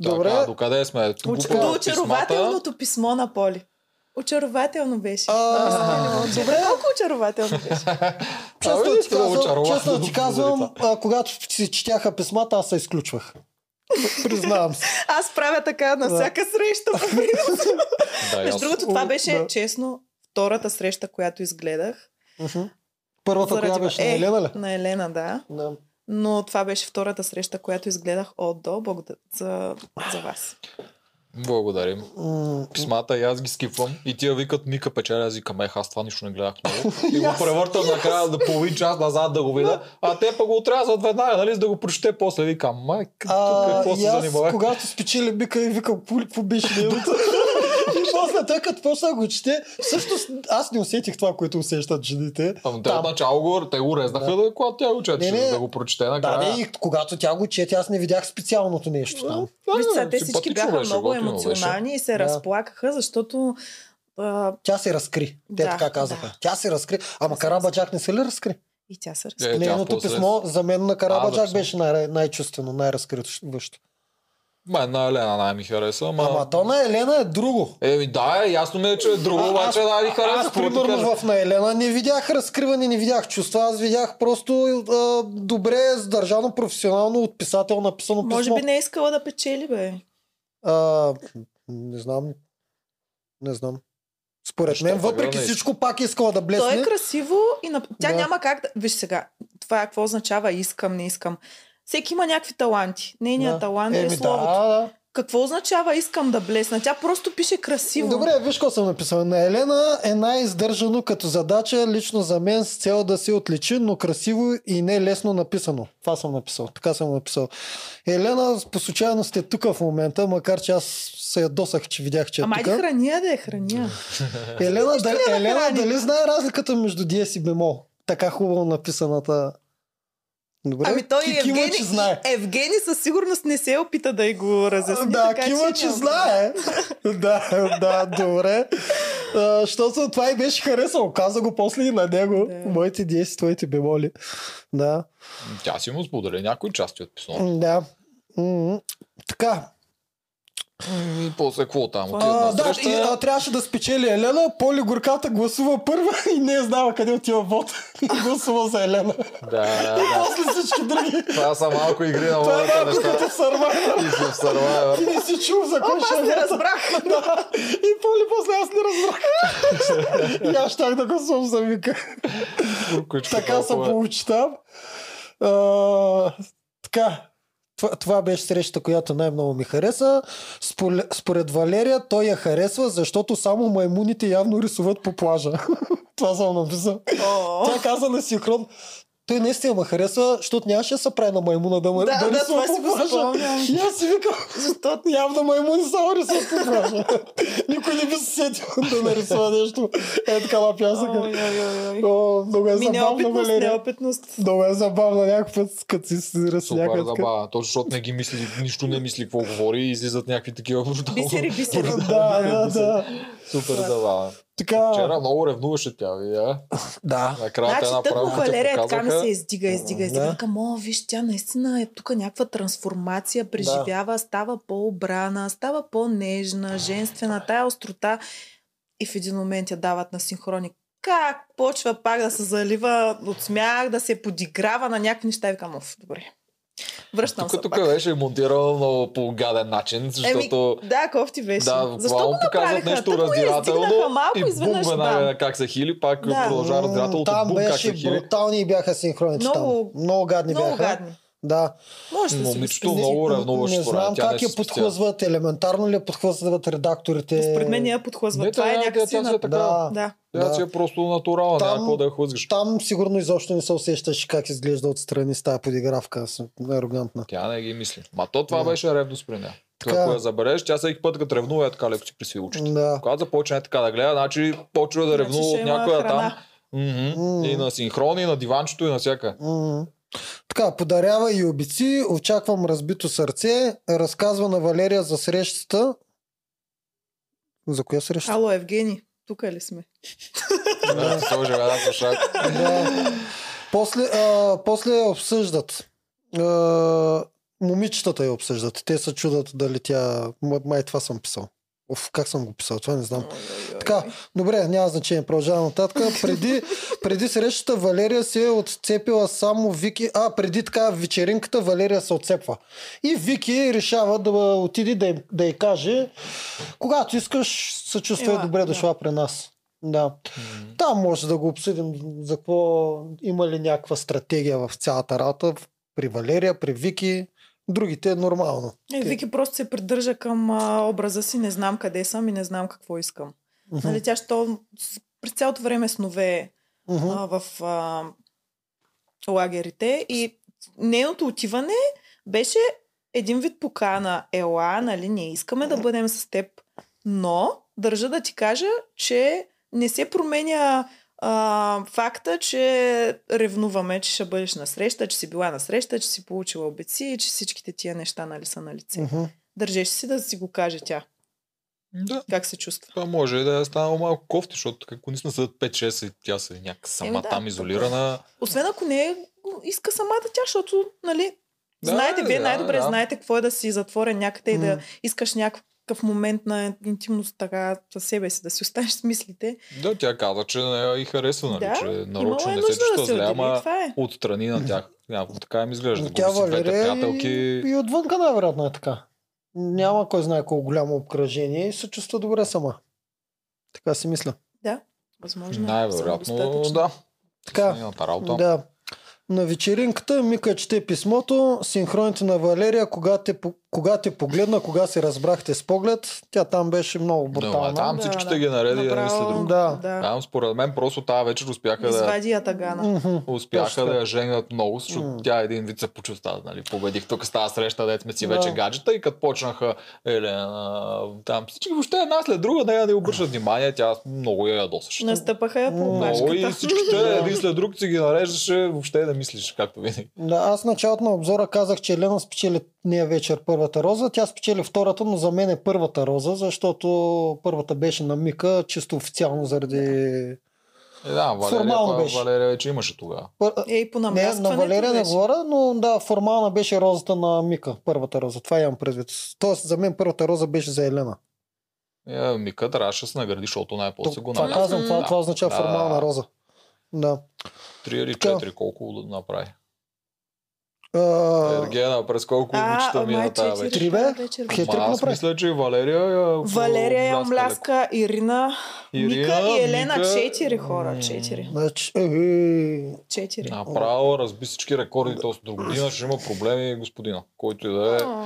Добре.
Така, докъде сме? Тук
Уч-
буквално
До
да,
писмата.
очарователното писмо на Поли. Очарователно беше.
А, добре.
Колко очарователно беше.
А,
Честно
видиш,
ти
много <laughs>
казвам,
очарователно
честно ти
го
казвам
видя
а, когато си четяха писмата, аз се изключвах. Признавам се.
Аз правя така на
Да.
всяка среща.
<laughs>
по принцип.
Да,
Между
ясно.
другото, това
О,
беше
да.
честно втората среща, която изгледах.
Мгм. Първата,
Заради-
която беше
Е.
на Елена ли?
На Елена, да.
Да.
Но това беше втората среща, която изгледах от до. Благодаря за, за
<sighs>
вас.
Благодарим.
М,
Писмата и аз ги скипвам. И тия викат Мика печаля, аз викам, ех, аз това нищо не гледах
<laughs>
много. И го превъртам накрая да половин час назад да го видя. А те пък го отрязват веднага, нали, за да го прочете после. Викам, майка, тук е
А,
какво
и
се
аз,
занимава?
когато спечели бика и викам, пули, какво беше делото? и после той като почна да го чете, всъщност аз не усетих това, което усещат жените.
Ама те
Там.
от начало го, те го резнаха, да. когато тя го чете,
Не, не.
да го прочете
Да,
накрая.
не, и когато тя го чете, аз не видях специалното нещо там.
Да,
Вижте, сега, те всички
симпатично
бяха
беше,
много
готино беше.
емоционални и се
Да.
разплакаха, защото а,
Тя се разкри. Те
Да,
така казаха.
да.
Тя се разкри. Ама Карабаджак не се ли разкри?
и тя се
Е,
разплака.
тя
Нейното
после-
писмо за мен на
А,
Карабаджак
да,
беше най- най-чувствено, най-разкриващо.
Мен на Елена най-ми хареса, ама...
Ама то на Елена е друго.
Еми да, ясно ми е, че е друго,
А,
обаче да ни хареса.
Аз,
какво ти
примерно,
кажа?
в на Елена не видях разкриване, не видях чувства. Аз видях просто а, добре задържано професионално от писател написано писмо.
Може би не е искала да печели, бе.
А, не знам. Не знам. Според
Защо
мен,
пък,
въпреки
бе, не
всичко, пак искала да
То
блесне.
е красиво и на... тя
Да.
да. няма как да... Виж сега, това е какво означава искам, не искам. Всеки има някакви таланти. Нейният
Да.
да. талант е
Еми, да,
словото.
да.
Какво означава искам да блесна? Тя просто пише красиво.
Добре, виж какво съм написал. На Елена е най-издържано като задача, лично за мен, с цел да се отличи, но красиво и не лесно написано. Това съм написал. Така съм написал. Елена, по случайност е тук в момента, макар че аз се ядосах, че видях, че е
Ама
тук.
айде храния да е храния.
Елена,
Нищо
дали,
не
Елена
нахрани.
дали знае разликата между диез и бемол? Така хубаво написаната. Добре.
Ами той
Ки-
Евгений,
Кима, че знае.
Евгений със сигурност не се опита да й го разясни.
Да,
така,
Кима, че
няма.
знае. е. да, да, добре. А, Защото това и беше харесало. Каза го после и на него.
Да.
Моите диеси, твоите бемоли. Да.
Тя си му сподели някои части от писмото.
М, Да. М, Така.
И после какво там?
А,
Отиват на
да, и, а,
среща.
трябваше да спечели Елена. Поли Горката гласува първа <laughs> и не е знала къде отива вод. <laughs> И гласува за Елена.
Да, да, да.
После всички други.
Това са малко игри на
Това е
волята
малко
неща.
като сърва.
И си в Survivor.
Ти не си чул за кой ще
Аз не
е вод. <laughs>
разбрах.
Да. И поли после аз не разбрах. и аз щях да гласувам за Вика.
Куркучка,
Така се
толкова е.
получи там. А, Така. Това, това беше среща, която най-много ми хареса. Според, според Валерия той я харесва, защото само маймуните явно рисуват по плажа. <laughs> това съм написал.
О,
Тя каза на синхрон. Той наистина ме харесва, защото нямаше да се прави на маймуна да, ме,
Да, да,
рисува
това си
по
го
плажа.
спомням.
И аз си викам,
Защото
<laughs> явно маймуни само рисуват по плажа. <laughs> Никой не би се сетил да нарисува нещо. Е така на пясъка.
Ой, ой, ой, ой.
О, много е
Ми
забавно,
неопитност,
Валерия.
неопитност.
Много е забавно някакъв път, като си сирас
Супер
някакъв.
забава. Точно защото не ги мисли, нищо не мисли какво говори и излизат някакви такива брутални.
Бисери, бисери.
<laughs> Да, да, да.
Супер забава.
Така.
Вчера много ревнуваше тя, видя.
Да.
Накрая
Значи,
те
тъпо
направо те
Валерия така ми се
показаха.
издига, издига,
М,
издига.
да.
Да. Към, о, виж, тя наистина е тук някаква трансформация, преживява, става по-обрана, става по-нежна, женствена, тая острота. И в един момент я дават на синхрони. Как почва пак да се залива от смях, да се подиграва на някакви неща. И викам, оф, добре. Връщам
Тук,
се
тук
пак.
беше монтирано много по гаден начин, защото...
Еми, да, кофти беше.
Да,
Защо го
буквално показват
направиха?
нещо
Тъпо я
раздирателно
издигнаха малко,
и бум
изведнъж,
веднага
бам.
как се хили, пак
Да.
продължава раздирателното,
Там
бум как се
беше
хили.
брутални и бяха синхроните. Много,
Много-
там. много гадни
Много
бяха.
гадни.
Да.
Може да си го
Момичето
спестим.
ами много ревнуваше
не
според мен.
знам
Тя
как
не
я
си спестя.
подхлъзват, елементарно ли я подхлъзват редакторите.
Според мен я подхлъзва.
е. Не,
Това е
тя- тя-
някакси...
тя си е
на-
така.
Да.
Да.
Тя си е просто натурална,
Там-
няма какво да я хлъзгаш.
Там сигурно изобщо не се усещаше как изглежда отстрани с тази подигравка. Аз съм Арогантна.
Тя не ги мисли. Ма то това
Да.
беше ревност при нея. Той,
Така. е.
Ако я забереш, тя всеки път като ревнува е така леко си присви очите.
Да.
Когато започне така да гледа, значи почва да
Значи
ревнува
ще
от
има
някоя там.
храна.
Мгм.
М.
И на синхрон, и на диванчето, и на всяка.
М. Така, подарява и обици, очаквам разбито сърце, разказва на Валерия за срещата. За коя среща?
Ало, Евгений, тук ли сме?
Да, е. сложи една слушак.
Да. После, а, после я обсъждат. А, момичетата я обсъждат. Те се чудат дали тя... М- Май това съм писал. Оф, как съм го писал? Това не знам.
Ой, ой, ой.
Така, добре, няма значение, продължавам нататък. Преди, преди срещата Валерия се е отцепила само Вики, а преди така вечеринката Валерия се отцепва. И Вики решава да отиде да, им- да й каже, когато искаш, се чувствай
Ела,
добре
да.
дошла при нас. Да. Там може да го обсъдим за какво има ли някаква стратегия в цялата работа. При Валерия, при Вики, другите е нормално.
Е, Вики просто се придържа към а, образа си, не знам къде съм и не знам какво искам.
Мгм.
Нали, тя що с- през цялото време снове
Мгм.
а, в а, лагерите и нейното отиване беше един вид покана. Ела, нали, не искаме да бъдем с теб, но държа да ти кажа, че не се променя а, факта, че ревнуваме, че ще бъдеш на среща, че си била на среща, че си получила обеци и че всичките тия неща нали, са на лице.
Мгм.
Държеше си да си го каже тя.
Да,
Как се чувства?
това може и да е станало малко кофти, защото ако наистина са 5-6 и тя се е някак сама
Е, да,
там изолирана.
Освен ако не го иска самата тя, защото, нали,
Да,
да, знаете, вие
да,
най-добре
да.
да. знаете какво е да си затворен някъде и да
М.
искаш някакъв момент на интимност така със себе си, да си останеш с мислите.
Да, тя каза, че не я и харесва, нали,
Да,
че нарочно
Имала е
не се
нужда да
чувства зле,
се отдели.
ама
Това е.
отстрани на тях. Някакво така им изглежда.
Но
Тя си двете
и,
приятелки.
и отвънка най-вероятно е така. Няма кой знае колко голямо обкръжение и се чувства добре сама. Така си мисля.
Възможно. е
Най-вероятно,
самодостатъчна.
да.
Така,
Нейната работа.
да. На вечеринката Мика чете писмото, синхроните на Валерия, кога те, по- кога те погледна, кога се разбрахте с поглед. Тя там беше много
Да,
брутална.
е там
Да,
всичките
да.
ги нареди един след
Направо,
друг.
Да.
да.
Там според мен просто тази вечер успяха да
Извади я тагана.
Мгм.
успяха
Точно
да
така.
я женят много, защото
М.
тя един вид се почувства, нали, победих тук с тази среща, дет сме си
Да.
вече гаджета и като почнаха Елена, там всички въобще една след друга, нея не обръщат внимание, тя много я ядосаше.
Настъпаха я по
Много
Много и
опашката.
всичките един след друг си ги нареждаше, въобще да мислиш, както винаги.
Да, аз в началото на обзора казах, че Елена спечели дния вечер първата роза. Тя спечели втората, но за мен е първата роза, защото първата беше на Мика, чисто официално заради...
Е, да, Валерия,
Формално
па,
беше.
Валерия вече имаше тогава.
Пър-
Ей, по
Не, на
намлястването
Валерия не
беше.
говоря, но да, формална беше розата на Мика, първата роза. Това имам предвид. Тоест, за мен първата роза беше за Елена.
Е, Мика трябваше да се награди, защото най-после го
това
намери.
казвам, това,
Да,
това означава
да,
формална роза. Да.
Три или
Така.
четири, колко направи.
А,
Ергена, през колко е
А,
момичета
ама е
мина тази вечер.
Три,
четири
бе?
тази вечер.
Хе- Хитрик
Ма, аз
направи.
мисля, че и Валерия е, я
Валерия я
мляска леко.
мляска, Ирина, Мика и Елена.
Мика.
Четири хора,
М,
четири.
значи, е, е,
Четири.
Направо разби всички рекорди, т.е. до година ще има проблеми господина, който и да е.
О,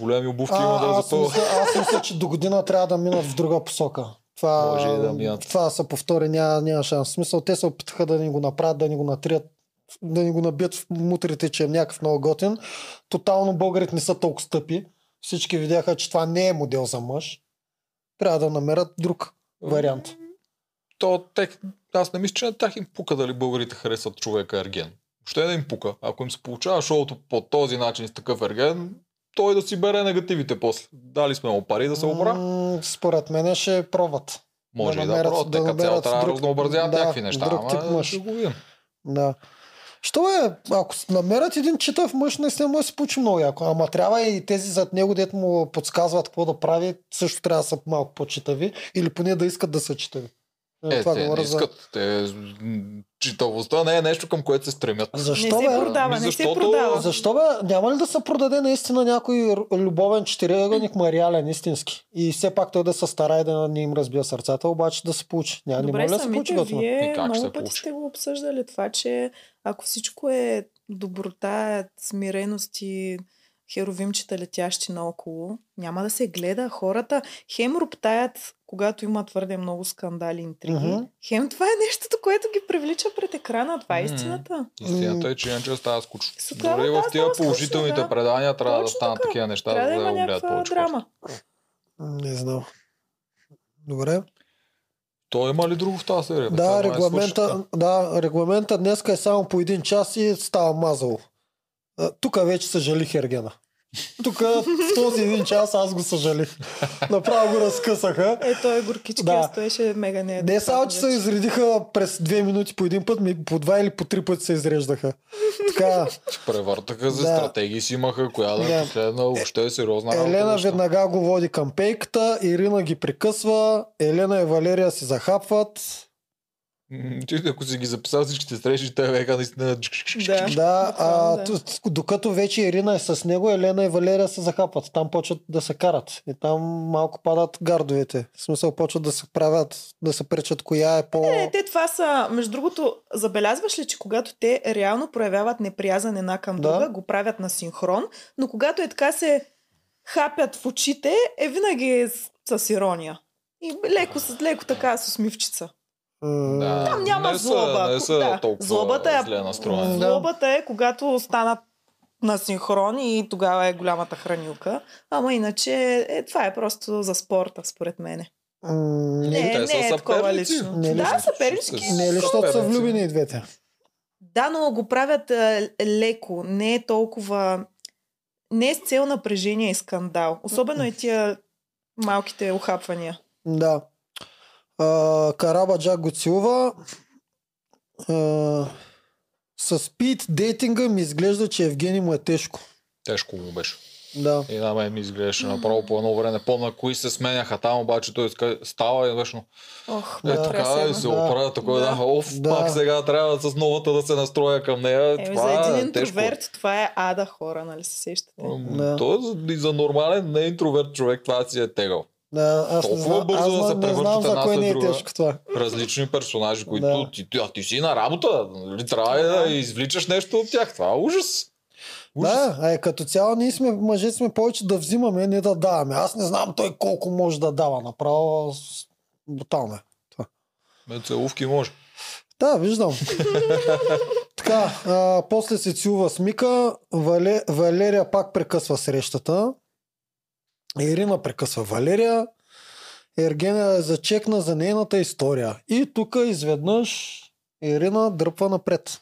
Големи обувки има да
А,
е
аз,
запълва.
мисля, аз мисля, че до година трябва да минат в друга посока. Това,
Може и да минат.
това се повтори, няма, няма шанс. В смисъл, те се опитаха да ни го направят, да ни го натрият, да ни го набият в мутрите, че е някакъв много готин. Тотално българите не са толкова стъпи. Всички видяха, че това не е модел за мъж. Трябва да намерят друг вариант.
То, тех, аз не мисля, че на тях им пука дали българите харесват човека ерген. Ще да им пука. Ако им се получава шоуто по този начин с такъв ерген, той да си бере негативите после. Дали сме му пари да се умра.
М, Според мен ще пробват.
Може
да
и да
намерят-
пробват.
да
Нека цяло
намерят
трябва да
друг-
разнообразяват
да,
някакви неща.
друг тип
Ама
мъж.
ще го видим.
Да. Що е, ако с- намерят един читав мъж, наистина му е се получи много яко. Ама трябва и тези зад него, дето му подсказват какво да прави, също трябва да са малко по-читави. Или поне да искат да са читави. Е,
Е, те не
за-
искат. Те, м, читавостта не е нещо към което се стремят.
Не
Защо,
се
бе?
продава, не се
Защото-
продава.
Защо бе? Няма ли да се продаде наистина някой р- любовен четириъгълник, ма е реален, истински? И все пак той да се старае да не им разбия сърцата, обаче да се получи. Няма, не
Добре,
може ли да се получи
самите
готино?
И
вие
как ще се
много пъти
получи?
сте го обсъждали това, че ако всичко е доброта, смиреност и херовимчета летящи наоколо, няма да се гледа. Хората хем роптаят, когато има твърде много скандали, интриги.
Мгм.
Mm-hmm. Хем това е нещото, което ги привлича пред екрана. Това е
Мгм.
истината.
Истината е, че иначе става скучно.
Става,
Дори в
да,
тия
става скучно,
положителните
да.
предания трябва да
Точно
станат
така.
такива неща,
Трябва да
за да
има
го гледат
някаква
повече. хора.
драма.
Не знам. Добре.
Той има ли друго в тази серия? бе? Това
Да,
май е
регламента,
свършено.
да, регламента днес е само по един час и става мазало. Тук вече съжалих Ергена. Тук в този един час аз го съжалих. Направо го разкъсаха.
Е, той горкички
Да.
да. стоеше мега не.
Не само, че се изредиха през две минути по един път, ми по два или по три пъти се изреждаха. Така,
Превъртаха се,
Да.
стратегии си имаха, коя да
Да.
е последна, въобще е сериозна работа.
Елена
нещо.
веднага го води към пейката, Ирина ги прекъсва, Елена и Валерия си захапват.
М, Ти, ако си ги записал всичките срещи, те бяха наистина...
Да.
Да, а,
да.
т- докато вече Ирина е с него, Елена и Валерия се захапват. Там почват да се карат. И там малко падат гардовете. В смисъл почват да се правят, да се пречат коя е по...
Е, те това са, между другото, забелязваш ли, че когато те реално проявяват неприязан една към
Да.
друга, го правят на синхрон, но когато е така се хапят в очите, е винаги с, с ирония. И леко, с, леко така с усмивчица.
М,
Да,
Там няма
не
злоба.
Са, не са
Да,
толкова
злобата е-
зле настроени.
Да.
Злобата е, когато станат на синхрон и тогава е голямата хранилка. Ама иначе е, това е просто за спорта, според мене.
м,
Не,
Не,
не,
те са
е такова
съперници.
лично.
Не, е
да,
лично.
съпернички.
не е ли, защото са влюбени и двете.
Да, но го правят а, леко. Не е толкова... Не е с цел напрежение и скандал. Особено е тия малките ухапвания.
Да. А, Караба Джак го целува. А, с спид дейтинга ми изглежда, че Евгений му е тежко.
Тежко му беше.
Да.
И на мен ми изглеждаше направо по едно време. Помня кои се сменяха там, обаче той ска- става и вечно.
Ох,
Е,
ме
Да.
така
тресе,
и
бе.
се
Да.
оправя, такова да.
Да.
Оф,
Да.
пак сега трябва с новата да се настроя към нея.
Е,
това
за един
е тежко.
интроверт това е ада хора, нали се сещате?
Ам,
Да.
Той е за- и за нормален, не интроверт човек, това си е тегъл.
да аз не
Толкова
знам,
бързо да
аз
се
не, не
превъртат
знам за
една
кой
след
не е
друга.
тежко това.
различни персонажи, които
Да.
ти, ти, а ти си на работа. Нали? Трябва е да
Да.
извличаш нещо от тях. Това е ужас. ужас.
Да, а е, като цяло ние сме, мъже сме повече да взимаме, не да даваме. Аз не знам той колко може да дава. Направо с- бутално е.
Ме целувки може.
Да, виждам. така, а, после се целува с Мика. Вале, Валерия пак прекъсва срещата. Ирина прекъсва Валерия. Ергена е зачекна за нейната история. И тук изведнъж Ирина дърпва напред.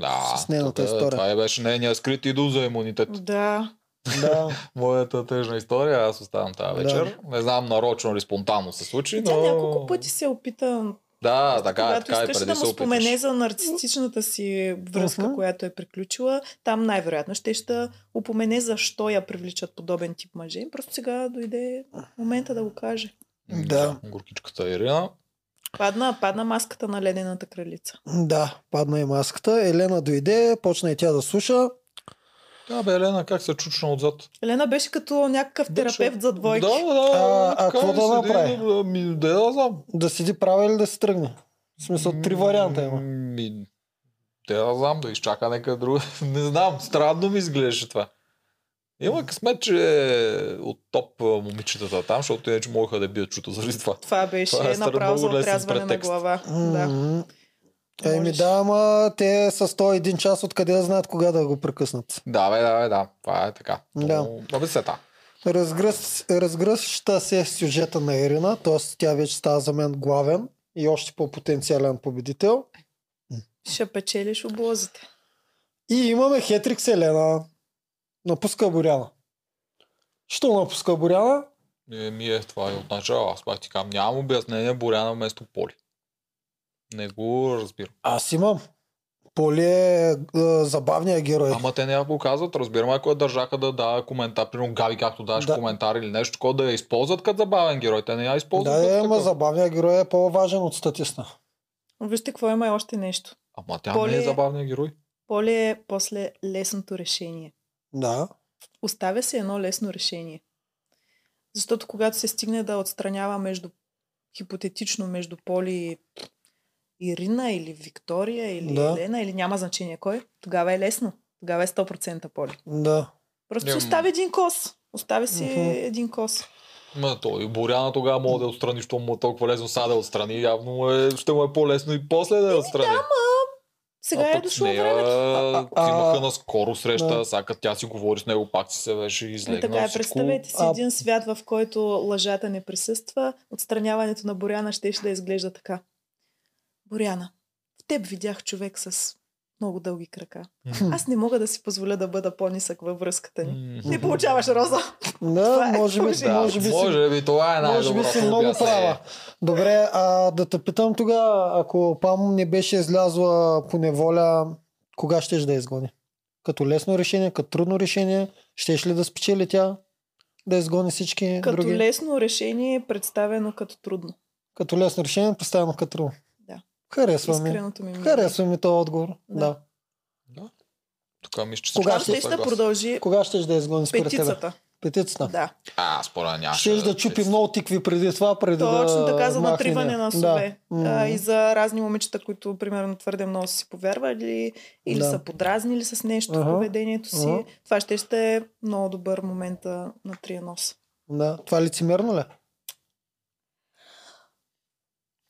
Да,
С нейната
тук е-
история.
Това е беше нейният скрит идол за имунитет.
Да.
Да.
Моята тъжна история, аз оставам тази
Да.
вечер. Не знам нарочно или спонтанно се случи,
Тя
Значи, но...
няколко пъти се опита,
Да, така е,
когато
така е,
искаше
преди
да
се
му спомене
опиташ.
за нарцистичната си връзка,
Мгм.
която е приключила. Там най-вероятно ще ще упомене защо я привличат подобен тип мъже. Просто сега дойде момента да го каже.
М,
Да.
Горкичката Ирина.
Падна, падна маската на ледената кралица.
<laughs> да, падна и маската. Елена дойде, почна и тя да слуша.
Да, бе, Елена, как се чучна отзад?
Елена беше като някакъв терапевт за двойки.
Да, да, да.
А, а
така
какво
ли
да
седи,
направи?
Да, ми, да, да, знам.
Да седи права или да се тръгне. В смисъл, три варианта има.
Ми, те да знам, да изчака нека друга. <laughs> Не знам, странно ми изглеждаше това. Има късмет, че е от топ а, момичетата там, защото иначе могаха да бият чуто заради това.
Това беше
Това е старо
направо за
много лесен
отрязване на
претекст.
глава. Да.
М. Еми
Можеш.
да, ама те са 101 час, откъде да знаят кога да го прекъснат.
Да, бе, да, бе, да. Това е така. Но,
Да.
Абе, сета.
Разгръс, разгръща се сюжета на Ирина, т.е. тя вече става за мен главен и още по-потенциален победител.
Ще печелиш облозите.
И имаме Хетрик Селена. Напуска Боряна. Що напуска Боряна?
Е, ми е това и отначало. Аз пак ти казвам, нямам обяснение Боряна вместо Поли. Не го разбирам.
Аз имам. Поли е, е забавният герой.
Ама те не го казват, разбирам, ако я държаха да дава коментар, примерно Гави, както даваш
Да.
коментар или нещо, такова да я използват като забавен герой. Те не я използват.
да,
като
е, ама
такъв.
забавният герой е по-важен от статиста.
Вижте какво има и още нещо.
Ама тя
Поли
не е
е-
забавният герой.
Поле е после лесното решение.
Да.
Оставя се едно лесно решение. Защото когато се стигне да отстранява между хипотетично между Поли и Ирина или Виктория или
Да.
Елена или няма значение кой, тогава е лесно. Тогава е 100% Поли.
Да.
Просто
Няма.
си остави един кос. Остави си
Мгм.
един кос.
Ма той Боряна тогава мога да я отстрани, защото му е толкова лесно сега да я отстрани. Явно му е, ще му е по-лесно и после да я отстрани.
Сега
а
е
пък с
дошло
нея,
времето.
а,
а,
Имаха наскоро среща,
да.
сега като тя си говори с него, пак си се беше
Е,
излегнал
така е,
всичко.
представете си
А-
един свят, в който лъжата не присъства. Отстраняването на Боряна ще да изглежда така. Боряна, в теб видях човек с много дълги крака.
Мгм.
Аз не мога да си позволя да бъда по-нисък във връзката ни.
М.
Ти получаваш роза. Това
Да,
е
може би,
хуже.
Да,
може би си
може би това е най-доброто
Може би си много
обяснение.
права. Добре, а да те питам тогава, ако Пам не беше излязла по неволя, кога щеш да я изгони? Като лесно решение, като трудно решение, щеш ли да спечели тя? Да изгони всички
Като
други?
лесно решение е представено като трудно.
Като лесно решение, представено като трудно.
Да.
Харесва ми.
Искреното ми мнение.
Харесва ми този отговор. Да.
Да.
Тук мисля, че е
Кога
Там
всички
ще
са
ще да
съгласни.
продължи
Кога щеш да я изгони според тебе?
петицата.
Петицата.
Да.
А, спора нямаше.
Щеш да чупи много тикви преди това, преди да
Точно така за
махне
натриване
нея.
на сове.
Да.
А, и
М.
за разни момичета, които примерно твърде много са си повярвали или
Да.
са подразнили с нещо
Аха,
в поведението си.
аха.
Това ще ще е много добър момент а, на трия нос.
Да. Това е лицемерно ли?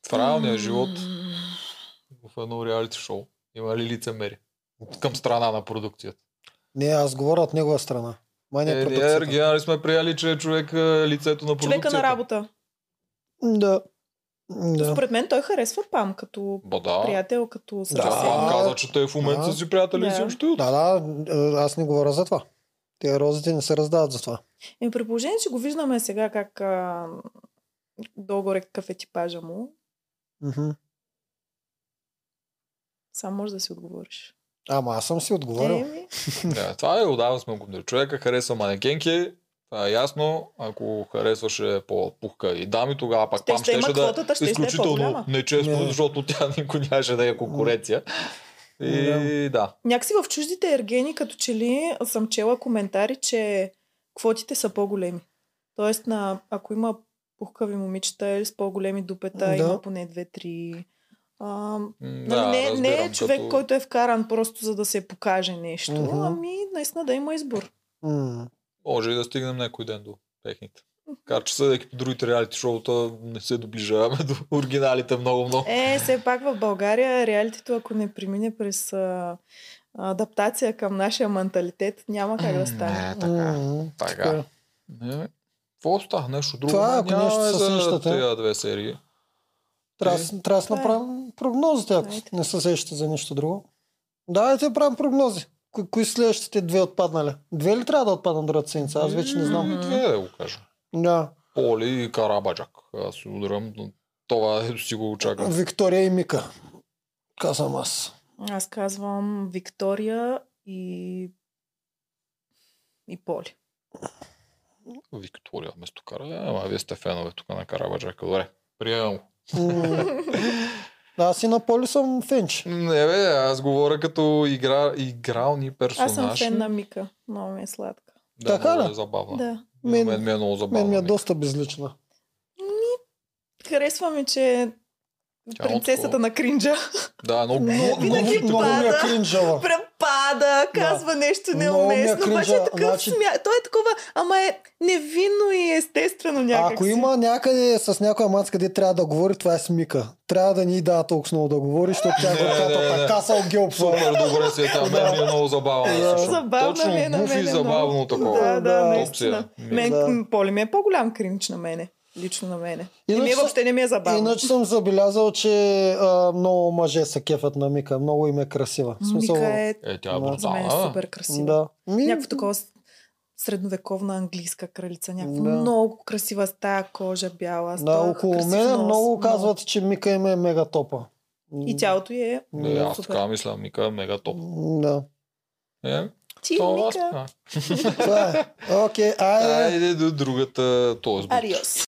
В реалния е живот,
М,
в едно реалити шоу, има ли лицемери? От към страна на продукцията.
Не, аз говоря от негова страна. Мания
Е, ние
продукцията.
оригинали сме приели, че човек е лицето на продукцията.
Човека на работа.
Да. Да.
Според мен той харесва Пам като
Ба да.
приятел, като
Тя
Да.
събеседник.
Пам каза, че те в момента
Да.
са си приятели и
Да.
си общуват.
да, да, е, аз не говоря за това. Те розите не се раздават за това.
Еми, при положение, че го виждаме сега как а, долу-горе какъв е типажа му,
Мгм.
сам можеш да си отговориш.
Ама аз съм си отговорил.
Еми,
Да, това е, отдава сме го. били. Човека харесва манекенки, това е ясно. Ако харесваше по-пухка и дами, тогава пак
Ще-
пам
ще има
щеше да
квотата, ще- ще е
изключително
по-голяма.
нечестно,
Не.
защото тя никой нямаше да е конкуренция. И да.
някакси в чуждите ергени, като че ли съм чела коментари, че квотите са по-големи. Тоест, на, ако има пухкави момичета или с по-големи дупета,
Да.
да. има поне две-три. А,
М,
нали,
да,
не, не е
разбирам,
човек,
като-
като... който е вкаран просто за да се покаже нещо,
Мгм.
ами наистина да има избор.
М.
Може и да стигнем някой ден до техните. Така че съдейки по другите реалити шоута не се доближаваме до оригиналите много-много.
Е, все пак в България реалитито, ако не премине през а, адаптация към нашия менталитет, няма как да стане.
Не, така.
М.
Така.
Така.
Не. Какво става? Нещо друго?
Това,
Ма,
ако
нямаме
нещо със
за
същата.
Тези две серии.
Трябва да с- трябва да си
Това е.
направим прогнозите, ако
Дайте.
не се сещате за нищо друго. Давайте правим прогнози. Кои, кои следващите две отпаднали? Две ли трябва да отпаднат другата седмица? Аз вече не знам.
И две е, да го кажа.
Да.
Поли и Карабаджак. Аз се удрям, но това е, си го очаквам.
Виктория и Мика. Казвам аз.
Аз казвам Виктория и и Поли.
Виктория вместо Карабаджак. Ама вие сте фенове тук на Карабаджака. Добре. Приемам. го.
М. Аз и на поле съм фенч.
Не бе, аз говоря като игра, игрални персонажи.
Аз съм фен на Мика. Много ми е сладка.
Да,
Така
много
ли?
е забавна.
Да.
Мен,
Мен-
мен ми е много забавна.
Мен ми е
Мика.
доста безлична.
Харесва ми, че е
Тя е
принцесата
отскоро.
на кринджа
Да, но, но,
Много, много,
но,
винаги
много ми е
пада. <laughs>
кринжава.
Препада, казва нещо
Много ми е
неуместно. Обаче
кринжа,
е такъв
значи-
смя... Той е такова, ама е невинно и естествено някакси.
Ако има някъде с някоя мацка, къде трябва да говори, това е с Мика. Трябва да ни дава толкова много да говори, защото тя
Не,
го
не,
капа
не.
така са гелпва.
Супер добре си е тя. Мен ми е много забавна.
Да.
слушам.
Забавна
Точно
ми е на
гуфи,
мене много.
забавно такова.
Да,
Да.
да, наистина.
Опция.
Мен,
Да.
м, Поли ми е по-голям кринч на мене. Лично на мене. Не ми
Иначе
е,
са-
въобще не ми е забавно.
Иначе съм забелязал, че а, много мъже са кефът на Мика. Много им е красива. В смисъл,
Мика е
Е, тя е
Да.
за мен е
брутална.
супер красива.
Да. Ми,
Някакво такова с- средновековна английска кралица. Някаква
Да.
много красива с тая кожа бяла. с
да,
този
около
красив
мене
нос,
много казват, че Мика им е мега топа.
И тялото й е...
Не, аз
Супер.
така мисля, Мика е мега топ.
Да.
Е,
Ти,
това аз
Мика.
правя.
Това е. Окей, айде.
Айде до другата, т.е.
Ариос.